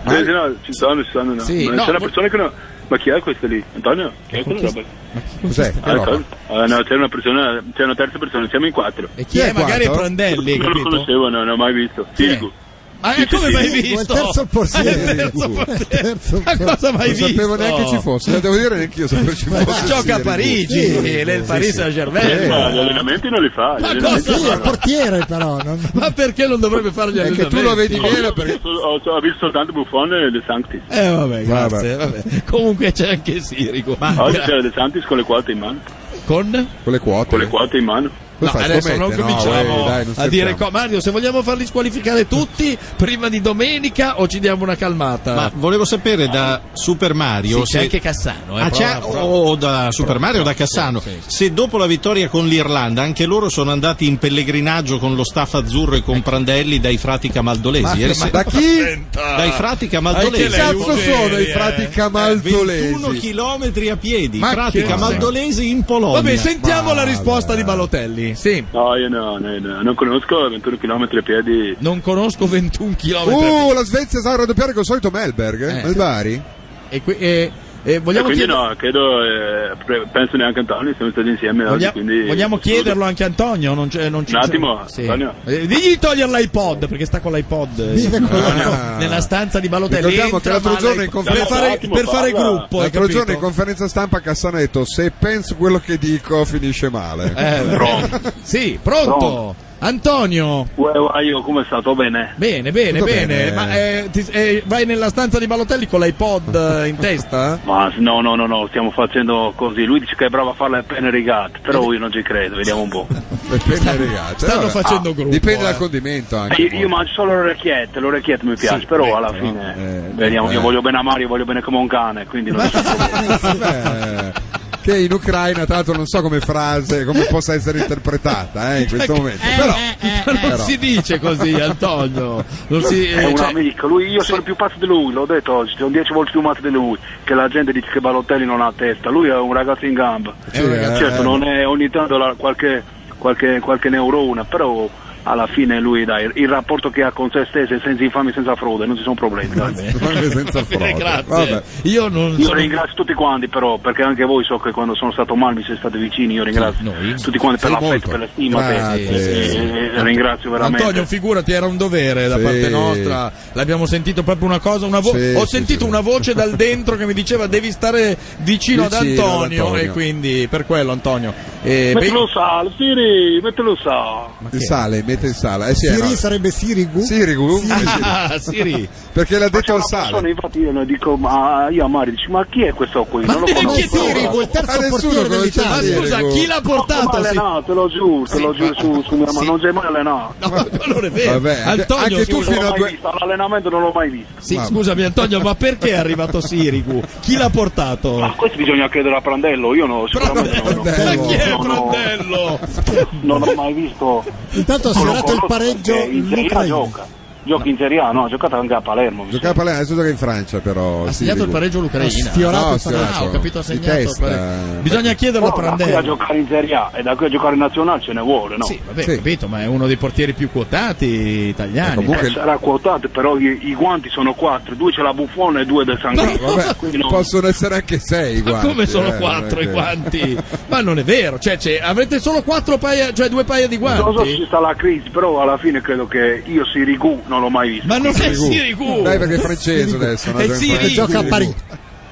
S16: Sì, sì, no, ci sono, ci sono. No.
S3: Sì,
S16: Ma
S3: no,
S16: c'è una
S3: vo-
S16: persona che no. Ma chi è questo lì? Antonio? Chi è quella
S3: questo-
S16: roba?
S4: Cos'è?
S16: Ah, Antonio? Ah, no, c'è una persona, c'è una terza persona, siamo in quattro. E
S3: chi è? Eh, Magari è Prandelli,
S16: Non lo
S3: capito?
S16: conoscevo, no, non l'ho mai visto. Silgu.
S3: Ma
S16: Sì,
S3: come
S16: sì,
S3: mai
S16: sì.
S3: visto?
S4: Il terzo portiere.
S3: Ah, il terzo portiere. Ma cosa mai
S4: non
S3: visto?
S4: sapevo neanche ci fosse, lo devo dire neanche io sapevo ci
S3: Ma
S4: fosse.
S3: si gioca a Parigi, nel Paris Saint-Germain.
S16: Ma gli allenamenti non li fa.
S3: Ma
S16: gli allenamenti
S3: cosa?
S16: non li fa.
S2: Sì, portiere però. non-
S3: Ma perché non dovrebbe fare gli allenamenti?
S16: Ho visto- Ho, ho visto soltanto Buffon e De Sanctis.
S3: Eh vabbè, grazie. vabbè. Comunque c'è anche Sirico.
S16: Oggi c'era De Sanctis con le quote in mano.
S3: Con?
S4: Con le quote.
S16: Con le quote in mano.
S3: No, adesso non cominciamo
S16: eh,
S3: a dire co- Mario, se vogliamo farli squalificare tutti prima di domenica o ci diamo una calmata?
S11: Ma Ah, volevo sapere da Super Mario
S3: Sì, c'è
S11: se-
S3: anche Cassano, eh,
S11: Ah,
S3: prova-
S11: c'è-
S3: prova.
S11: o da Super Mario o da Cassano se dopo la vittoria con l'Irlanda anche loro sono andati in pellegrinaggio con lo staff azzurro e
S3: Eh.
S11: con Prandelli dai frati Eh, camaldolesi
S4: Ma-
S11: Ieri
S4: ma
S11: sera-
S4: da chi?
S11: dai frati camaldolesi
S4: Che cazzo sono i
S3: eh,
S4: frati camaldolesi?
S11: 21 chilometri a piedi
S4: Ma
S11: frati
S4: che-
S11: camaldolesi in Polonia
S3: Vabbè, sentiamo la risposta di Balotelli. Sì.
S16: No, io no, no, io no. non conosco 21 km a piedi.
S3: Non conosco 21 km.
S4: Uh, la Svezia sa raddoppiare col solito Melberg, eh? Melbari.
S3: E, qui-
S4: eh,
S3: e- e
S16: E
S3: vogliamo,
S16: quindi
S3: chied-
S16: no, credo, eh, pre- penso neanche Antonio, siamo stati insieme
S3: voglia-
S16: oggi, quindi...
S3: vogliamo chiederlo anche a Antonio. Non c'è, non c'è-
S16: Un attimo,
S3: Sì.
S16: Antonio.
S3: Eh, digli di togliere l'iPod perché sta con l'iPod. eh, nella- Nella stanza di Balotelli.
S4: Ricordiamo che
S3: Entra,
S4: l'altro
S3: ma
S4: giorno in
S3: l'iPod-
S4: conferenza
S3: per fare, per fare gruppo. hai
S4: L'altro giorno in
S3: capito?
S4: conferenza stampa Cassano ha detto se penso quello che dico finisce male.
S3: Eh, Pronto. Sì, pronto.
S4: Pronto.
S3: Antonio.
S7: Uè, uè, io come stato? Bene?
S3: Bene, bene,
S7: Tutto
S3: bene.
S7: bene.
S3: Ma eh, ti- eh, vai nella stanza di Balotelli con l'iPod eh, in testa?
S7: Ma s- no, no, no, no, stiamo facendo così. Lui dice che è bravo a farla penne rigate, però
S3: Eh.
S7: io non ci credo, vediamo un po'.
S4: Le penne rigate.
S7: stanno
S4: Allora,
S7: facendo gruppo,
S4: Ah, certo. Dipende
S7: eh.
S4: dal condimento anche.
S7: Io, io mangio solo l'orecchiette, l'orecchiette mi piace,
S4: Sì,
S7: però
S4: ecco,
S7: alla
S4: no,
S7: fine
S4: eh,
S7: vediamo,
S4: eh.
S7: io voglio bene a Mario, voglio bene come un cane, quindi non
S4: Vabbè, Eh, che in Ucraina, tra l'altro, non so come frase, come possa essere interpretata eh, in questo momento. Però,
S3: non
S4: però.
S3: si dice così, Antonio. Non si,
S7: è
S3: eh,
S7: un
S3: cioè-
S7: amico, lui, io sono più pazzo di lui, l'ho detto oggi, sono dieci volte più matto di lui, che la gente dice che Balotelli non ha testa, lui è un ragazzo in gamba.
S4: Sì, eh,
S7: certo,
S4: eh.
S7: non è ogni tanto la- qualche, qualche, qualche neurona, però alla fine lui dai, il rapporto che ha con se stesso è senza infami, senza frode, non ci sono problemi. dai.
S4: senza
S3: Bene,
S7: frode.
S3: grazie.
S7: Vabbè.
S3: Io non
S7: Io
S3: sono-
S7: ringrazio tutti quanti però, perché anche voi so che quando sono stato male mi siete stati vicini, io ringrazio tutti quanti per
S3: Sì,
S7: l'affetto,
S3: molto.
S7: per la stima,
S3: Grazie.
S7: che-
S3: Sì, sì.
S7: eh, eh, ringrazio veramente.
S3: Antonio, figurati, era un dovere da
S7: Sì.
S3: parte nostra. L'abbiamo sentito proprio una cosa, una vo-
S7: Sì,
S3: ho
S7: sì,
S3: sentito una voce dal dentro che mi diceva devi stare vicino, ad
S7: Vicino ad
S3: Antonio,
S7: Antonio.
S3: e quindi per quello Antonio. Eh, ben-
S7: mettilo sale, Siri, mettilo sale.
S4: Il sale, mette il sale. Eh, sì,
S2: Siri
S4: no.
S2: sarebbe Sirigu.
S4: Sirigu?
S7: Ah, Siri.
S4: Perché l'ha
S7: Ma
S4: detto
S7: c'è
S4: al
S7: una
S4: sale.
S7: persona, infatti io ne dico, ma io a Mario dico, ma chi è questo qui? Non lo conosco.
S4: Ma nessuno conosce Sirigu.
S7: Ma come allenato, te lo giuro, te lo giuro su, su mia mamma, non sei mai allenato.
S3: non è vero.
S4: Vabbè, anche-
S3: Antonio,
S4: anche tu
S3: scusa,
S4: fino a
S3: ormai-
S4: due...
S7: L'allenamento non l'ho mai visto.
S3: Sì,
S7: Ma-
S3: scusami Antonio, ma perché è arrivato Sirigu? Chi l'ha portato?
S7: Ma questo bisogna credere a Prandello, io no, sicuramente non,
S3: Ma chi è
S7: non ho-
S3: Prandello?
S7: non ho mai visto.
S2: Intanto ha
S7: Non lo
S2: sfiorato il
S7: conosco,
S2: pareggio
S7: perché in Serie A
S2: l'Ucraina.
S7: gioca. Gioca in Serie A, no, ha giocato anche a Palermo. mi
S4: Giocava a Palermo, adesso gioca in Francia però. Ha
S3: segnato il pareggio l'Ucraina.
S4: Sfiorato
S3: No,
S4: il
S3: sfiorato.
S4: pareggio.
S3: Ah, ho capito, ha
S4: Di
S3: segnato il
S4: testa.
S3: pareggio. Bisogna chiederlo
S7: sembra.
S3: a
S7: Però da qui a
S3: Prandello.
S7: giocare in Serie A e da qui a giocare in nazionale ce ne vuole, no? Sì,
S3: Vabbè, capito, ma è uno dei portieri più quotati italiani.
S4: Eh,
S7: Eh, sarà quotato, però i, i guanti sono quattro, due c'è la buffone e due del sangue.
S4: Vabbè, possono essere anche sei
S3: Ma
S4: guanti,
S3: come sono
S4: eh,
S3: quattro i
S4: perché-
S3: guanti? Ma non è vero, cioè, c'è- avrete solo quattro paia, cioè due paia di
S7: Non so se
S3: guanti.
S7: ci sta la crisi, però alla fine credo che io Sirigu non l'ho mai visto.
S3: Ma non è Sirigu!
S4: Dai perché è francese adesso. no?
S3: È
S4: Gioca in
S3: Sirigu.
S4: Francia.
S3: Eh, Gioca a Parigi.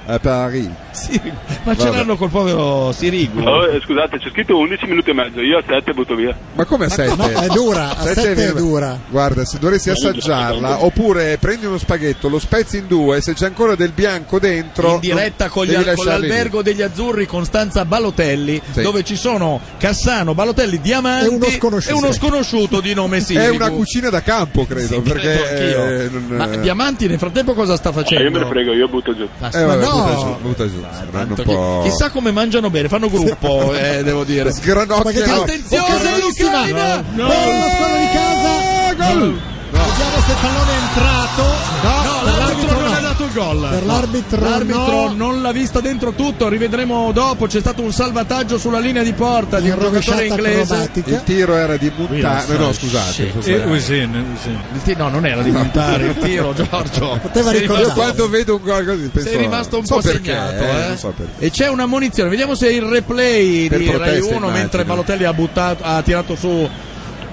S4: A Parigi.
S3: Sirigu. Ma ce
S4: Vabbè.
S3: l'hanno col povero Sirigu.
S7: Oh,
S3: Ma
S7: eh,
S16: Scusate, c'è scritto 11 minuti e mezzo, io a 7 butto via.
S4: Ma come a sette?
S2: no, è dura, a
S4: Sette
S2: sette è
S4: viene-
S2: dura.
S4: Guarda, se dovresti assaggiarla, oppure prendi uno spaghetto, lo spezzi in due, se c'è ancora del bianco dentro.
S3: In diretta
S4: non-
S3: con, gli-
S4: devi
S3: con
S4: lasciarli lì.
S3: l'albergo degli azzurri Costanza Balotelli,
S4: Sì.
S3: dove ci sono Cassano, Balotelli, Diamanti
S4: E uno sconosciuto.
S3: e uno sconosciuto di nome Sirigu.
S4: È una cucina da campo, credo.
S3: Sì, credo
S4: perché
S3: anch'io.
S4: eh, non-
S3: Ma
S4: eh,
S3: Diamanti nel frattempo cosa
S7: Eh,
S3: sta facendo?
S16: io me ne frego, io butto giù.
S3: Ma-
S4: eh, vabbè,
S3: Ah, ma
S4: butta
S3: no.
S4: giù, butta giù. Saranno un
S3: Chi-
S4: po'-
S3: Chissà come mangiano bene, fanno gruppo, eh, devo dire.
S4: Sgranocchiano.
S3: Attenzione, l'Ucraina!
S2: Eh, No, lo squadro di casa. Gol. Vediamo se il pallone è entrato.
S3: Eh, No, l'arbitro non ha dato il gol.
S2: Per l'arbitro
S3: L'arbitro
S2: no.
S3: non l'ha vista dentro tutto, rivedremo dopo. C'è stato un salvataggio sulla linea di porta di un giocatore inglese.
S4: Il tiro era di Muntari. No, scusate. sono sbagliato.
S3: Il ti- no, non era di montare il tiro, Giorgio. Sei
S4: Io
S3: rimasto-
S4: quando vedo un gol così penso
S3: Sei rimasto un
S4: so
S3: po'
S4: perché,
S3: segnato,
S4: eh,
S3: eh.
S4: non so perché.
S3: E c'è una munizione. Vediamo se il replay
S4: Per
S3: di
S4: protesta,
S3: Rai 1
S4: immagino.
S3: mentre Balotelli ha, buttato, ha tirato su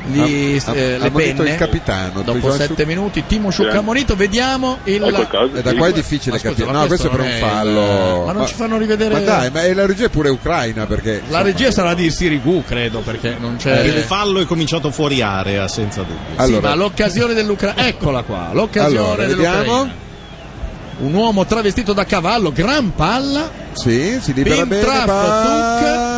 S3: gli,
S4: Ha- ha-
S3: eh,
S4: ha
S3: le
S4: ammonito
S3: penne
S4: il capitano,
S3: dopo
S4: Prigiola
S3: sette
S4: Sciuc-
S3: minuti Timo Sciucca
S4: Sì.
S3: ha ammonito vediamo il
S4: È qualcosa, Eh, da sì. qua è difficile
S3: Ma scusa,
S4: capire.
S3: ma
S4: No, questo è per
S3: non
S4: un fallo.
S3: ma non
S4: Ma-
S3: ci fanno rivedere
S4: Ma dai, ma e la regia è pure ucraina perché
S3: la regia sarà di Sirigu credo perché non c'è
S11: Cioè,
S4: Eh,
S11: Il fallo è cominciato fuori area, senza dubbio.
S3: Sì, ma l'occasione dell'Ucraina, eccola qua, l'occasione
S11: Allora,
S3: dell'Ucraina.
S11: vediamo.
S3: Un uomo travestito da cavallo, gran palla.
S4: Sì, si
S3: libera
S4: bene,
S3: Tuc.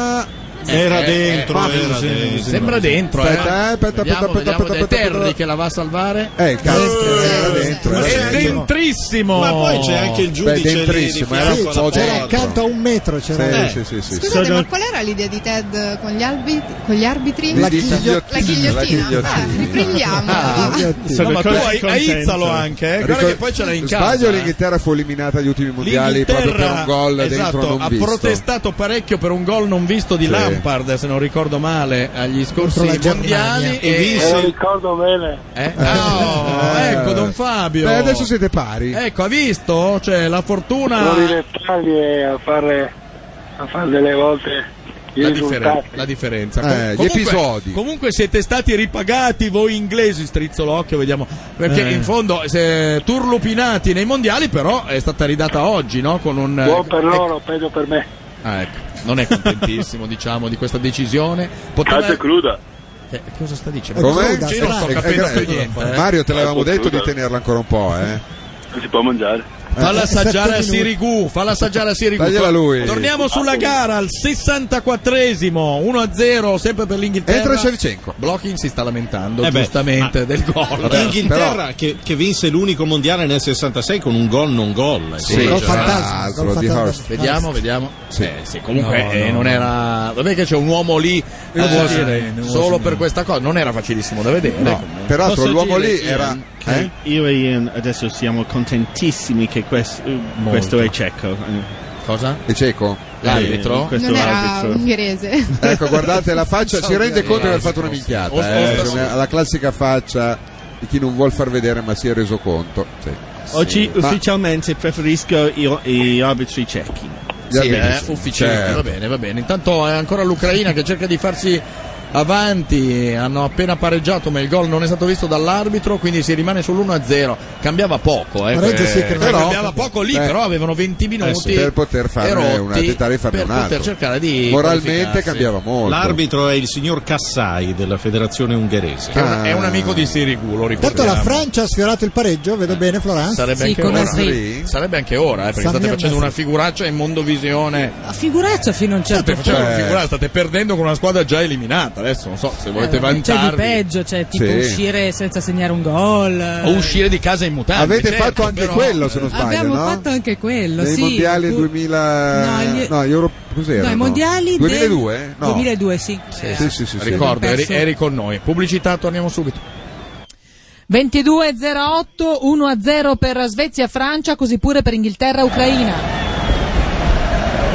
S4: Eh,
S11: Era dentro, era dentro.
S3: Sembra dentro,
S4: Aspetta,
S3: eh.
S4: aspetta, aspetta,
S3: Vediamo, vediamo
S4: aspetta, aspetta,
S3: De
S4: aspetta,
S3: Terry
S4: aspetta.
S3: che la va a salvare.
S4: Eh, il cazzo era dentro. era
S3: È
S4: dentro.
S3: eh, dentrissimo.
S11: Ma poi c'è anche il giudice
S4: Beh, dentrissimo, eh. Cioè, era un po'
S2: C'era
S4: dentro.
S2: accanto a un metro. C'era
S4: Sì, sì, sì, sì.
S5: Scusate,
S4: Sono-
S5: ma qual era l'idea di Ted con gli, albi- con gli arbitri?
S4: La ghigliottina.
S5: La ghigliottina.
S4: La ghigliottina.
S5: Eh, riprendiamola.
S3: No, ma tu hai- aizzalo anche, eh. Guarda
S4: Ricor-
S3: che poi ce l'hai in casa.
S4: Sbaglio, l'Inghilterra fu eliminata agli ultimi mondiali proprio per un gol
S3: esatto,
S4: dentro non
S3: ha
S4: visto.
S3: protestato parecchio per un gol non visto di
S4: Sì.
S3: Lampard, se non ricordo male, agli scorsi
S2: Contro la
S3: mondiali
S2: Germania.
S3: e
S15: Me lo
S3: vinse.
S15: ricordo bene.
S3: Eh? No,
S4: Eh.
S3: ecco Don Fabio.
S4: Beh, adesso siete pari.
S3: Ecco, ha visto? Cioè, la fortuna
S15: Sono i dettagli e a fare, a fare delle volte i
S3: la, differen-
S15: risultati.
S3: la differenza.
S4: Eh,
S3: Com-
S4: gli
S3: comunque-
S4: episodi.
S3: Comunque siete stati ripagati voi inglesi, strizzo l'occhio, vediamo. Perché
S4: Eh.
S3: in fondo se, turlupinati nei mondiali, però è stata ridata oggi, no? Con un
S15: Buon per loro, peggio per me.
S3: Ah, ecco. Non è contentissimo, diciamo, di questa decisione.
S16: Calcio è cruda.
S3: Eh, cosa sta dicendo?
S4: Come?
S3: Io non sto capendo più niente. eh.
S4: Mario, te l'avevamo
S3: Eh,
S4: detto di
S3: scusa.
S4: tenerla ancora un po', eh?
S16: Si può mangiare.
S3: Falla
S4: Eh,
S3: assaggiare
S4: sette
S3: a
S4: minuti.
S3: Sirigu, falla assaggiare a Sirigu.
S4: Tagliela lui.
S3: Torniamo sulla gara al 64esimo, 1-0 sempre per l'Inghilterra.
S11: Entra
S4: Shevchenko.
S3: Blocking si sta lamentando
S11: Eh beh,
S3: giustamente
S11: ma-
S3: del gol.
S11: L'Inghilterra che, che vinse l'unico mondiale nel 66 con un gol non gol. eh, cioè,
S3: Sì, gol fantastico, gol fantastico. Vediamo, vediamo. Eh, sì, comunque
S11: No,
S3: eh,
S11: no,
S3: non
S11: no.
S3: era vabbè che c'è un uomo lì
S4: Non
S3: eh,
S4: posso dire, non posso
S3: solo
S4: dire.
S3: per questa cosa non era facilissimo da vedere Eh.
S9: No,
S3: comunque.
S4: peraltro
S9: Ecco. Posso
S4: l'uomo
S9: dire,
S4: lì
S9: Ian,
S4: era-
S9: che
S4: eh?
S9: Io e Ian adesso siamo contentissimi che questo, questo è cieco.
S3: Cosa?
S4: È cieco?
S9: L'arbitro? questo
S8: non
S9: è
S8: era
S9: l'arbitro.
S8: ungherese.
S4: Ecco, guardate la faccia, si rende conto di aver fatto una minchiata. eh?
S9: Osta-
S4: Cioè, la classica faccia di chi non vuol far vedere ma si è reso conto. Sì.
S9: Oggi
S4: Ma-
S9: ufficialmente preferisco i- gli arbitri ciechi.
S3: Sì, eh, ufficiale.
S4: certo.
S3: Va bene, va bene. Intanto è ancora l'Ucraina che cerca di farsi avanti. Hanno appena pareggiato, ma il gol non è stato visto dall'arbitro, quindi si rimane sull'1-0. Cambiava poco, eh,
S4: Pareggio
S3: que-
S4: sì che non-
S3: però-
S4: però-
S3: cambiava poco lì,
S4: eh,
S3: però avevano 20 minuti
S4: eh sì, per poter farne
S3: e rotti
S4: una- tentare di farne
S3: per
S4: un altro.
S3: poter cercare di
S4: Moralmente
S3: qualificarsi.
S4: cambiava molto.
S11: L'arbitro è il signor Cassai della federazione ungherese.
S3: Che è un-
S4: Ah.
S3: è un amico di Sirigu, lo
S2: Intanto
S3: ricordiamo.
S2: la Francia ha sfiorato il pareggio, vedo bene Florence.
S3: Sarebbe, anche ora. Sarebbe anche ora, eh, perché
S2: Samir
S3: state facendo una
S2: Nasri.
S3: figuraccia in mondovisione.
S4: Ah,
S10: Ma Figuraccia fino a un certo
S3: State
S10: punto. eh,
S3: facendo una figuraccia, state perdendo con una squadra già eliminata. Adesso non so se volete
S10: C'è di
S3: vantarvi.
S10: peggio, cioè tipo
S3: Sì.
S10: uscire senza segnare un gol.
S3: o uscire di casa in mutande.
S4: Avete
S3: certo,
S4: fatto anche
S3: però-
S4: quello, se non sbaglio,
S10: Abbiamo
S4: no?
S10: fatto anche quello,
S4: Nei
S10: sì.
S4: mondiali
S10: Fu-
S4: 2000...
S10: No,
S4: No,
S10: gli-
S4: gli Euro... Cos'era?
S10: No, i mondiali
S4: 2002?
S10: del-
S4: eh? No.
S10: 2002, sì.
S4: Sì, sì, sì, sì.
S3: eh, Ricordo,
S10: Abbiamo
S3: eri,
S10: perso.
S3: eri con noi. Pubblicità, torniamo subito.
S6: 22-08, 1-0 per Svezia-Francia, così pure per Inghilterra-Ucraina.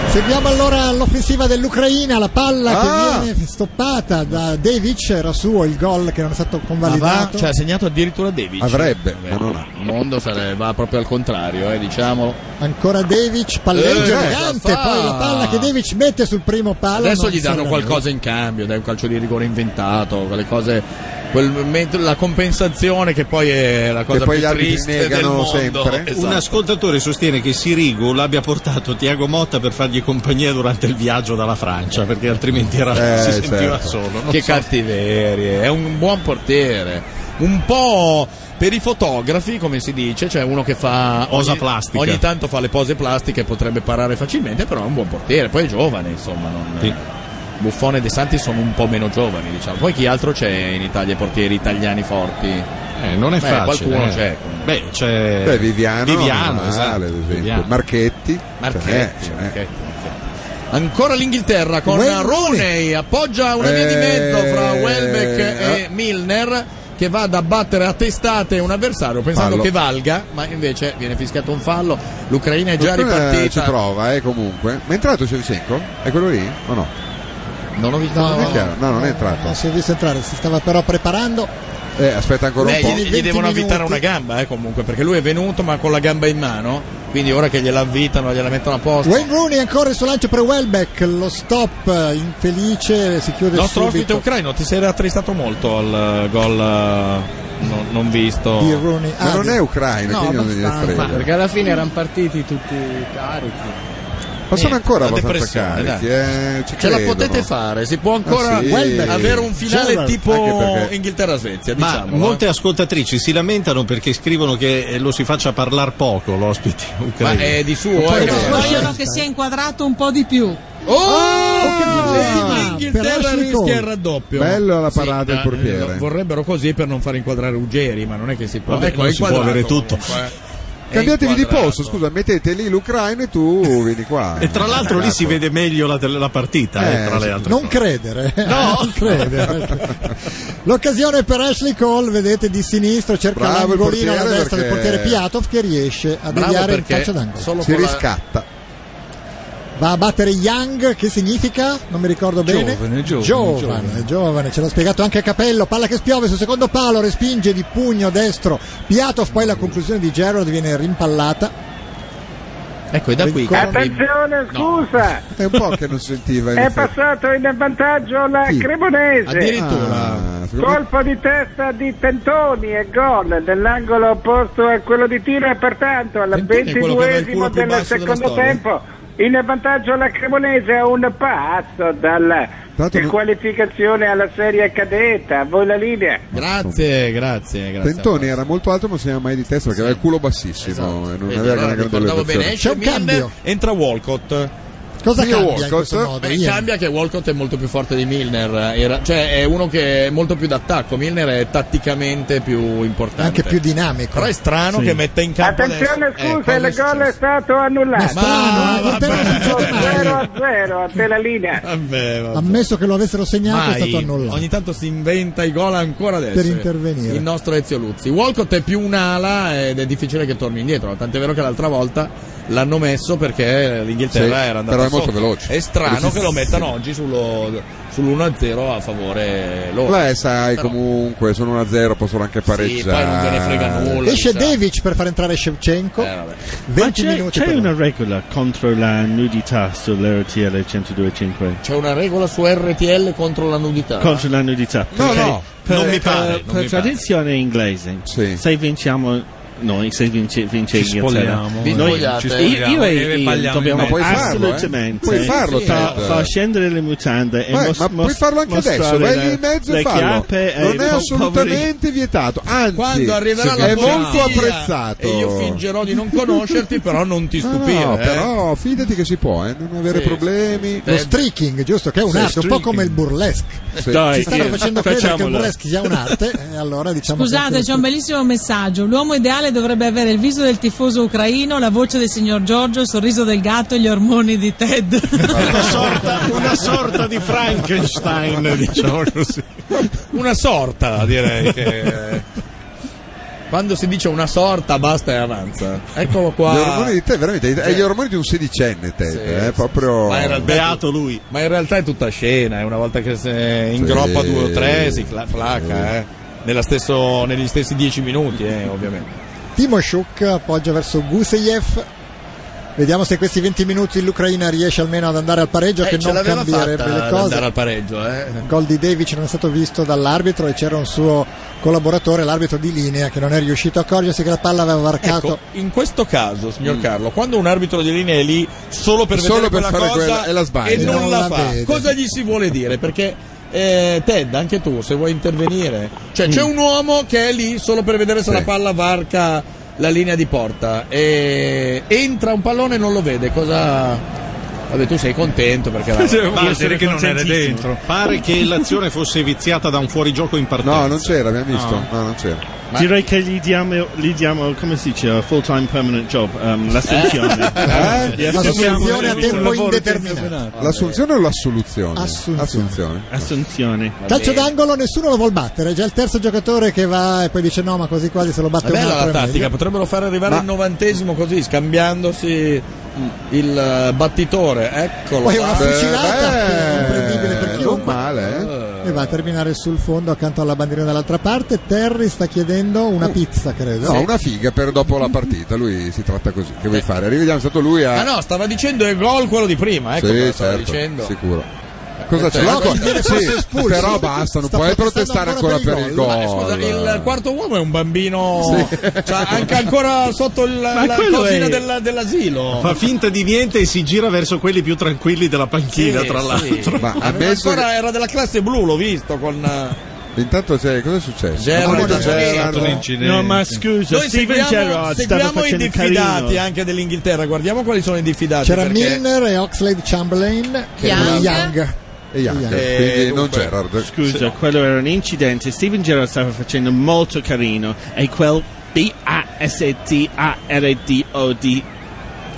S2: Seguiamo allora l'offensiva dell'Ucraina, la palla
S3: Ah!
S2: che viene stoppata da Devic, era suo il gol che non è stato
S3: Ma va,
S2: convalidato.
S3: cioè, ha segnato addirittura Davis.
S4: Avrebbe,
S3: ma non ha. Il mondo sare- va proprio al contrario, eh, diciamo.
S2: Ancora Devic, palleggio
S3: Eh,
S2: elegante,
S3: cosa fa?
S2: poi la palla che Devic mette sul primo palo.
S3: Adesso
S2: non
S3: gli danno
S2: serve.
S3: qualcosa in cambio, dai un calcio di rigore inventato, quelle cose. quel met- la compensazione che poi è la cosa più triste del mondo. Esatto.
S11: Un ascoltatore sostiene che Sirigu l'abbia portato Tiago Motta per fargli compagnia durante il viaggio dalla Francia, perché altrimenti era,
S3: Eh,
S11: si sentiva
S3: certo.
S11: solo. non
S3: Che
S11: so.
S3: cattiverie, è un buon portiere. Un po' per i fotografi, come si dice, cioè uno che fa.
S11: Posa
S3: ogni,
S11: plastica.
S3: Ogni tanto fa le pose plastiche, potrebbe parare facilmente, però è un buon portiere. Poi è giovane, insomma. non- Buffone e De Santi sono un po' meno giovani, diciamo. Poi chi altro c'è in Italia, portieri italiani forti?
S11: Eh, non è
S3: Beh,
S11: facile.
S3: Qualcuno
S11: eh.
S3: c'è.
S11: Beh, c'è
S4: Beh, Viviano,
S11: Viviano,
S4: non è male,
S11: esatto,
S4: ad esempio.
S11: Viviano.
S4: Marchetti.
S3: Marchetti,
S4: ce n'è, ce n'è.
S3: Marchetti, Ancora l'Inghilterra con
S4: Wayne
S3: Rooney, appoggia una via di
S4: Eh,
S3: mezzo fra Welbeck
S4: eh.
S3: e Milner che va ad abbattere a testate un avversario pensando
S4: Fallo.
S3: che valga, ma invece viene fischiato un fallo. L'Ucraina è già
S4: Fortuna Ci
S3: ripartita.
S4: prova, eh, comunque. Ma è entrato Shevchenko? È quello lì? O no?
S3: Non ho visto.
S4: Non è chiaro. No, non è entrato.
S2: Non si è visto entrare, si stava però preparando.
S4: Eh, aspetta ancora
S3: Beh,
S4: un po'.
S3: gli, gli devono avvitare una gamba, eh, comunque, perché lui è venuto ma con la gamba in mano. Quindi ora che gliela avvitano, gliela mettono a posto.
S2: Wayne Rooney ancora il suo lancio per Welbeck, lo stop eh, infelice, si chiude
S3: Il nostro ospite
S2: subito.
S3: ucraino ti sei rattristato molto al eh, gol eh, non, non visto.
S2: Di Rooney.
S4: Ma
S3: Ah,
S4: non è ucraino,
S15: No,
S4: quindi non gliene
S15: abbastanza,
S4: frega.
S15: perché alla fine erano partiti tutti carichi.
S4: Ma sono
S3: Eh,
S4: ancora
S3: la
S4: abbastanza
S3: depressione,
S4: carichi.
S3: dai.
S4: eh, ci
S3: Ce la
S4: credono.
S3: potete fare, si può ancora
S4: Ah, sì.
S3: avere un finale
S4: Gerald.
S3: tipo
S11: Anche perché-
S3: Inghilterra-Svezia,
S11: Ma
S3: diciamo.
S11: molte ascoltatrici si lamentano perché scrivono che eh, lo si faccia parlare poco l'ospite
S3: Ma
S11: ucraino.
S3: è di suo, eh, che-
S6: Vogliono che sia inquadrato un po' di più.
S3: Oh,
S6: Però
S3: L'Inghilterra
S6: ci
S3: rischia il raddoppio.
S4: Bello la parata del
S3: eh,
S4: portiere.
S3: lo vorrebbero così per non far inquadrare Ruggeri, ma non è che si può.
S11: Vabbè,
S3: Ecco,
S11: non
S3: è
S11: si può
S3: inquadrato
S11: avere tutto.
S3: comunque, eh. È
S4: Cambiatevi di
S3: inquadrato.
S4: posto, scusa, mettete lì l'Ucraina e tu vieni qua.
S11: E tra l'altro lì si vede meglio la, la partita, eh,
S4: Esatto. Eh,
S11: tra
S4: sì.
S11: le altre
S2: Non credere, eh, non credere. L'occasione per Ashley Cole, vedete di sinistra, cerca
S4: Bravo il
S2: l'angolino alla
S4: portiere
S2: destra del
S4: perché-
S2: portiere Piatov che riesce a
S4: Bravo
S2: deviare in
S4: perché
S2: calcio d'angolo.
S4: solo Si con la- riscatta.
S2: Va a battere Young, che significa? Non mi ricordo bene.
S15: Giovane, giovane,
S2: giovane, giovane, ce l'ha spiegato anche Capello. Palla che spiove sul secondo palo, respinge di pugno destro Piatov, poi la conclusione di Gerard viene rimpallata.
S3: Ecco, e da qui
S2: Attenzione,
S12: scusa,
S4: È un po' che non si sentiva. in
S12: è
S4: effetti.
S12: passato in vantaggio la
S4: Sì.
S12: Cremonese.
S4: Ah, secondo me-
S12: Colpo di testa di Tentoni e gol nell'angolo opposto a quello di tiro e pertanto al
S3: Tentoni è quello che aveva il culo
S12: 22esimo
S3: più
S12: del
S3: basso della
S12: secondo
S3: storia.
S12: tempo in vantaggio la Cremonese a un passo dal
S4: Tanto
S12: per
S4: non-
S12: qualificazione alla serie cadetta. A voi la linea.
S3: Grazie, grazie, grazie.
S4: Tentoni era molto alto, ma non si era mai di testa perché aveva il culo bassissimo e non
S3: Vedi,
S4: aveva
S3: allora
S4: una grande Cioè,
S3: ricordavo bene,
S4: elevazione.
S3: esce Milner, entra Walcott.
S4: Cosa Io cambia in Walcott? questo modo,
S3: Beh,
S4: Ian?
S3: cambia che Walcott è molto più forte di Milner, era- cioè è uno che è molto più d'attacco. Milner è tatticamente più importante,
S2: Anche più dinamico.
S3: Però è strano
S2: Sì.
S3: che metta in campo.
S12: Attenzione,
S3: adesso-
S12: scusa,
S3: Eh,
S12: il
S3: cosa-
S12: gol è stato annullato.
S2: strano, eh, poteva succedere
S12: 0
S3: eh.
S12: a 0, a te la linea.
S3: Vabbè, vabbè.
S2: Ammesso che lo avessero segnato è
S3: Mai.
S2: stato annullato.
S3: Ogni tanto si inventa i gol ancora adesso. eh.
S2: Per intervenire.
S3: Il nostro Ezio Luzzi. Walcott è più un'ala ed è difficile che torni indietro. Tant'è vero che l'altra volta l'hanno messo perché l'Inghilterra
S4: Sì,
S3: era andata
S4: però è molto
S3: sotto.
S4: veloce.
S3: È strano
S4: Veloce,
S3: che lo
S4: sì.
S3: mettano oggi sullo, sull'1-0 a favore loro.
S4: Beh, sai,
S3: Però-
S4: comunque sono 1 0, possono anche pareggiare.
S3: poi non te ne frega nulla.
S2: Esce Devic per far entrare Shevchenko.
S3: Eh,
S2: 20
S9: Ma c'è,
S2: minuti
S9: c'è
S2: per
S9: una regola contro la nudità sull'RTL 102.5?
S3: C'è una regola su RTL contro la
S4: Ah.
S3: nudità.
S9: Contro la nudità.
S3: No,
S9: Perché
S3: no, non mi pare, non
S9: Per,
S3: mi pare.
S9: tradizione inglese, se vinciamo noi, se vince, vince
S4: Ci
S9: Inghilterra,
S4: spogliamo,
S9: noi-
S4: eh. Vi spogliate. eh.
S9: io- io
S4: E
S9: e Ian
S4: balliamo in
S9: dobbiamo
S4: mezzo. Ma puoi farlo, eh.
S9: assolutamente
S4: Puoi farlo,
S9: fa,
S4: Ted.
S9: fa scendere le mutande e
S4: Ma-
S9: Eh, mos-
S4: Eh, ma puoi
S9: mos-
S4: farlo anche adesso,
S9: mostrare
S4: vai
S9: le-
S4: lì in mezzo
S9: le
S4: e fallo.
S9: chiappe eh, e
S4: Non è
S9: i-
S4: assolutamente vietato, anzi,
S3: Quando arriverà la
S4: è
S3: polizia
S4: molto apprezzato. Ah,
S3: E io fingerò di non conoscerti, però non ti
S4: No,
S3: stupire.
S4: no,
S3: eh.
S4: però fidati che si può, eh, non avere
S3: Sì, Eh,
S4: problemi.
S2: Lo streaking, giusto? Che è
S4: Sì,
S2: un'arte, un po'
S4: streaking.
S2: come il burlesque.
S4: Sì. Dai,
S2: Ci stanno
S4: sì,
S2: facendo credere che il
S4: facciamolo.
S2: burlesque sia un'arte, e allora diciamo.
S6: Scusate, c'è un bellissimo messaggio. L'uomo ideale dovrebbe avere il viso del tifoso ucraino, la voce del signor Giorgio, il sorriso del gatto e gli ormoni di Ted.
S11: Una sorta, una sorta di Frankenstein, diciamo così.
S3: Una sorta, direi che. eh, Quando si dice una sorta, basta e avanza. Eccolo qua.
S4: Gli ormoni di te, veramente, è gli ormoni di un sedicenne, Ted,
S3: Sì,
S4: eh,
S3: sì.
S4: proprio.
S3: Ma in realtà-
S11: Beato lui.
S3: Ma in realtà è tutta scena, è una volta che si ingroppa
S4: Sì.
S3: due o tre si cla- flacca, eh. Nella stesso- negli stessi dieci minuti, eh, ovviamente.
S2: Timoshuk appoggia verso Guseyev. Vediamo se questi 20 minuti l'Ucraina riesce almeno ad andare al pareggio,
S3: Eh,
S2: che
S3: ce
S2: non
S3: l'aveva
S2: cambierebbe
S3: fatta
S2: le
S3: ad
S2: cose.
S3: andare al pareggio, eh.
S2: Il gol di Davic non è stato visto dall'arbitro e c'era un suo collaboratore, l'arbitro di linea, che non è riuscito a accorgersi che la palla aveva
S4: Esatto.
S2: varcato.
S3: Ecco, in questo caso, signor Carlo, quando un arbitro di linea è lì solo per
S4: Mm. Solo
S3: vedere
S4: per
S3: quella
S4: fare
S3: cosa
S4: quella- e la sbaglia.
S3: e non,
S4: Non
S3: la,
S4: la
S3: fa,
S4: vede.
S3: cosa gli si vuole dire? Perché eh, Ted, anche tu, se vuoi intervenire, cioè c'è un uomo che è lì solo per vedere se
S4: Mm. Sì.
S3: la palla varca la linea di porta e entra un pallone e non lo vede, cosa Vabbè, tu sei contento
S11: Cioè,
S3: perché
S11: Pare Pare che l'azione fosse viziata da un fuorigioco in partenza.
S4: No, non c'era, abbiamo visto.
S11: No.
S4: No, non c'era.
S9: Direi che gli diamo, gli diamo, come si dice, a full time permanent job, um, l'assunzione.
S4: Eh?
S9: Gli
S4: L'assunzione
S9: assumiamo
S4: a
S9: il
S4: tempo
S9: lavoro
S2: indeterminato.
S9: temporaneo.
S4: L'assunzione o l'assoluzione?
S2: Assunzione.
S9: Assunzione.
S2: Calcio d'angolo, nessuno lo vuol battere. È già il terzo giocatore che va e poi dice no, ma così quasi se lo batte
S3: È bella
S2: un altro.
S3: la
S2: è meglio.
S3: tattica, potrebbero far arrivare
S2: Ma-
S3: al novantesimo così, scambiandosi il eh, battitore. Eccolo.
S2: Poi una
S3: qua.
S2: fucilata
S3: Beh,
S2: imprendibile per
S4: Non
S2: chiunque.
S4: male, eh?
S2: E va a terminare sul fondo accanto alla bandierina dall'altra parte. Terry sta chiedendo
S3: Oh.
S2: una pizza, credo.
S4: No, una figa per dopo la partita, lui si tratta così. Che vuoi fare? Rivediamo, è stato lui a.
S3: Eh. Ah no, stava dicendo è gol quello di prima, ecco
S4: sì,
S3: cosa stava
S4: certo,
S3: dicendo.
S4: sicuro. Cosa c'è?
S3: Eh,
S4: No,
S3: questo-
S4: co-
S3: viene
S4: sì,
S3: forse espulso.
S4: però basta, non
S3: Sta
S4: puoi protestare
S3: protestando
S4: ancora per il gol.
S3: Ma, eh, scusa, il quarto uomo è un bambino, cioè, anche ancora sotto il-
S11: Ma
S3: la
S11: quello
S3: cosina
S11: è-
S3: della- dell'asilo.
S11: Fa finta di niente e si gira verso quelli più tranquilli della panchina,
S3: Sì,
S11: tra
S3: sì.
S11: l'altro.
S4: Ma
S3: Aveva
S4: ammesso
S3: ancora- era della classe blu, l'ho visto con eh,
S4: Intanto c'è, cosa è successo?
S3: Gerard,
S4: Amore di
S3: Gerard.
S4: Gerard.
S9: No, ma scusa,
S3: Noi
S9: Steven
S3: seguiamo,
S9: Gerrard stava
S3: seguiamo i
S9: facendo
S3: diffidati
S9: carino.
S3: anche dell'Inghilterra, guardiamo quali sono i diffidati
S2: C'era
S3: perché-
S2: Milner e Oxlade Chamberlain.
S3: Che
S2: e
S3: Young.
S2: Young.
S4: E Young,
S2: Young.
S4: quindi
S9: Eh,
S4: non
S9: dunque,
S4: Gerard.
S9: Scusa, quello era un incidente. Steven Gerrard stava facendo molto carino e quel B-A-S-T-A-R-D-O-D.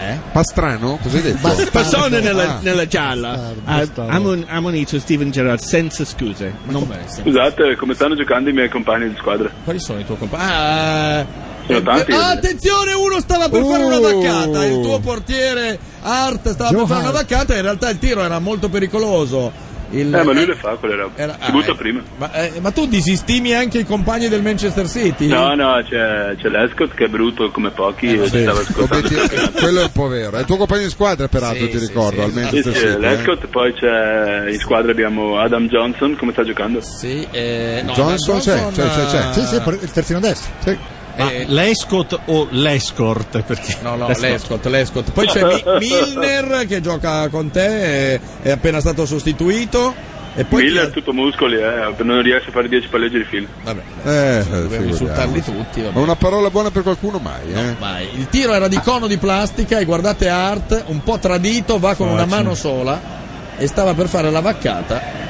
S3: Eh?
S4: Pastrano? Cosa hai detto?
S9: Passone nella,
S4: Ah.
S9: nella gialla. Ha ha mon- ha monito Steven Gerrard senza scuse. Non
S16: Scusate, come stanno giocando i miei compagni di squadra?
S3: Quali sono i tuoi compagni? Ah,
S16: sono tanti.
S3: Ah, attenzione, uno stava per fare
S4: Uh.
S3: una vaccata. Il tuo portiere Art stava per fare una vaccata. In realtà il tiro era molto pericoloso. Il-
S16: Eh, ma lui le fa quelle robe.
S3: Era-
S16: Si butta
S3: ah,
S16: prima.
S3: Ma, eh, ma tu disistimi anche i compagni del Manchester City?
S16: No, no, c'è, c'è l'Escott che è brutto come
S4: Eh,
S16: pochi. e ci stava ascoltando il
S3: eh.
S16: campionato.
S4: Quello è un po' vero. È il tuo compagno di squadra, peraltro, ti ricordo, almeno
S16: Sì, sì, Lescott, poi c'è in squadra abbiamo Adam Johnson, come sta giocando?
S3: Sì, eh,
S4: no, Johnson Adam c'è, Johnson, c'è, c'è, c'è.
S2: Sì,
S11: eh,
S2: sì, per- il terzino destro.
S11: Ma l'escort o l'escort? Perché
S3: Eh, No, no, Lescott, Lescott. Poi c'è Mi- Milner che gioca con te, è, è appena stato sostituito. E poi
S16: Miller è tutto muscoli, eh, non riesce a fare 10 palleggi di filo.
S3: Vabbè,
S4: Eh,
S3: dobbiamo
S4: figuriamoci.
S3: insultarli tutti. vabbè.
S4: Ma una parola buona per qualcuno mai, eh?
S3: Vai. Il tiro era di cono di plastica e guardate Art, un po' tradito, va con una mano sola e stava per fare la vaccata.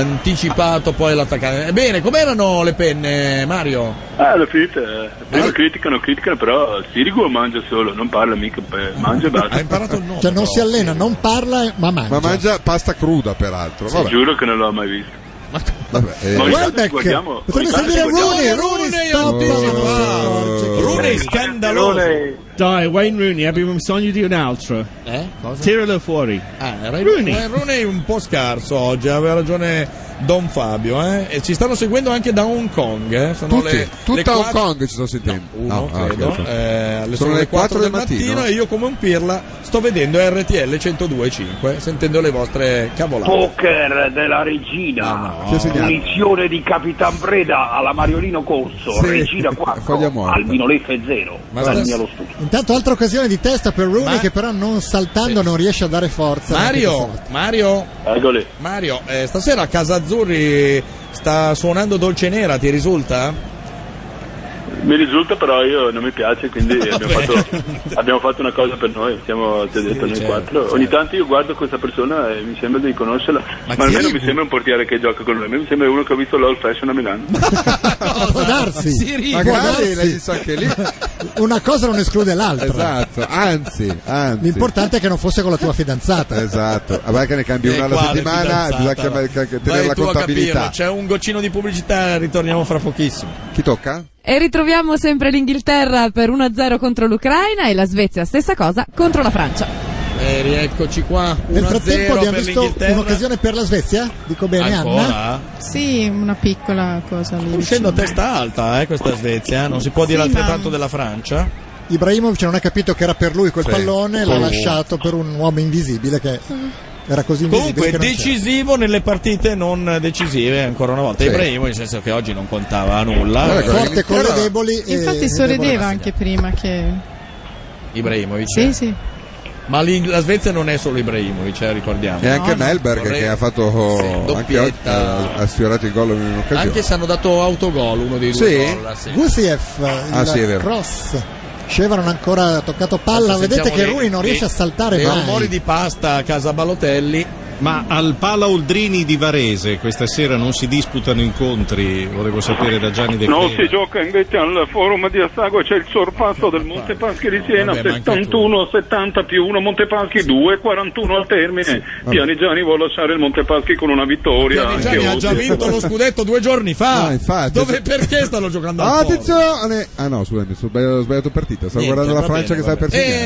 S3: Anticipato poi l'attaccante. Bene, com'erano le penne, Mario?
S16: Eh, le fritte, eh. prima criticano, criticano, però Sirigu mangia solo, non parla mica, eh, mangia e basta.
S2: Cioè non si allena, non parla, ma mangia.
S4: Ma mangia pasta cruda, peraltro.
S16: Sì,
S4: Vabbè.
S16: giuro che non l'ho mai visto.
S4: Vabbè, eh.
S16: Ma ogni tanto ci
S2: Welbeck,
S16: guardiamo, ogni
S2: potrebbe
S16: tanto
S2: servire
S16: ci guardiamo-
S2: Rooney, Rooney,
S3: Oh.
S2: stop.
S8: Ah,
S3: Rooney scandaloso.
S9: Dai, Wayne Rooney, abbiamo bisogno di un altro.
S3: Eh? Cosa?
S9: Tiralo fuori.
S3: Ah, era
S9: Rooney.
S3: Rooney. Rooney un po' scarso oggi, aveva ragione Don Fabio. Eh? E ci stanno seguendo anche da Hong Kong. Eh? Sono
S4: Tutti,
S3: le,
S4: tutta
S3: le
S4: Hong
S3: quattro-
S4: Kong ci sto sentendo.
S3: Uno,
S4: ah,
S3: credo.
S4: ok, ok.
S3: Eh, alle-
S4: Sono le 4 del mattino.
S3: e io come un pirla sto vedendo RTL 102.5 sentendo le vostre cavolate.
S14: Oh.
S19: Poker della regina,
S3: Chi ha segnato?
S19: punizione di Capitan Breda alla Mariolino Corso,
S2: Sì.
S19: regina 4, Albino Leffe 0,
S2: Ma
S19: Gianni
S2: stas-
S19: allo studio.
S2: Intanto altra occasione di testa per Rooney che però non saltando non riesce a dare forza.
S3: Mario, Mario, Mario eh, stasera a Casa Azzurri sta suonando Dolce Nera, ti risulta?
S16: Mi risulta però io non mi piace, quindi abbiamo, fatto, abbiamo fatto una cosa per noi, siamo ti ho detto, noi
S3: certo,
S16: quattro. Ogni tanto io guardo questa persona e mi sembra di conoscerla, ma, almeno mi sembra un portiere che gioca con noi, mi sembra uno che ha visto l'Old Fashion a Milano.
S2: può darsi.
S4: Magari l'hai visto anche lì.
S2: Una cosa non esclude l'altra.
S4: Esatto, anzi, anzi.
S2: L'importante è che non fosse con la tua fidanzata.
S4: Esatto, ma vai che ne cambi
S3: Eh,
S4: una alla
S3: quale
S4: settimana,
S3: fidanzata,
S4: bisogna chiamare,
S3: va.
S4: tenere
S3: Vai
S4: la
S3: tu a
S4: contabilità.
S3: capirlo, C'è un goccino di pubblicità, ritorniamo fra pochissimo.
S4: Chi tocca?
S5: E ritroviamo sempre l'Inghilterra per 1-0 contro l'Ucraina e la Svezia, stessa cosa, contro la Francia.
S3: E Eh, rieccoci qua.
S2: Nel
S3: 1-0
S2: frattempo abbiamo
S3: per
S2: visto
S3: l'Inghilterra.
S2: un'occasione per la Svezia? Dico bene, Anna?
S20: Sì, una piccola cosa lì.
S3: Uscendo
S20: vicino.
S3: a testa alta, eh, questa Svezia, non si può dire
S20: Sì, ma-
S3: altrettanto della Francia.
S2: Ibrahimovic non ha capito che era per lui quel
S3: Sì.
S2: pallone, l'ha
S3: Oh.
S2: lasciato per un uomo invisibile che era così invisibile.
S3: Comunque
S2: che non c'era.
S3: decisivo nelle partite non decisive ancora una volta.
S2: Sì.
S3: Ibrahimovic, nel senso che oggi non contava a nulla.
S2: Forte con le deboli. e-
S20: Infatti sorrideva anche prima che...
S3: Ibrahimovic.
S20: Sì, sì.
S3: Ma l'Ing- la Svezia non è solo Ibrahimovic, eh, ricordiamo.
S4: E anche Melberg
S3: Vorrei-
S4: che ha fatto anche oggi, ha, ha sfiorato il gol in un'occasione.
S3: Anche se hanno dato autogol uno dei due
S4: Sì.
S3: gol. eh, sì.
S2: Gusiev, il
S4: Ah, sì, è vero.
S2: cross. Sceva non ha ancora toccato palla,
S3: Adesso
S2: vedete
S3: sentiamo
S2: che
S3: le-
S2: Rui non riesce a
S3: le-
S2: saltare
S3: le
S2: mai.
S3: rumori di pasta a casa Balotelli.
S11: Ma al Pala Oldrini di Varese questa sera non si disputano incontri, volevo sapere da Gianni De
S19: Non
S11: Cleo.
S19: si gioca invece al forum di Assago, c'è il sorpasso del Monte Paschi di Siena,
S11: Vabbè, ma anche
S19: 71, 70 più 1, Monte Paschi 2, 41 al termine. Pianigiani vuole lasciare il Monte Paschi con una vittoria.
S3: Pianigiani
S19: anche
S3: ha già
S19: oggi.
S3: vinto lo scudetto due giorni fa.
S4: Ah, infatti.
S3: Dove perché stanno giocando
S4: Ah,
S3: al forum?
S4: attenzione! Ah no, scusami, ho sbagliato, ho sbagliato partita. Stavo
S3: Niente,
S4: guardando la
S3: va
S4: Francia
S3: bene,
S4: che
S3: va
S4: sta per
S3: bene.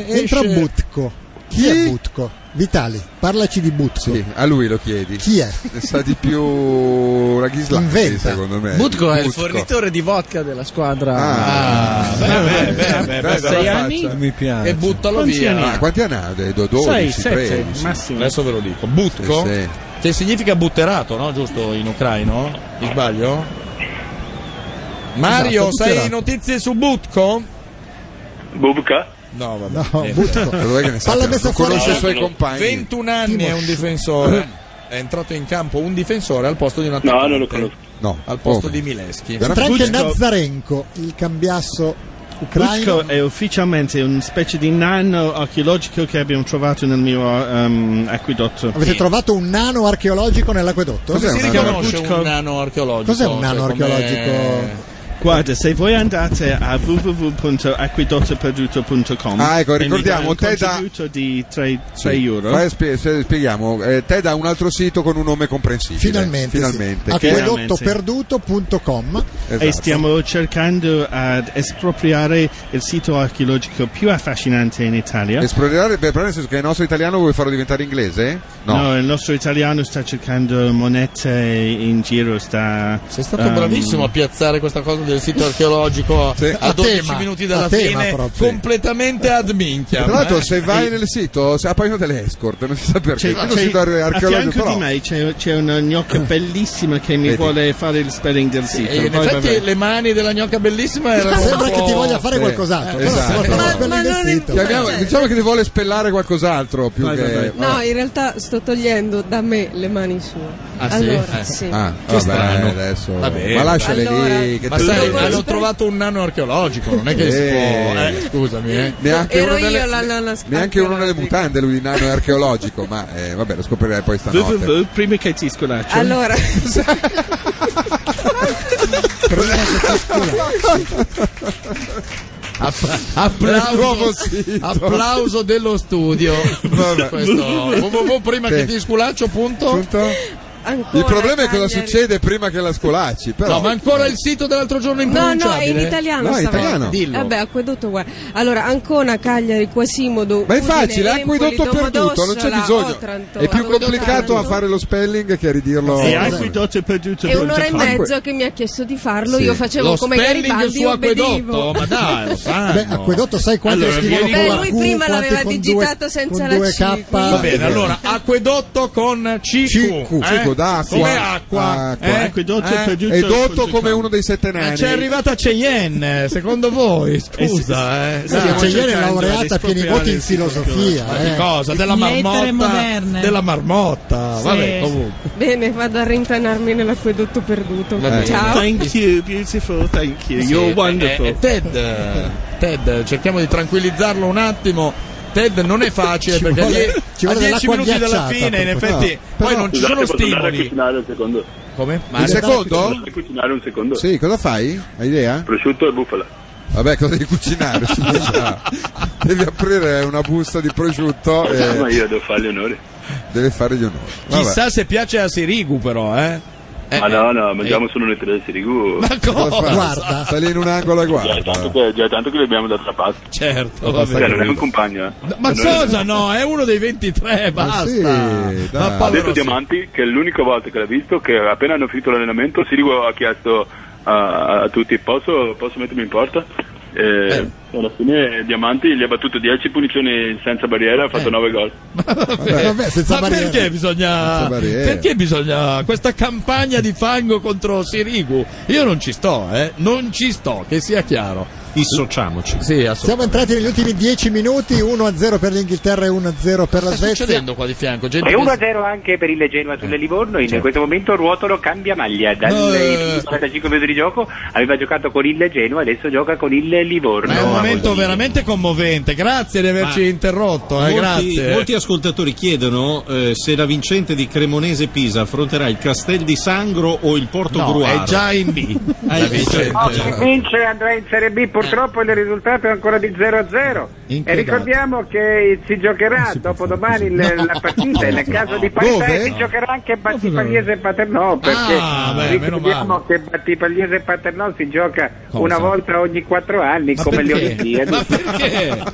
S4: segnare.
S3: Eh,
S2: Entra
S3: esce-
S2: Butko. Chi, è Butko? Vitali, parlaci di Butko.
S4: A lui lo chiedi.
S2: Chi è?
S4: Ne sa di più Raghislavski,
S2: Inventa.
S4: secondo me.
S21: Butko è il
S4: Butko.
S21: fornitore di vodka della squadra.
S4: Ah.
S21: Ah,
S3: beh, beh, beh, beh, beh,
S21: sei
S3: bella
S21: anni?
S3: faccia.
S21: Mi piace.
S3: E buttalo
S21: Quanti
S3: via.
S21: anni ha?
S4: Ah, quanti anni ha? Dei do- 12,
S3: Sei, sette,
S4: 13.
S3: massimo. Adesso ve lo dico. Butko?
S4: Sì, sì.
S3: Che significa butterato, no? Giusto in ucraino? Mi sbaglio? Mario,
S4: Esatto,
S3: sai
S4: butterato.
S3: notizie su Butko?
S19: Bubka?
S3: No, vabbè.
S2: No,
S4: Eh,
S3: niente.
S2: Butko. Palla messa fuori.
S19: No,
S3: 21 anni è un
S2: Timoshenko.
S3: difensore. È entrato in campo un difensore al posto di un attaccante.
S19: non lo conosco.
S4: No,
S3: al posto
S4: come?
S3: di Mileschi.
S2: Entra anche
S9: Butko.
S2: Nazarenko, il cambiasso ucraino.
S9: Butko è ufficialmente una specie di nano archeologico che abbiamo trovato nel mio um, acquedotto.
S2: Avete trovato un nano archeologico nell'acquedotto?
S9: Cos'è
S3: Si
S9: un
S3: riconosce
S9: Butko?
S3: un nano archeologico.
S2: Cos'è un nano
S3: Cioè, come-
S2: archeologico?
S9: Guarda, se voi andate a www.acquedottoperduto.com
S4: Ah, ecco,
S9: e mi
S4: ricordiamo,
S9: dà un
S4: te da-
S9: contributo di 3,
S4: Sì.
S9: euro.
S4: Fai spie- se- spieghiamo, eh, te dà un altro sito con un nome comprensibile.
S2: Finalmente,
S4: Finalmente.
S2: sì.
S4: Che-
S2: acquedottoperduto.com
S4: Esatto.
S9: E stiamo cercando ad espropriare il sito archeologico più affascinante in Italia.
S4: Esplorare, beh, però nel senso che il nostro italiano vuoi farlo diventare inglese?
S9: No. il nostro italiano sta cercando monete in giro, sta... ehm,
S3: Sei
S2: Eh.
S3: stato bravissimo a piazzare questa cosa del sito archeologico a
S4: A
S3: 12
S4: tema,
S3: minuti dalla
S4: a tema
S3: fine,
S4: proprio.
S3: completamente ad minchia.
S4: Tra l'altro,
S3: Eh.
S4: se vai nel sito, se appaiono delle escort, non si sa perché.
S9: C'è,
S4: Quello
S9: c'è-
S4: sito ar-
S9: a
S4: archeologico,
S9: fianco
S4: però.
S9: di me c'è, c'è una gnocca bellissima che mi
S4: Vedi.
S9: vuole fare il spelling del sito.
S3: E in
S9: Vai, vai,
S3: effetti
S9: vai.
S3: le mani della gnocca bellissima erano
S2: Sembra
S3: un
S2: che
S3: po'-
S2: ti voglia fare
S3: Sì.
S2: qualcos'altro. però
S4: esatto.
S2: se vuoi fare quello
S22: Ma- ma
S2: del
S22: non è-
S2: sito.
S4: Chiamiamo- diciamo che ti vuole spellare qualcos'altro più che.
S22: No, in realtà sto togliendo da me le mani sue.
S3: Ah, sì?
S5: Allora,
S3: Eh.
S5: sì.
S4: Ah,
S3: Che
S4: vabbè,
S3: strano.
S4: adesso-
S3: Vabbè,
S4: ma lasciale
S3: allora-
S4: lì, che
S3: ma
S4: te-
S3: sai,
S4: Lo-
S3: hanno trovato un nano archeologico, non è che si può.
S4: Eh.
S3: eh, scusami, eh.
S4: Neanche
S6: Ero
S4: uno delle-
S6: io la nana
S4: Neanche uno delle mutande, lui di nano è archeologico, ma eh, vabbè, lo scoprirai poi stanotte.
S9: Vuh, Prima che ti scolaccio.
S6: Allora,
S3: App- applauso, applauso dello studio.
S4: Vabbè.
S3: Questo, www prima
S4: Sì.
S3: che ti sculaccio, punto.
S6: ancora
S4: Il problema è cosa
S6: Cagliari.
S4: succede prima che la scolacci, però.
S3: No, ma ancora il sito dell'altro giorno in
S6: No, no, è in italiano.
S4: No, in
S6: stavolta.
S4: italiano. Dillo.
S6: Vabbè, acquedotto, guarda. Allora, Ancona, Cagliari, Quasimodo.
S4: Ma è
S6: Udine,
S4: facile, eh,
S6: Empoli,
S4: acquedotto perduto, non c'è
S6: Domodossola,
S4: bisogno.
S6: Otranto,
S4: È più
S6: Acquedotto
S4: complicato Cioè, a
S6: Taranto.
S4: fare lo spelling che a ridirlo.
S9: E acquedotto perduto.
S6: È un'ora e
S4: Acque-
S6: mezzo che mi ha chiesto di farlo,
S4: Sì.
S6: io facevo
S4: Lo
S6: come
S4: spelling
S6: Garibaldi,
S4: su acquedotto,
S6: obbedivo.
S4: ma dai, lo sanno.
S2: Beh, acquedotto sai quanti
S3: Allora,
S2: scrivono
S3: vieni-
S6: Beh,
S2: con la
S6: lui
S2: Q,
S6: prima
S2: quanti
S6: l'aveva
S2: con
S6: digitato
S2: due-
S6: senza
S2: con
S6: la
S2: due
S6: C,
S2: K.
S3: Va bene, allora acquedotto con CQ,
S4: CQ,
S3: eh?
S4: CQ d'acqua.
S3: come acqua,
S4: Acqua.
S3: eh?
S4: Acquedotto
S3: Eh?
S4: per giusto- E dotto come uno dei sette
S3: Ma
S4: nani.
S3: C'è arrivata Cheyenne, secondo voi? Scusa, Eh, eh.
S4: Eh, sì, sì, Cheyenne è
S3: cercando
S2: laureata
S3: di
S2: a pieni
S3: espropriare
S2: voti in
S3: il sito
S2: filosofia,
S3: archeologico. Ma
S2: eh.
S3: Di cosa? Della
S6: Lettere
S3: marmotta,
S6: moderne.
S3: della marmotta.
S6: Sì.
S3: Vabbè, comunque.
S6: Bene, vado a rintanarmi nell'acquedotto perduto.
S3: Va bene.
S6: Ciao.
S9: Thank you, beautiful, thank you. You're wonderful.
S3: eh, eh, Ted, eh, Ted, cerchiamo di tranquillizzarlo un attimo. Ted non è facile
S9: Ci
S3: perché
S9: vuole-
S3: gli-
S9: ci
S3: a
S9: vuole
S3: 10
S9: dell'acqua
S3: minuti dalla
S9: ghiacciata
S3: fine, in
S9: per
S3: effetti,
S9: poter-
S3: poi non ci
S16: Scusate,
S3: sono
S16: Esatto, posso andare a
S3: stimoli.
S16: cucinare un secondo?
S3: Come?
S4: Il secondo?
S16: Posso cucinare un secondo?
S4: Sì, cosa fai? Hai idea?
S16: Prosciutto e bufala.
S4: Vabbè, cosa devi cucinare? signora? devi aprire una busta di prosciutto
S3: Eh.
S16: Ma
S4: e
S16: io devo fargli onore.
S4: deve fare gli onori. Vabbè.
S3: Chissà se piace a Sirigu, però, eh. Eh,
S16: ma no, no,
S3: eh.
S16: mangiamo solo noi tre del Sirigu.
S3: Ma
S4: Cosa fa?
S3: cosa?
S4: Sta lì in un angolo e
S16: Già è tanto
S4: guarda.
S16: che, già è tanto che li abbiamo d'altra parte.
S3: Certo,
S4: va bene.
S16: Cioè, non è un compagno, eh.
S3: Ma
S16: Cioè, noi-
S3: cosa no? È uno dei 23, basta.
S4: sì, dai.
S3: Ma
S16: Ha
S3: povero
S16: detto Diamanti che è l'unica volta che l'ha visto che appena hanno finito l'allenamento Sirigu ha chiesto a, a tutti posso, posso mettermi in porta? E
S3: Eh.
S16: alla fine Diamanti gli ha battuto 10 punizioni senza barriera, ha
S3: Eh.
S16: fatto 9 gol.
S3: Vabbè, ma perché bisogna,
S4: Senza barriere.
S3: perché bisogna questa campagna di fango contro Sirigu? Io non ci sto, eh, non ci sto, che sia chiaro.
S11: Dissociamoci.
S3: Sì,
S2: Siamo
S3: assolutamente.
S2: entrati negli ultimi 10 minuti, 1-0 per l'Inghilterra e 1-0 per la
S3: Sta
S2: Svezia.
S3: succedendo qua di fianco, gente
S12: E
S3: che- certo.
S12: 1-0 anche per il Genoa sulle Livorno, in questo momento Ruotolo cambia maglia, dal
S3: Eh.
S12: 45 minuti di gioco aveva giocato con il Genoa, adesso gioca con il Livorno.
S3: È un momento veramente commovente. Grazie di averci
S11: Ma-
S3: interrotto, eh,
S11: Molti,
S3: grazie.
S11: molti ascoltatori chiedono eh, se la vincente di Cremonese Pisa affronterà il Castel di Sangro o il Porto
S3: No,
S11: Gruaro.
S3: è già in B.
S11: Hai
S3: La
S11: visto?
S3: vincente.
S12: Ah,
S11: Oh,
S3: Eh.
S12: Vince andrà in Serie B, purtroppo il risultato è ancora di 0-0
S3: In che
S12: e ricordiamo che si giocherà dopodomani il- la partita, e nel caso di parità
S4: Dove?
S12: si giocherà anche Battipagliese e Paternò perché
S3: Ah, beh, meno
S12: ricordiamo che Battipagliese e Paternò si gioca
S3: Cosa?
S12: una volta ogni quattro anni
S3: Ma
S12: come le
S3: perché?
S12: Olimpiadi.
S3: Ma perché?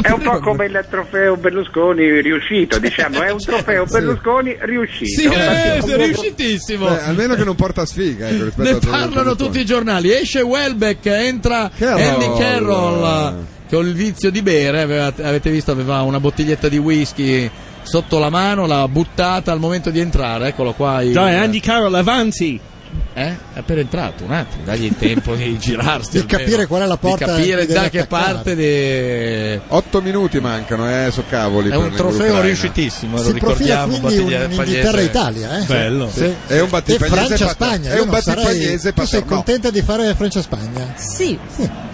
S12: È un po' come il trofeo Berlusconi riuscito, diciamo, è un trofeo
S4: Sì.
S12: Berlusconi riuscito.
S3: Certo. Sì, eh, sei riuscitissimo.
S4: Beh, almeno che non porta sfiga. Ecco, rispetto
S3: Ne
S4: a-
S3: parlano tutti i giornali. Esce Welbeck, entra
S4: Carroll.
S3: Andy Carroll che ho il vizio di bere. aveva- avete visto, aveva una bottiglietta di whisky sotto la mano, l'ha buttata al momento di entrare. Eccolo qua. il-
S23: Dai, Andy Carroll, avanti!
S3: Eh? È appena entrato un attimo, dagli il tempo di girarsi.
S2: Di
S3: almeno.
S2: capire qual è la porta
S3: Di capire
S2: che deve
S3: da che
S2: attaccare.
S3: parte. di-
S4: Otto minuti mancano, eh, so cavoli.
S3: È
S4: per
S3: un trofeo
S4: l'Ucraina.
S3: riuscitissimo, lo
S2: Si profila
S3: ricordiamo.
S2: quindi un
S3: Battiglia-
S2: Inghilterra-Italia. Eh?
S3: Bello.
S2: Sì.
S4: È un
S2: E
S4: battipagliese
S2: Francia-Spagna.
S4: È
S2: io
S4: un
S2: non sarei-
S4: battipagliese
S2: Tu sei
S4: Paternò.
S2: contenta di fare Francia-Spagna?
S6: Sì.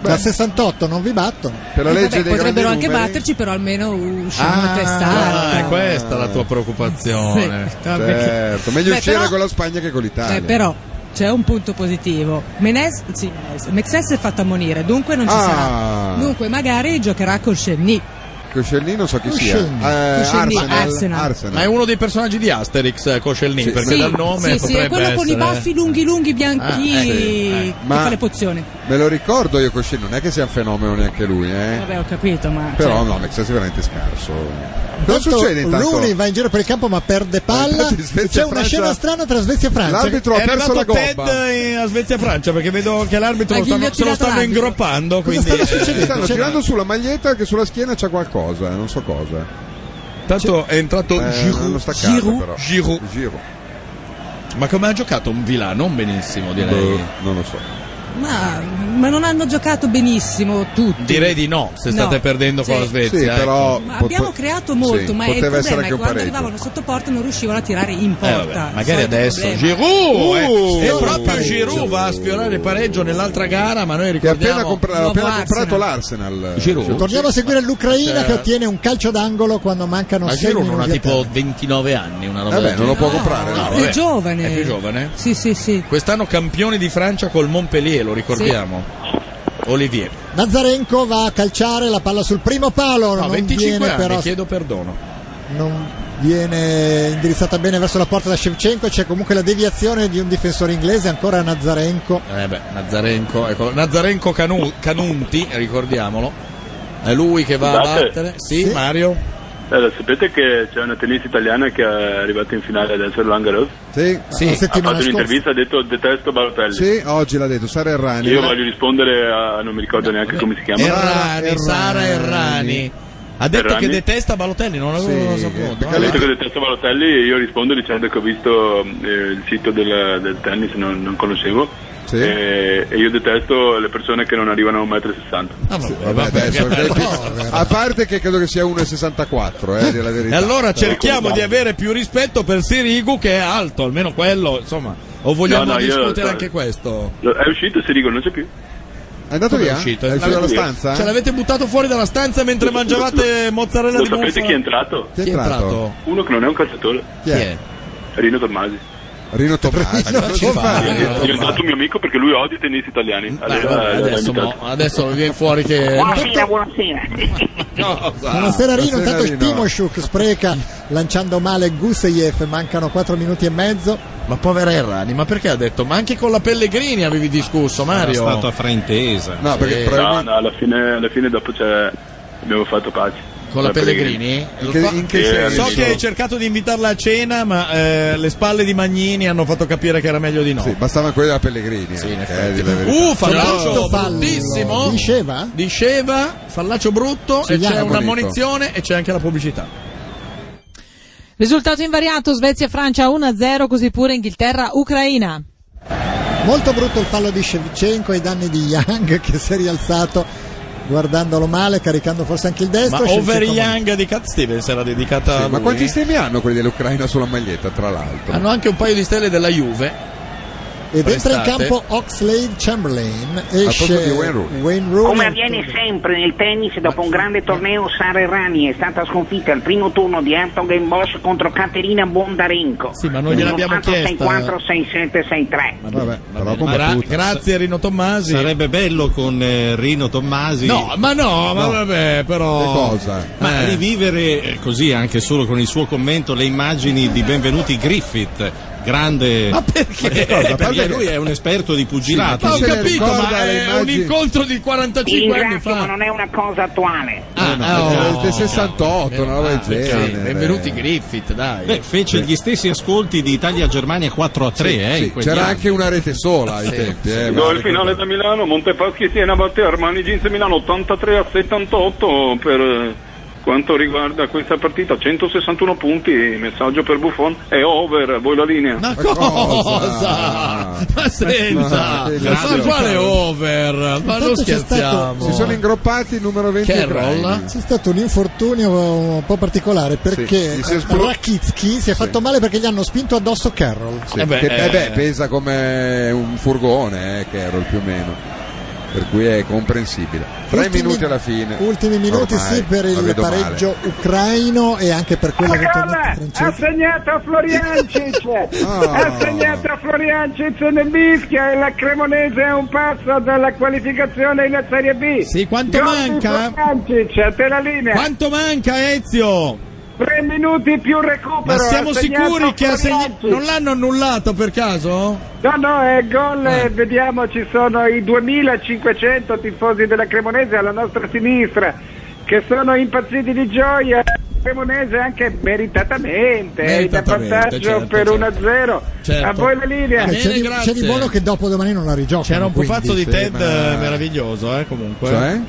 S2: Da 68 non vi battono.
S4: Per la
S6: Eh,
S4: legge
S6: vabbè,
S4: dei
S6: potrebbero
S4: grandi
S6: anche
S4: numeri.
S6: batterci, però almeno usciamo
S4: Ah,
S6: a testare.
S3: Ah, è questa la tua preoccupazione.
S4: Sì, Certo, meglio
S10: Beh,
S4: uscire
S10: però-
S4: con la Spagna che con l'Italia.
S10: Eh, però c'è un punto positivo. Menes, sì, Menez- Mexes è fatto ammonire, dunque non ci
S4: Ah.
S10: sarà. Dunque magari giocherà col Chenney.
S4: Coscielny non so chi sia.
S10: Koscielny.
S4: Eh,
S10: Koscielny,
S4: Arsenal.
S10: Arsenal.
S3: Ma è uno dei personaggi di Asterix, eh, Koscielny,
S4: Sì,
S3: perché
S4: sì.
S3: dal nome
S10: sì, sì,
S3: potrebbe
S10: è quello con i
S3: essere- eh?
S10: baffi lunghi lunghi bianchi
S3: Ah, eh, sì, eh.
S10: che
S4: Ma-
S10: fa le pozioni.
S4: Me lo ricordo io Coscielny, non è che sia un fenomeno neanche lui, eh.
S10: Vabbè, ho capito, ma
S4: Però
S10: cioè,
S4: no, Mexas è veramente scarso. Cosa
S2: Intanto
S4: succede intanto?
S2: Rooney va in giro per il campo ma perde palla.
S4: infatti Svezia e
S2: C'è una
S4: Francia-
S2: scena strana tra Svezia e Francia.
S4: L'arbitro ha
S3: È
S4: perso la
S3: arrivato Ted
S4: gobba.
S3: eh, a Svezia-Francia perché vedo che l'arbitro
S10: Ma
S3: lo
S10: chi gli
S3: stanno,
S10: ha
S3: se lo
S10: tirato
S3: stanno
S10: l'arbitro?
S3: ingroppando.
S4: Cosa
S3: Quindi,
S4: stanno
S3: eh,
S4: succedendo? Stanno
S3: c'è-
S4: tirando sulla maglietta che sulla schiena c'è qualcosa, eh, non so cosa.
S3: Tanto è entrato
S4: Eh,
S3: Giroud,
S4: l'hanno staccato,
S3: Giroud,
S4: però.
S3: Giroud.
S4: Giro.
S3: Ma come ha giocato un Vilà? Non benissimo, direi.
S4: Boh, non lo so.
S10: Ma, ma non hanno giocato benissimo tutti.
S3: Direi di no, se
S10: No.
S3: state perdendo con la
S10: Sì.
S3: Svezia.
S4: Sì,
S3: ecco.
S4: però
S10: Ma abbiamo creato molto,
S3: sì,
S10: ma
S3: poteva
S10: il problema
S3: essere
S10: è
S3: anche
S10: quando
S3: un pareggio.
S10: arrivavano sotto porta non riuscivano a tirare in
S3: Eh,
S10: porta.
S3: vabbè,
S10: Il
S3: magari
S10: solito
S3: adesso
S10: problema.
S3: Giroud eh,
S10: Uh,
S3: e proprio Giroud va a sfiorare il pareggio nell'altra gara ma noi ricordiamo
S4: appena compra-
S3: Nuovo
S4: appena
S3: Arsenal.
S4: comprato l'Arsenal.
S3: Giroud
S2: Torniamo a seguire l'Ucraina
S3: Eh.
S2: che ottiene un calcio d'angolo quando mancano
S3: ma
S2: 6
S3: Giroud non ha
S2: minuti. a
S3: tipo 29 anni una roba
S4: Vabbè,
S3: del
S4: non lo
S3: genere.
S4: può comprare, no.
S3: vabbè.
S4: È giovane.
S3: è più giovane
S10: Sì, sì, sì.
S3: quest'anno campione di Francia col Montpellier lo ricordiamo Olivier
S2: terra. Nazarenko va a calciare la palla sul primo palo,
S3: no,
S2: non
S3: 25
S2: viene
S3: anni
S2: però
S3: chiedo perdono
S2: non viene indirizzata bene verso la porta da Shevchenko, c'è comunque la deviazione di un difensore inglese, ancora Nazarenko.
S3: Eh beh, Nazarenko, ecco, Nazarenko Canu- Canunti, ricordiamolo. È lui che va a
S16: Scusate.
S3: battere. Sì, Mario.
S16: Eh, lo sapete che c'è una tennista italiana che è arrivata in finale adesso Roland Garros?
S4: Sì,
S16: Sì, ha fatto un'intervista, ha detto detesto Balotelli.
S4: Sì, oggi l'ha detto, Sara Errani.
S16: Io voglio rispondere a non mi ricordo neanche come si chiama.
S3: Errani, Sara Errani. Ha detto
S16: Errani?
S3: che detesta Balotelli, non l'avevo saputo.
S16: Ha detto che detesto Balotelli e io rispondo dicendo che ho visto eh, il sito del, del tennis, non, non conoscevo. E, e io detesto le persone che non arrivano a 1,60 m.
S3: Ah,
S4: Sì, vabbè, adesso, eh, a parte che credo che sia 1,64, eh, a dire la
S3: E
S4: verità.
S3: allora cerchiamo di avere più rispetto per Sirigu che è alto, almeno quello, insomma. O vogliamo
S16: No, no, io
S3: discutere
S16: so-
S3: anche questo?
S16: Lo- È uscito Sirigu, non c'è più.
S4: È andato
S3: Come
S4: via?
S3: È uscito?
S4: È uscito dalla stanza?
S3: Ce l'avete buttato fuori dalla stanza mentre mangiavate mozzarella
S16: Lo
S3: di bufala?
S16: sapete chi è entrato?
S3: Chi è entrato?
S16: Uno che non è un calciatore.
S3: Chi è? Ah,
S16: Rino Tomasi.
S4: Rino Tomasi.
S3: ci fa?
S16: È diventato mio amico perché lui odia i tennisti italiani. Allora, eh,
S3: vabbè,
S16: l'ho
S3: adesso,
S16: invitato.
S3: mo- adesso viene fuori che...
S24: buonasera.
S3: Ah,
S2: Buonasera Rino, intanto Timoshuk spreca lanciando male Guseyev, mancano 4 minuti e mezzo.
S3: Ma povera Errani, ma perché ha detto? Ma anche con la Pellegrini avevi discusso, Mario.
S11: Era stata fraintesa. No, perché
S16: Eh,
S11: probabilmente-
S16: no, no, alla fine, alla fine dopo c'è... abbiamo fatto pace.
S3: Con la Pellegrini?
S16: Sì,
S3: so
S16: all'inizio.
S3: che hai cercato di invitarla a cena, ma eh, le spalle di Magnini hanno fatto capire che era meglio di no.
S4: Sì, bastava quella della Pellegrini. eh, Sì,
S3: Uh, fallacio
S2: fallo.
S3: bruttissimo.
S2: Disceva?
S3: Disceva, fallacio brutto
S4: Sì,
S3: e
S4: gli
S3: c'è
S4: hanno
S3: un'ammonizione e c'è anche la pubblicità.
S6: Risultato invariato, Svezia-Francia 1-0, così pure Inghilterra-Ucraina.
S2: Molto brutto il fallo di Shevchenko ai danni di Young che si è rialzato guardandolo male, caricando forse anche il
S3: Ma
S2: destro. Shevchenko
S3: Over
S2: male.
S3: Young di Cat Stevens era dedicata a
S4: ma
S3: lui. Ah,
S4: quanti stemmi hanno quelli dell'Ucraina sulla maglietta, tra l'altro?
S3: Hanno anche un paio di stelle della Juve.
S2: Ed entra in
S3: Prestate.
S2: campo Oxlade Chamberlain,
S4: posto
S2: esce
S4: di Wayne Rooney.
S2: Wayne Rooney.
S24: Come avviene sempre nel tennis, dopo un grande torneo, Sara Errani è stata sconfitta al primo turno di Hertog Bosch contro Caterina Bondarenko.
S3: Sì, ma noi gliel'abbiamo chiesta.
S24: 6-4-6-7-6-3.
S4: Vabbè, però
S11: Ma
S4: combattuta.
S11: gra-
S3: Grazie Rino Tommasi.
S11: Sarebbe bello con eh, Rino Tommasi.
S3: No, ma no, ma vabbè, però.
S11: Che cosa? Eh, Ma
S3: Eh.
S11: rivivere eh, così anche solo con il suo commento le immagini di Benvenuti Griffith, grande. Ma
S3: perché?
S11: perché,
S3: Perché-
S11: lui è un esperto di
S3: Ma
S11: pugilato.
S3: ho capito, ma è un incontro di 45 anni
S24: Ringrazio, ma
S3: fa.
S24: non è una cosa attuale.
S3: Ah,
S4: Eh, no, del 68, una roba del genere.
S3: benvenuti Griffith, dai.
S11: Beh, fece gli stessi ascolti di Italia-Germania 4 a 3.
S4: Sì,
S11: eh,
S4: sì,
S11: in quegli
S4: c'era
S11: anni.
S4: anche una rete sola ai tempi. Eh, ma-
S16: Gol finale da Milano, Montepaschi Siena batte Armani Ginze Milano 83 a 78 per eh, quanto riguarda questa partita 161 punti, messaggio per Buffon è over, a voi la linea.
S3: Ma Oh, cosa? Ma senza,
S4: che
S3: ma
S4: grande
S3: quale
S4: Riccardo.
S3: over? Ma non
S4: Intanto c'è
S3: scherziamo.
S4: stato- si sono ingroppati il numero 20
S3: Carroll.
S4: Ucraini.
S2: C'è stato un infortunio un po' particolare perché
S4: gli si è spro-
S2: Rakitsky si è fatto male perché gli hanno spinto addosso Carroll.
S4: Sì, che, eh, beh, pesa come un furgone, eh, Carol, più o meno. Per cui è comprensibile. Tre
S2: Ultimi-
S4: minuti alla fine.
S2: Ultimi minuti
S4: Ormai,
S2: sì per
S4: la
S2: il
S4: vedo male.
S2: pareggio ucraino e anche per quello che
S12: ha segnato a Floriancic
S3: Ah.
S12: ha segnato a Floriancic nel mischia e la Cremonese è un passo dalla qualificazione in Serie B
S3: Sì, quanto
S12: Gol di
S3: manca?
S12: Floriancic a te la linea
S3: Quanto manca Ezio?
S12: tre minuti più recupero
S3: Ma siamo
S12: ha segnato
S3: sicuri che ha
S12: Floriancic.
S3: segnato? Non l'hanno annullato per caso?
S12: No, no, è gol, eh, vediamo, ci sono i 2500 tifosi della Cremonese alla nostra sinistra che sono impazziti di gioia. La Cremonese anche meritatamente, eh, da
S3: Meritatamente,
S12: passaggio
S3: certo,
S12: per
S3: certo.
S12: 1-0.
S3: Certo.
S12: A voi la linea.
S3: Bene,
S2: Eh, c'è, di,
S3: grazie.
S2: c'è di buono che dopo domani non la rigiocano.
S3: C'era un
S2: quindi.
S3: eh, pupazzo di Ted eh, meraviglioso, eh, comunque.
S4: Cioè?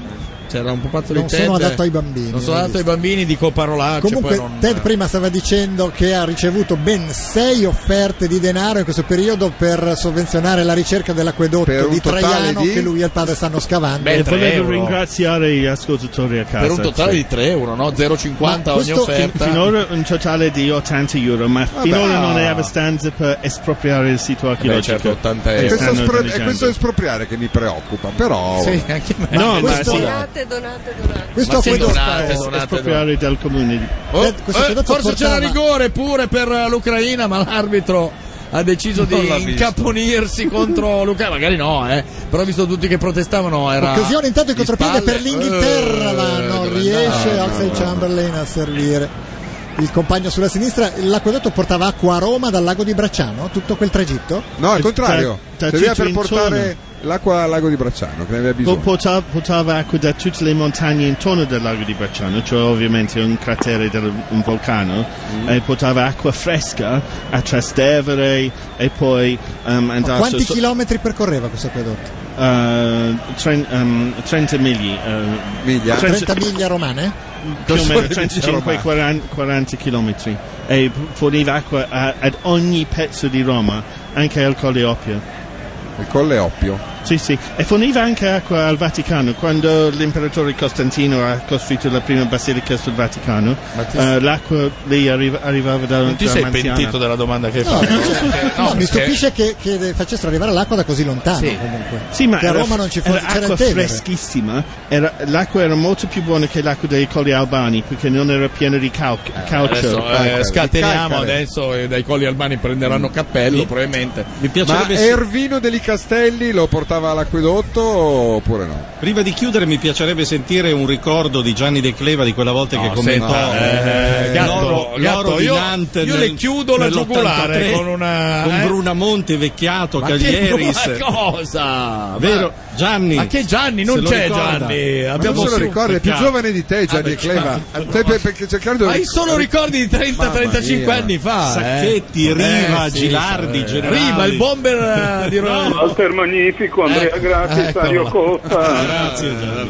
S3: c'era un pupazzo
S2: Non
S3: di Ted.
S2: sono adatto ai bambini,
S3: Non sono
S2: hai
S3: adatto ai bambini, dico parolacce.
S2: Comunque,
S3: poi non- eh.
S2: Ted prima stava dicendo che ha ricevuto ben sei offerte di denaro in questo periodo per sovvenzionare la ricerca dell'acquedotto
S9: Per un
S2: di
S9: totale
S2: Traiano
S9: di-
S2: che lui e il padre stanno scavando.
S9: e Eh, volevo ringraziare gli ascoltatori a casa.
S2: un totale
S9: sì.
S2: di
S3: 3 euro, no? 0,50
S2: ogni questo- offerta.
S9: Finora un totale di 80 euro, ma
S4: Vabbè.
S9: finora non è
S4: Ah.
S9: abbastanza per espropriare il sito archeologico. Eh,
S3: certo, 80 euro.
S4: È questo,
S9: Stanno
S4: espro- è
S9: organizzando.
S4: questo espropriare che mi preoccupa, però.
S9: Sì, anche me. No, ma
S4: questo-
S9: sì.
S25: Donate, donate, donate.
S4: Questo
S9: Ma
S4: sì,
S9: quello
S4: donate,
S9: sta-
S4: donate,
S9: espropriare dal comune.
S3: eh. Oh,
S9: Ted, questo
S3: eh,
S9: prodotto
S3: forse c'era
S9: portava-
S3: rigore pure per eh, l'Ucraina, ma l'arbitro ha deciso
S2: Non l'ha
S3: di
S2: visto.
S3: incaponirsi contro l'Ucraina. Magari no, eh. Però ho visto tutti che protestavano. Era
S2: Occasione intanto in
S3: di
S2: contropiede
S3: spalle.
S2: per l'Inghilterra,
S3: Eh,
S2: ma non
S3: dove
S2: riesce
S3: andava?
S2: Oxlade Chamberlain a servire. Il compagno sulla sinistra, l'acquedotto portava acqua a Roma dal lago di Bracciano, tutto quel tragitto?
S4: No, al contrario,
S9: Ta- ta-
S4: serviva
S9: Eh, Ciccio
S4: per
S9: in
S4: portare
S9: zona.
S4: l'acqua al lago di Bracciano, che ne aveva
S9: Po-
S4: bisogno.
S9: porta- portava acqua da tutte le montagne intorno del lago di Bracciano, cioè ovviamente un cratere di un vulcano,
S4: Mm.
S9: e portava acqua fresca a Trastevere e poi um, andava
S2: Quanti
S9: su-
S2: chilometri percorreva questo acquedotto?
S9: eh, tren- ehm, 30 miglia, eh,
S2: 30 miglia romane?
S9: più o meno cioè,
S3: cioè,
S9: 35-40 km e p- forniva acqua a- ad ogni pezzo di Roma, anche al Colle Oppio.
S4: Il Colle Oppio?
S9: Sì, sì, e forniva anche acqua al Vaticano. Quando l'imperatore Costantino ha costruito la prima basilica sul Vaticano,
S3: ti-
S9: eh, l'acqua lì arri- arrivava da
S3: Non ti
S9: da
S3: sei
S9: Manziana.
S3: pentito della domanda che hai
S2: No,
S3: fatto?
S2: Eh, no,
S3: No, perché-
S2: mi stupisce che, che facessero arrivare l'acqua da così lontano.
S9: Sì.
S2: comunque.
S9: Sì, ma
S2: Che a
S9: era,
S2: Roma non ci fosse
S9: era
S2: c'era
S9: acqua
S2: il Tevere.
S9: freschissima. Era- l'acqua era molto più buona che l'acqua dei colli albani perché non era piena di calc- calcio.
S3: Adesso, eh, scateniamo adesso e dai colli albani prenderanno cappello probabilmente. Mi
S4: Ma Ervino degli Castelli lo portava all'acquedotto oppure no?
S11: Prima di chiudere mi piacerebbe sentire un ricordo di Gianni De Cleva di quella volta che
S3: No,
S11: commentò
S3: senta, eh, gatto,
S11: l'oro,
S3: gatto,
S11: l'oro di
S3: io-
S11: Nantes
S3: io
S11: nel-
S3: le chiudo la
S11: nell'83,
S3: giugulare con una-
S11: con
S3: eh?
S11: Brunamonte, Vecchiato,
S3: Ma
S11: Caglieris. Ah,
S3: che nuova cosa?
S11: Vero,
S3: Ma-
S11: Gianni.
S3: Ma che Gianni?
S11: Se
S3: Non
S11: lo
S3: c'è
S11: ricorda.
S3: Gianni.
S11: Ma
S3: Abbiamo
S4: non se lo
S3: su-
S4: ricorda, è più
S3: peccato.
S4: giovane di te Gianni
S3: Ah, beh,
S4: Cleva.
S3: certo.
S4: Te per- perché cercando
S3: Ma io solo ricordi di 30-35 anni fa.
S11: Sacchetti,
S3: eh.
S11: Riva,
S3: Eh, sì,
S11: Gilardi,
S3: eh.
S11: Generali.
S3: Riva, il bomber eh, di Roma.
S19: Walter Magnifico, Andrea
S3: Ecco,
S19: Gratis,
S3: eccola.
S19: Dario Costa,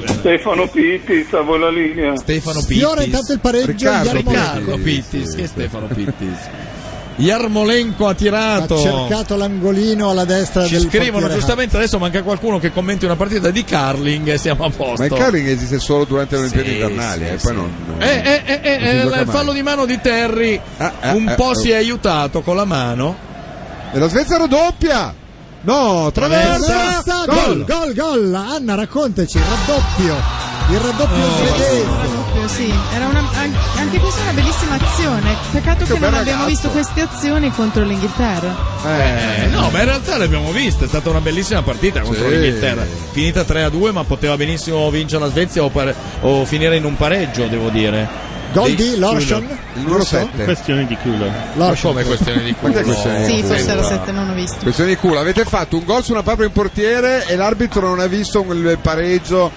S19: Stefano Pitti, Savola Linea.
S3: Stefano Pittis.
S2: Sfiora intanto il pareggio Jarmolenko.
S3: Riccardo Pittis, che Stefano Pittis. Yarmolenko ha tirato.
S2: Ha cercato l'angolino alla destra
S3: Ci
S2: del
S3: scrivono
S2: portiere.
S3: giustamente adesso manca qualcuno che commenti una partita di curling e siamo a posto.
S4: Ma il curling esiste solo durante le Olimpiadi
S3: Sì,
S4: invernali,
S3: sì,
S4: eh,
S3: sì.
S4: poi non.
S3: Eh, eh, eh, eh,
S4: Non si
S3: eh,
S4: gioca
S3: il
S4: mai.
S3: fallo di mano di Terry un
S4: eh,
S3: po'
S4: eh.
S3: si è aiutato con la mano.
S4: E la Svezia doppia! No, traversa!
S2: Traversa,
S4: Gol!
S2: gol, gol, gol. Anna, raccontaci, il raddoppio. Il raddoppio svedese.
S5: Raddoppio, sì. Era una- an- anche questa è una bellissima azione. Peccato
S2: Che
S5: che,
S2: bel
S5: non abbiamo
S2: ragazzo.
S5: visto queste azioni contro l'Inghilterra.
S3: Eh, no, ma in realtà le abbiamo viste, è stata una bellissima partita contro
S4: Sì.
S3: l'Inghilterra. Finita 3 a 2, ma poteva benissimo vincere la Svezia o, pare- o finire in un pareggio, devo dire.
S2: Gol
S3: Dei-
S2: di Lorshon.
S4: Il numero 7.
S9: Questione di culo.
S3: Ma
S4: Lorshon.
S3: come questione di
S4: Ma che
S3: culo?
S4: questione di
S5: Sì,
S4: culo?
S5: forse era 7, non ho visto.
S4: Questione di culo, avete fatto un gol su una palla in portiere e l'arbitro non ha visto il pareggio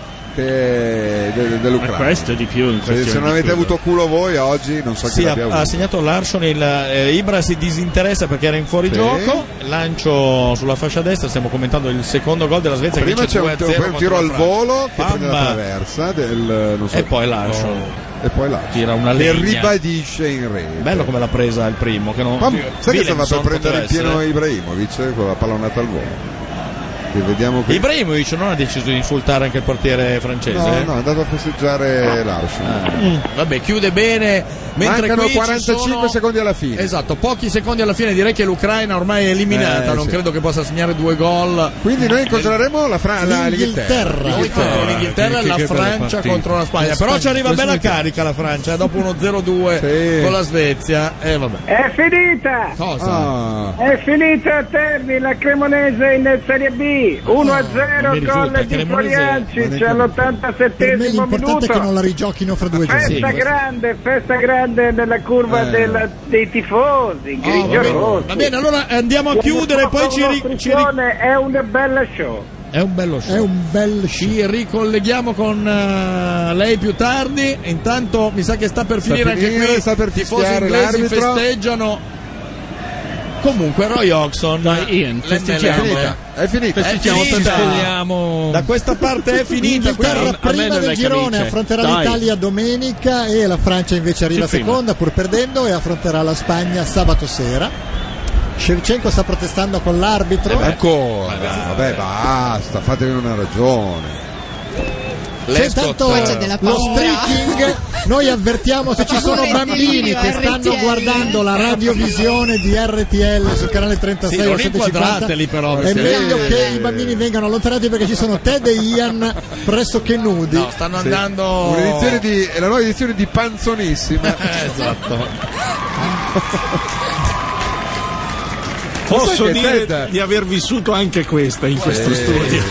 S4: che- de- dell'Ucraina.
S9: Ma questo è di più, in
S4: Se,
S9: questione
S4: se non
S9: di
S4: avete
S9: culo.
S4: avuto culo voi oggi, non so
S3: Sì,
S4: chi
S3: ha,
S4: l'abbia
S3: ha
S4: avuto.
S3: segnato Larson, il, eh, Ibra si disinteressa perché era in fuorigioco, lancio sulla fascia destra, stiamo commentando il secondo gol della Svezia
S4: Prima
S3: che
S4: c'è
S3: vince
S4: un,
S3: 2 a 0
S4: un tiro
S3: contro
S4: al
S3: la Francia.
S4: volo che prende la
S3: Bamba.
S4: traversa del, non so, Oh.
S3: E poi Larson.
S4: e poi Larson.
S3: Tira una
S4: Che
S3: legna.
S4: ribadisce in rete.
S3: Bello come l'ha presa il primo. Che non...
S4: Ma sai che stava per
S3: Willemson
S4: prendere in
S3: poteva
S4: pieno
S3: essere.
S4: Ibrahimovic eh, con la pallonata al volo? Che vediamo qui.
S3: Ibrahimovic non ha deciso di insultare anche il portiere francese.
S4: No,
S3: eh?
S4: no, è andato a festeggiare Larson.
S3: Mm. Vabbè, chiude bene. Ah. Mentre
S4: Mancano
S3: qui ci
S4: 45
S3: sono-
S4: secondi alla fine.
S3: Esatto, pochi secondi alla fine. Direi che l'Ucraina ormai è eliminata.
S4: Eh,
S3: non
S4: sì.
S3: credo che possa segnare due gol.
S4: Quindi noi incontreremo la Fra- la- l'Inghilterra.
S3: L'Inghilterra, Noi contro l'Inghilterra e
S4: Che-
S3: la
S4: che bella
S3: Francia
S4: partita.
S3: contro la Spagna.
S4: La
S3: Però
S4: Spagna,
S3: ci arriva
S4: questo
S3: bella
S4: mi piace.
S3: carica la Francia eh, dopo uno 0-2
S4: Sì. Ah.
S3: con la Svezia. E vabbè.
S12: È finita!
S3: Cosa?
S12: È finita a Terni la Cremonese in Serie B 1 a 0
S2: mi risulta,
S12: gol di
S2: Cremonese-
S12: Florianci c'è
S2: Per me
S12: all'87
S2: l'importante è che non
S12: minuto
S2: la rigiochino fra due giorni.
S12: festa grande festa grande nella curva
S2: Eh.
S12: della- dei tifosi
S3: Oh, va,
S12: grigio
S3: bene.
S12: rosso
S3: Va bene, allora eh, andiamo a chiudere. Poi ci, ri- ci ri-
S12: è un bel show
S3: È un bello show.
S12: È
S2: un bel
S3: Ci ricolleghiamo con eh, lei più tardi. Intanto mi sa che sta per
S4: Sta
S3: finire anche
S4: finire,
S3: qui.
S4: sta per
S3: tifosi
S4: fischiare
S3: inglesi
S4: l'arbitro.
S3: festeggiano. Comunque Roy Oxon Dai Ian
S4: festeggiamo, eh. È finita. Festeggiamo, festeggiamo.
S3: Da questa parte è finita
S2: L'Inghilterra
S3: quindi-
S2: prima del girone affronterà
S3: Dai.
S2: l'Italia domenica e la Francia invece arriva
S3: Sì, prima.
S2: seconda pur perdendo e affronterà la Spagna sabato sera. Shevchenko sta protestando con
S3: Eh
S2: l'arbitro.
S4: Ancora, Ecco, vabbè, basta, fatemi una ragione.
S2: C'è intanto eh, lo streaking, noi avvertiamo se ci sono
S4: Pure
S2: bambini
S4: Dio,
S2: che stanno
S4: RTL.
S2: guardando la radiovisione di RTL sul canale 36
S3: Sì,
S2: o
S3: non
S2: 750.
S3: inquadrateli però,
S2: È
S3: perché-
S2: meglio
S3: Eh.
S2: che i bambini vengano allontanati perché ci sono Ted e Ian
S4: Certo.
S2: pressoché nudi.
S3: No, stanno
S4: Sì.
S3: andando.
S4: Un'edizione di, è la nuova edizione di Panzonissima.
S2: Eh, esatto.
S11: Posso
S4: Sai che
S11: dire
S4: Ted-
S11: di aver vissuto anche questa in questo
S4: Eh,
S11: studio.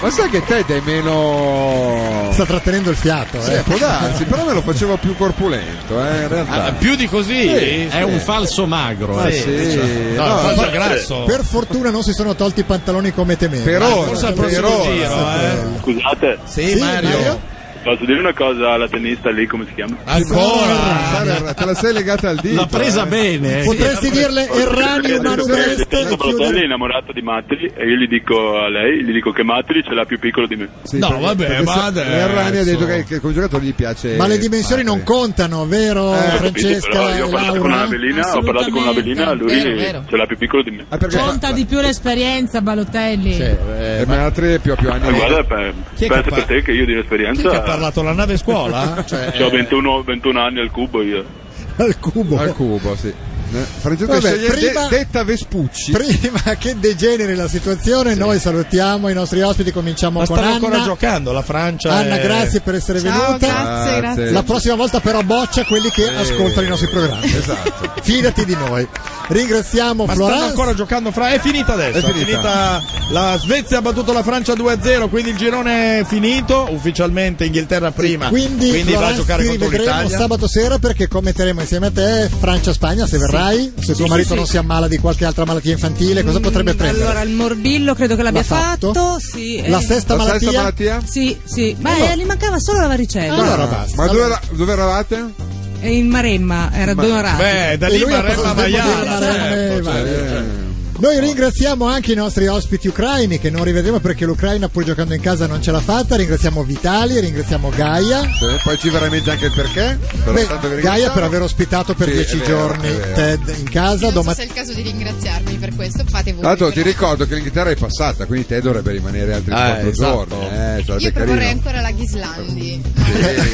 S4: Ma sai che Ted è meno.
S2: Sta trattenendo il fiato,
S4: Sì,
S2: eh.
S4: può darsi, però me lo faceva più corpulento, eh, in realtà.
S11: Ah, più di così?
S4: Sì,
S11: È
S4: sì.
S11: un falso magro.
S4: Ma
S11: eh.
S4: sì.
S11: Cioè,
S4: No,
S11: è un
S4: fa-
S2: Per fortuna non si sono tolti i pantaloni come temeva.
S4: Per
S2: Ah,
S4: ora,
S2: forse al
S4: per
S2: prossimo
S4: ora.
S2: giro, eh.
S16: Scusate.
S2: Sì, Mario. Mario?
S16: Posso dire una cosa alla tennista lì, come si chiama?
S4: Ah, Guarda, Te la sei legata al dito.
S16: L'ha presa
S4: eh.
S16: bene.
S2: Potresti dirle erranio ma non dovreste
S16: Tennista Balotelli è innamorato di Matri e io gli dico a lei, gli dico che Matri ce l'ha più piccolo di me.
S4: Sì, perché- perché sa- Errani ha detto che, che quel giocatore gli piace.
S2: Ma le dimensioni non contano, vero
S4: Eh,
S2: Francesca
S16: Però io ho
S2: e
S16: parlato con
S2: Laura?
S16: una velina, ho parlato con una velina, lui
S6: vero, vero.
S16: ce l'ha più piccolo di me.
S6: Conta di più l'esperienza, Balotelli.
S4: E Matri più, più anni.
S16: Ma guarda, per,
S4: Chi è che
S16: pensa
S4: ha
S16: per te che io di
S3: Chi è che ha
S16: un'esperienza.
S3: parlato? La nave scuola? Cioè,
S16: Ho 21, 21 anni al cubo io.
S2: Al cubo.
S4: Al cubo, sì. Eh, Francesco
S2: Vabbè,
S4: sceglie
S2: prima-
S4: De- detta Vespucci.
S2: Prima che degeneri la situazione, noi salutiamo i nostri ospiti, cominciamo
S3: Ma
S2: con
S3: stanno ancora
S2: Anna.
S3: giocando la Francia.
S2: Anna,
S3: è-
S2: grazie per essere venuta.
S3: grazie, grazie.
S2: La prossima volta però boccia quelli che Eh, ascoltano i nostri programmi.
S4: Esatto.
S2: Fidati di noi. Ringraziamo
S3: Ma stanno
S2: Florence.
S3: ancora giocando fra. È finita adesso.
S2: È finita.
S3: La Svezia ha battuto la Francia 2-0, quindi il girone è finito. Ufficialmente Inghilterra prima.
S2: Quindi,
S3: va a
S2: Florence,
S3: giocare
S2: ti
S3: contro
S2: rivedremo
S3: l'Italia.
S2: sabato sera perché commenteremo insieme a te Francia-Spagna se verrai, se tuo
S10: Sì,
S2: marito
S10: sì,
S2: non
S10: sì.
S2: si ammala di qualche altra malattia infantile,
S3: Mm,
S2: cosa potrebbe
S3: eh.
S2: prendere?
S10: Allora, il morbillo credo che l'abbia
S2: L'ha fatto?
S10: fatto. sì, eh.
S2: La sesta La sesta malattia? malattia?
S10: Sì, sì. Ma
S2: Allora.
S10: eh, gli mancava solo la varicella.
S4: Ah, Ma dove, era- dove eravate?
S10: E in Maremma, era
S4: Ma-
S10: donorata.
S4: Beh, da lì E lui ha Maremma passato il tempo a Maiale,
S2: Eh,
S4: dire
S3: eh.
S4: Maremma certo, e Maiale.
S2: Noi ringraziamo anche i nostri ospiti ucraini che non rivedremo perché l'Ucraina pur giocando in casa non ce l'ha fatta. Ringraziamo Vitali, ringraziamo Gaia.
S4: Sì, Eh, poi ci veramente anche il perché. però
S2: Beh,
S4: tanto vi
S2: Gaia
S4: ringraziamo.
S2: per aver ospitato per
S4: Sì,
S2: dieci
S4: è vero,
S2: giorni
S4: è vero.
S2: Ted in casa.
S5: Non so
S2: Doma-
S5: se è il caso di ringraziarmi per questo, fate voi.
S4: Esatto, Tra l'altro ti
S5: però.
S4: ricordo che l'Inghilterra è passata, quindi te dovrebbe rimanere altri
S3: Ah,
S4: 4
S3: esatto.
S4: giorni. Eh,
S5: Io
S4: sarebbe
S5: proporrei
S4: carino.
S5: ancora la Ghislandi.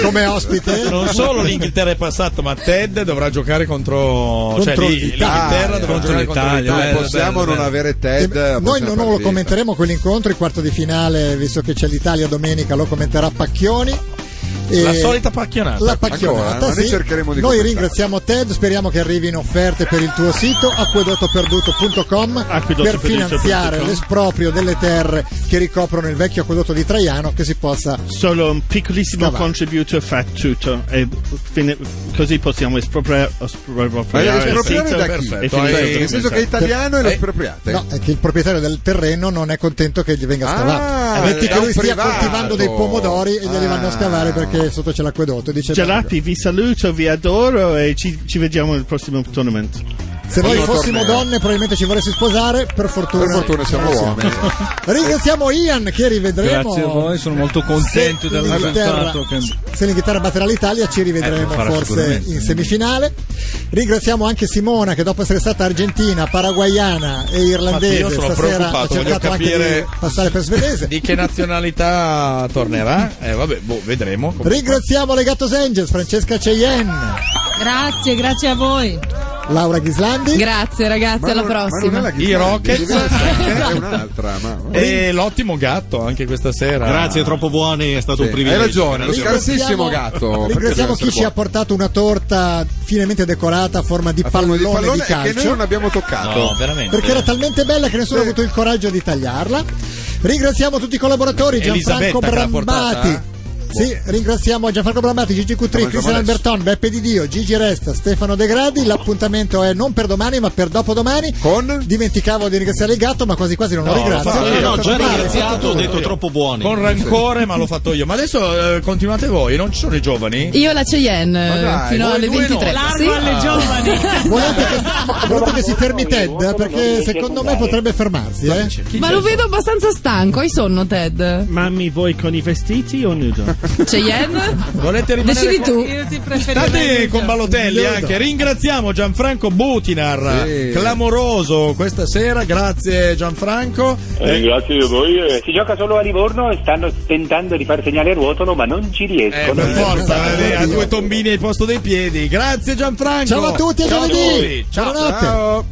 S2: come ospite.
S3: Non solo l'Inghilterra è passato, ma Ted dovrà giocare contro, cioè
S4: Contro
S3: lì-
S4: l'Italia.
S3: l'Inghilterra dovrà
S4: Contro
S3: giocare contro
S4: l'Italia.
S3: l'Italia.
S4: Eh, possiamo non avere Ted,
S2: Eh,
S4: possiamo
S2: Noi non
S4: fare
S2: lo
S4: vista.
S2: commenteremo quell'incontro, il quarto di finale, visto che c'è l'Italia domenica, lo commenterà Pacchioni.
S3: La
S2: E-
S3: solita pacchionata.
S2: La pacchionata,
S3: Ancora, ma noi
S2: sì.
S3: cercheremo di
S2: Noi
S3: commentare.
S2: ringraziamo Ted, speriamo che arrivino offerte per il tuo sito acquedottoperduto.com per
S9: Acquedottoperduto.com.
S2: finanziare l'esproprio delle terre che ricoprono il vecchio acquedotto di Traiano che si possa
S9: Solo un piccolissimo
S2: Scavare.
S9: contributo fa tutto e fine- così possiamo espropriare espropriare il
S4: espropriare
S9: sito
S4: da chi?
S9: e
S4: Perfetto,
S9: finire
S4: hai- nel
S9: tutto
S4: senso
S9: insieme.
S4: che è italiano
S3: Eh,
S4: e lo espropriate.
S2: No, è che il proprietario del terreno non è contento che gli venga
S4: Ah,
S2: scavato. Metti
S4: è
S2: che
S4: un
S2: lui stia
S4: privato.
S2: coltivando dei pomodori e glieli vanno a scavare perché sotto c'è l'acquedotto. e Dice,
S9: Gelati, vi saluto, vi adoro e ci, ci vediamo al prossimo tournament.
S2: Se noi fossimo donne probabilmente ci vorresti sposare, per fortuna.
S9: Per fortuna siamo
S2: non lo
S9: uomini.
S2: Ringraziamo Ian che rivedremo.
S15: Grazie a voi, sono molto contento
S2: Se
S15: dell'aver
S2: l'Inghilterra-
S15: pensato che-
S2: Se l'Inghilterra batterà l'Italia ci
S15: Eh,
S2: rivedremo
S15: lo farà
S2: forse
S15: sicuramente.
S2: in semifinale. Ringraziamo anche Simona che dopo essere stata argentina, paraguayana e irlandese
S3: Infatti io sono
S2: stasera ha
S3: preoccupato, voglio
S2: cercato anche
S3: capire-
S2: di passare per svedese.
S3: Di che nazionalità tornerà? Eh, vabbè, boh, vedremo.
S2: Ringraziamo le Gatos Angels, Francesca Cheyenne,
S6: Grazie, grazie a voi.
S2: Laura Ghislandi.
S26: Grazie ragazzi, alla prossima.
S3: I Rockets
S4: Eh, È un'altra, ma...
S3: e l'ottimo gatto anche questa sera.
S4: Grazie,
S3: troppo buoni, è stato
S4: un privilegio. hai ragione, lo scarsissimo gatto.
S2: Ringraziamo chi ci ha portato una torta finemente decorata a forma di, pallone,
S4: Il pallone
S2: di
S4: è che
S2: calcio.
S4: noi non abbiamo toccato.
S3: No, veramente.
S2: Perché era talmente bella che nessuno ha avuto il coraggio di tagliarla. Ringraziamo tutti i collaboratori, Gianfranco
S3: Elisabetta che l'ha
S2: Brambati.
S3: portata,
S2: Sì, ringraziamo Gianfranco Brambati, Gigi Cutri,
S27: Come
S2: Cristian
S27: adesso.
S2: Alberton, Beppe Di Dio, Gigi Resta, Stefano De Gradi. L'appuntamento è non per domani, ma per dopodomani. Con? Dimenticavo di ringraziare il gatto, ma quasi quasi non lo ringrazio.
S11: No, no, già
S2: Bravo,
S11: ringraziato, Cioè, ho
S3: tutto
S11: detto
S3: io.
S11: troppo buoni.
S3: Con rancore, ma l'ho fatto io. Ma adesso eh, continuate voi, non ci sono i giovani?
S5: Io la Cheyenne
S3: Ma dai,
S5: Eh, fino
S3: voi
S5: alle
S3: due no.
S5: 23.
S3: Largo
S5: Sì?
S3: alle giovani.
S2: Volete che, volete che si fermi Ted? Perché secondo me potrebbe fermarsi. Eh?
S5: Ma lo vedo abbastanza stanco, hai sonno Ted?
S9: Mammi, voi con i vestiti o nudo?
S5: Cheyenne?
S3: Volete rimanere
S5: Decidi
S3: qua?
S5: tu.
S3: State con Balotelli
S9: Nudo.
S3: anche, ringraziamo Gianfranco Butinar,
S15: Sì.
S3: clamoroso questa sera, grazie Gianfranco.
S15: Eh, grazie a voi. eh.
S28: Si gioca solo a Livorno e stanno tentando di far segnale a ruotolo, ma non ci riescono.
S3: Per forza, eh, ha due tombini al posto dei piedi. Grazie Gianfranco.
S2: Ciao a tutti, a
S3: Ciao a
S2: giovedì.
S3: tutti. Ciao.
S2: Buonanotte.
S3: Ciao.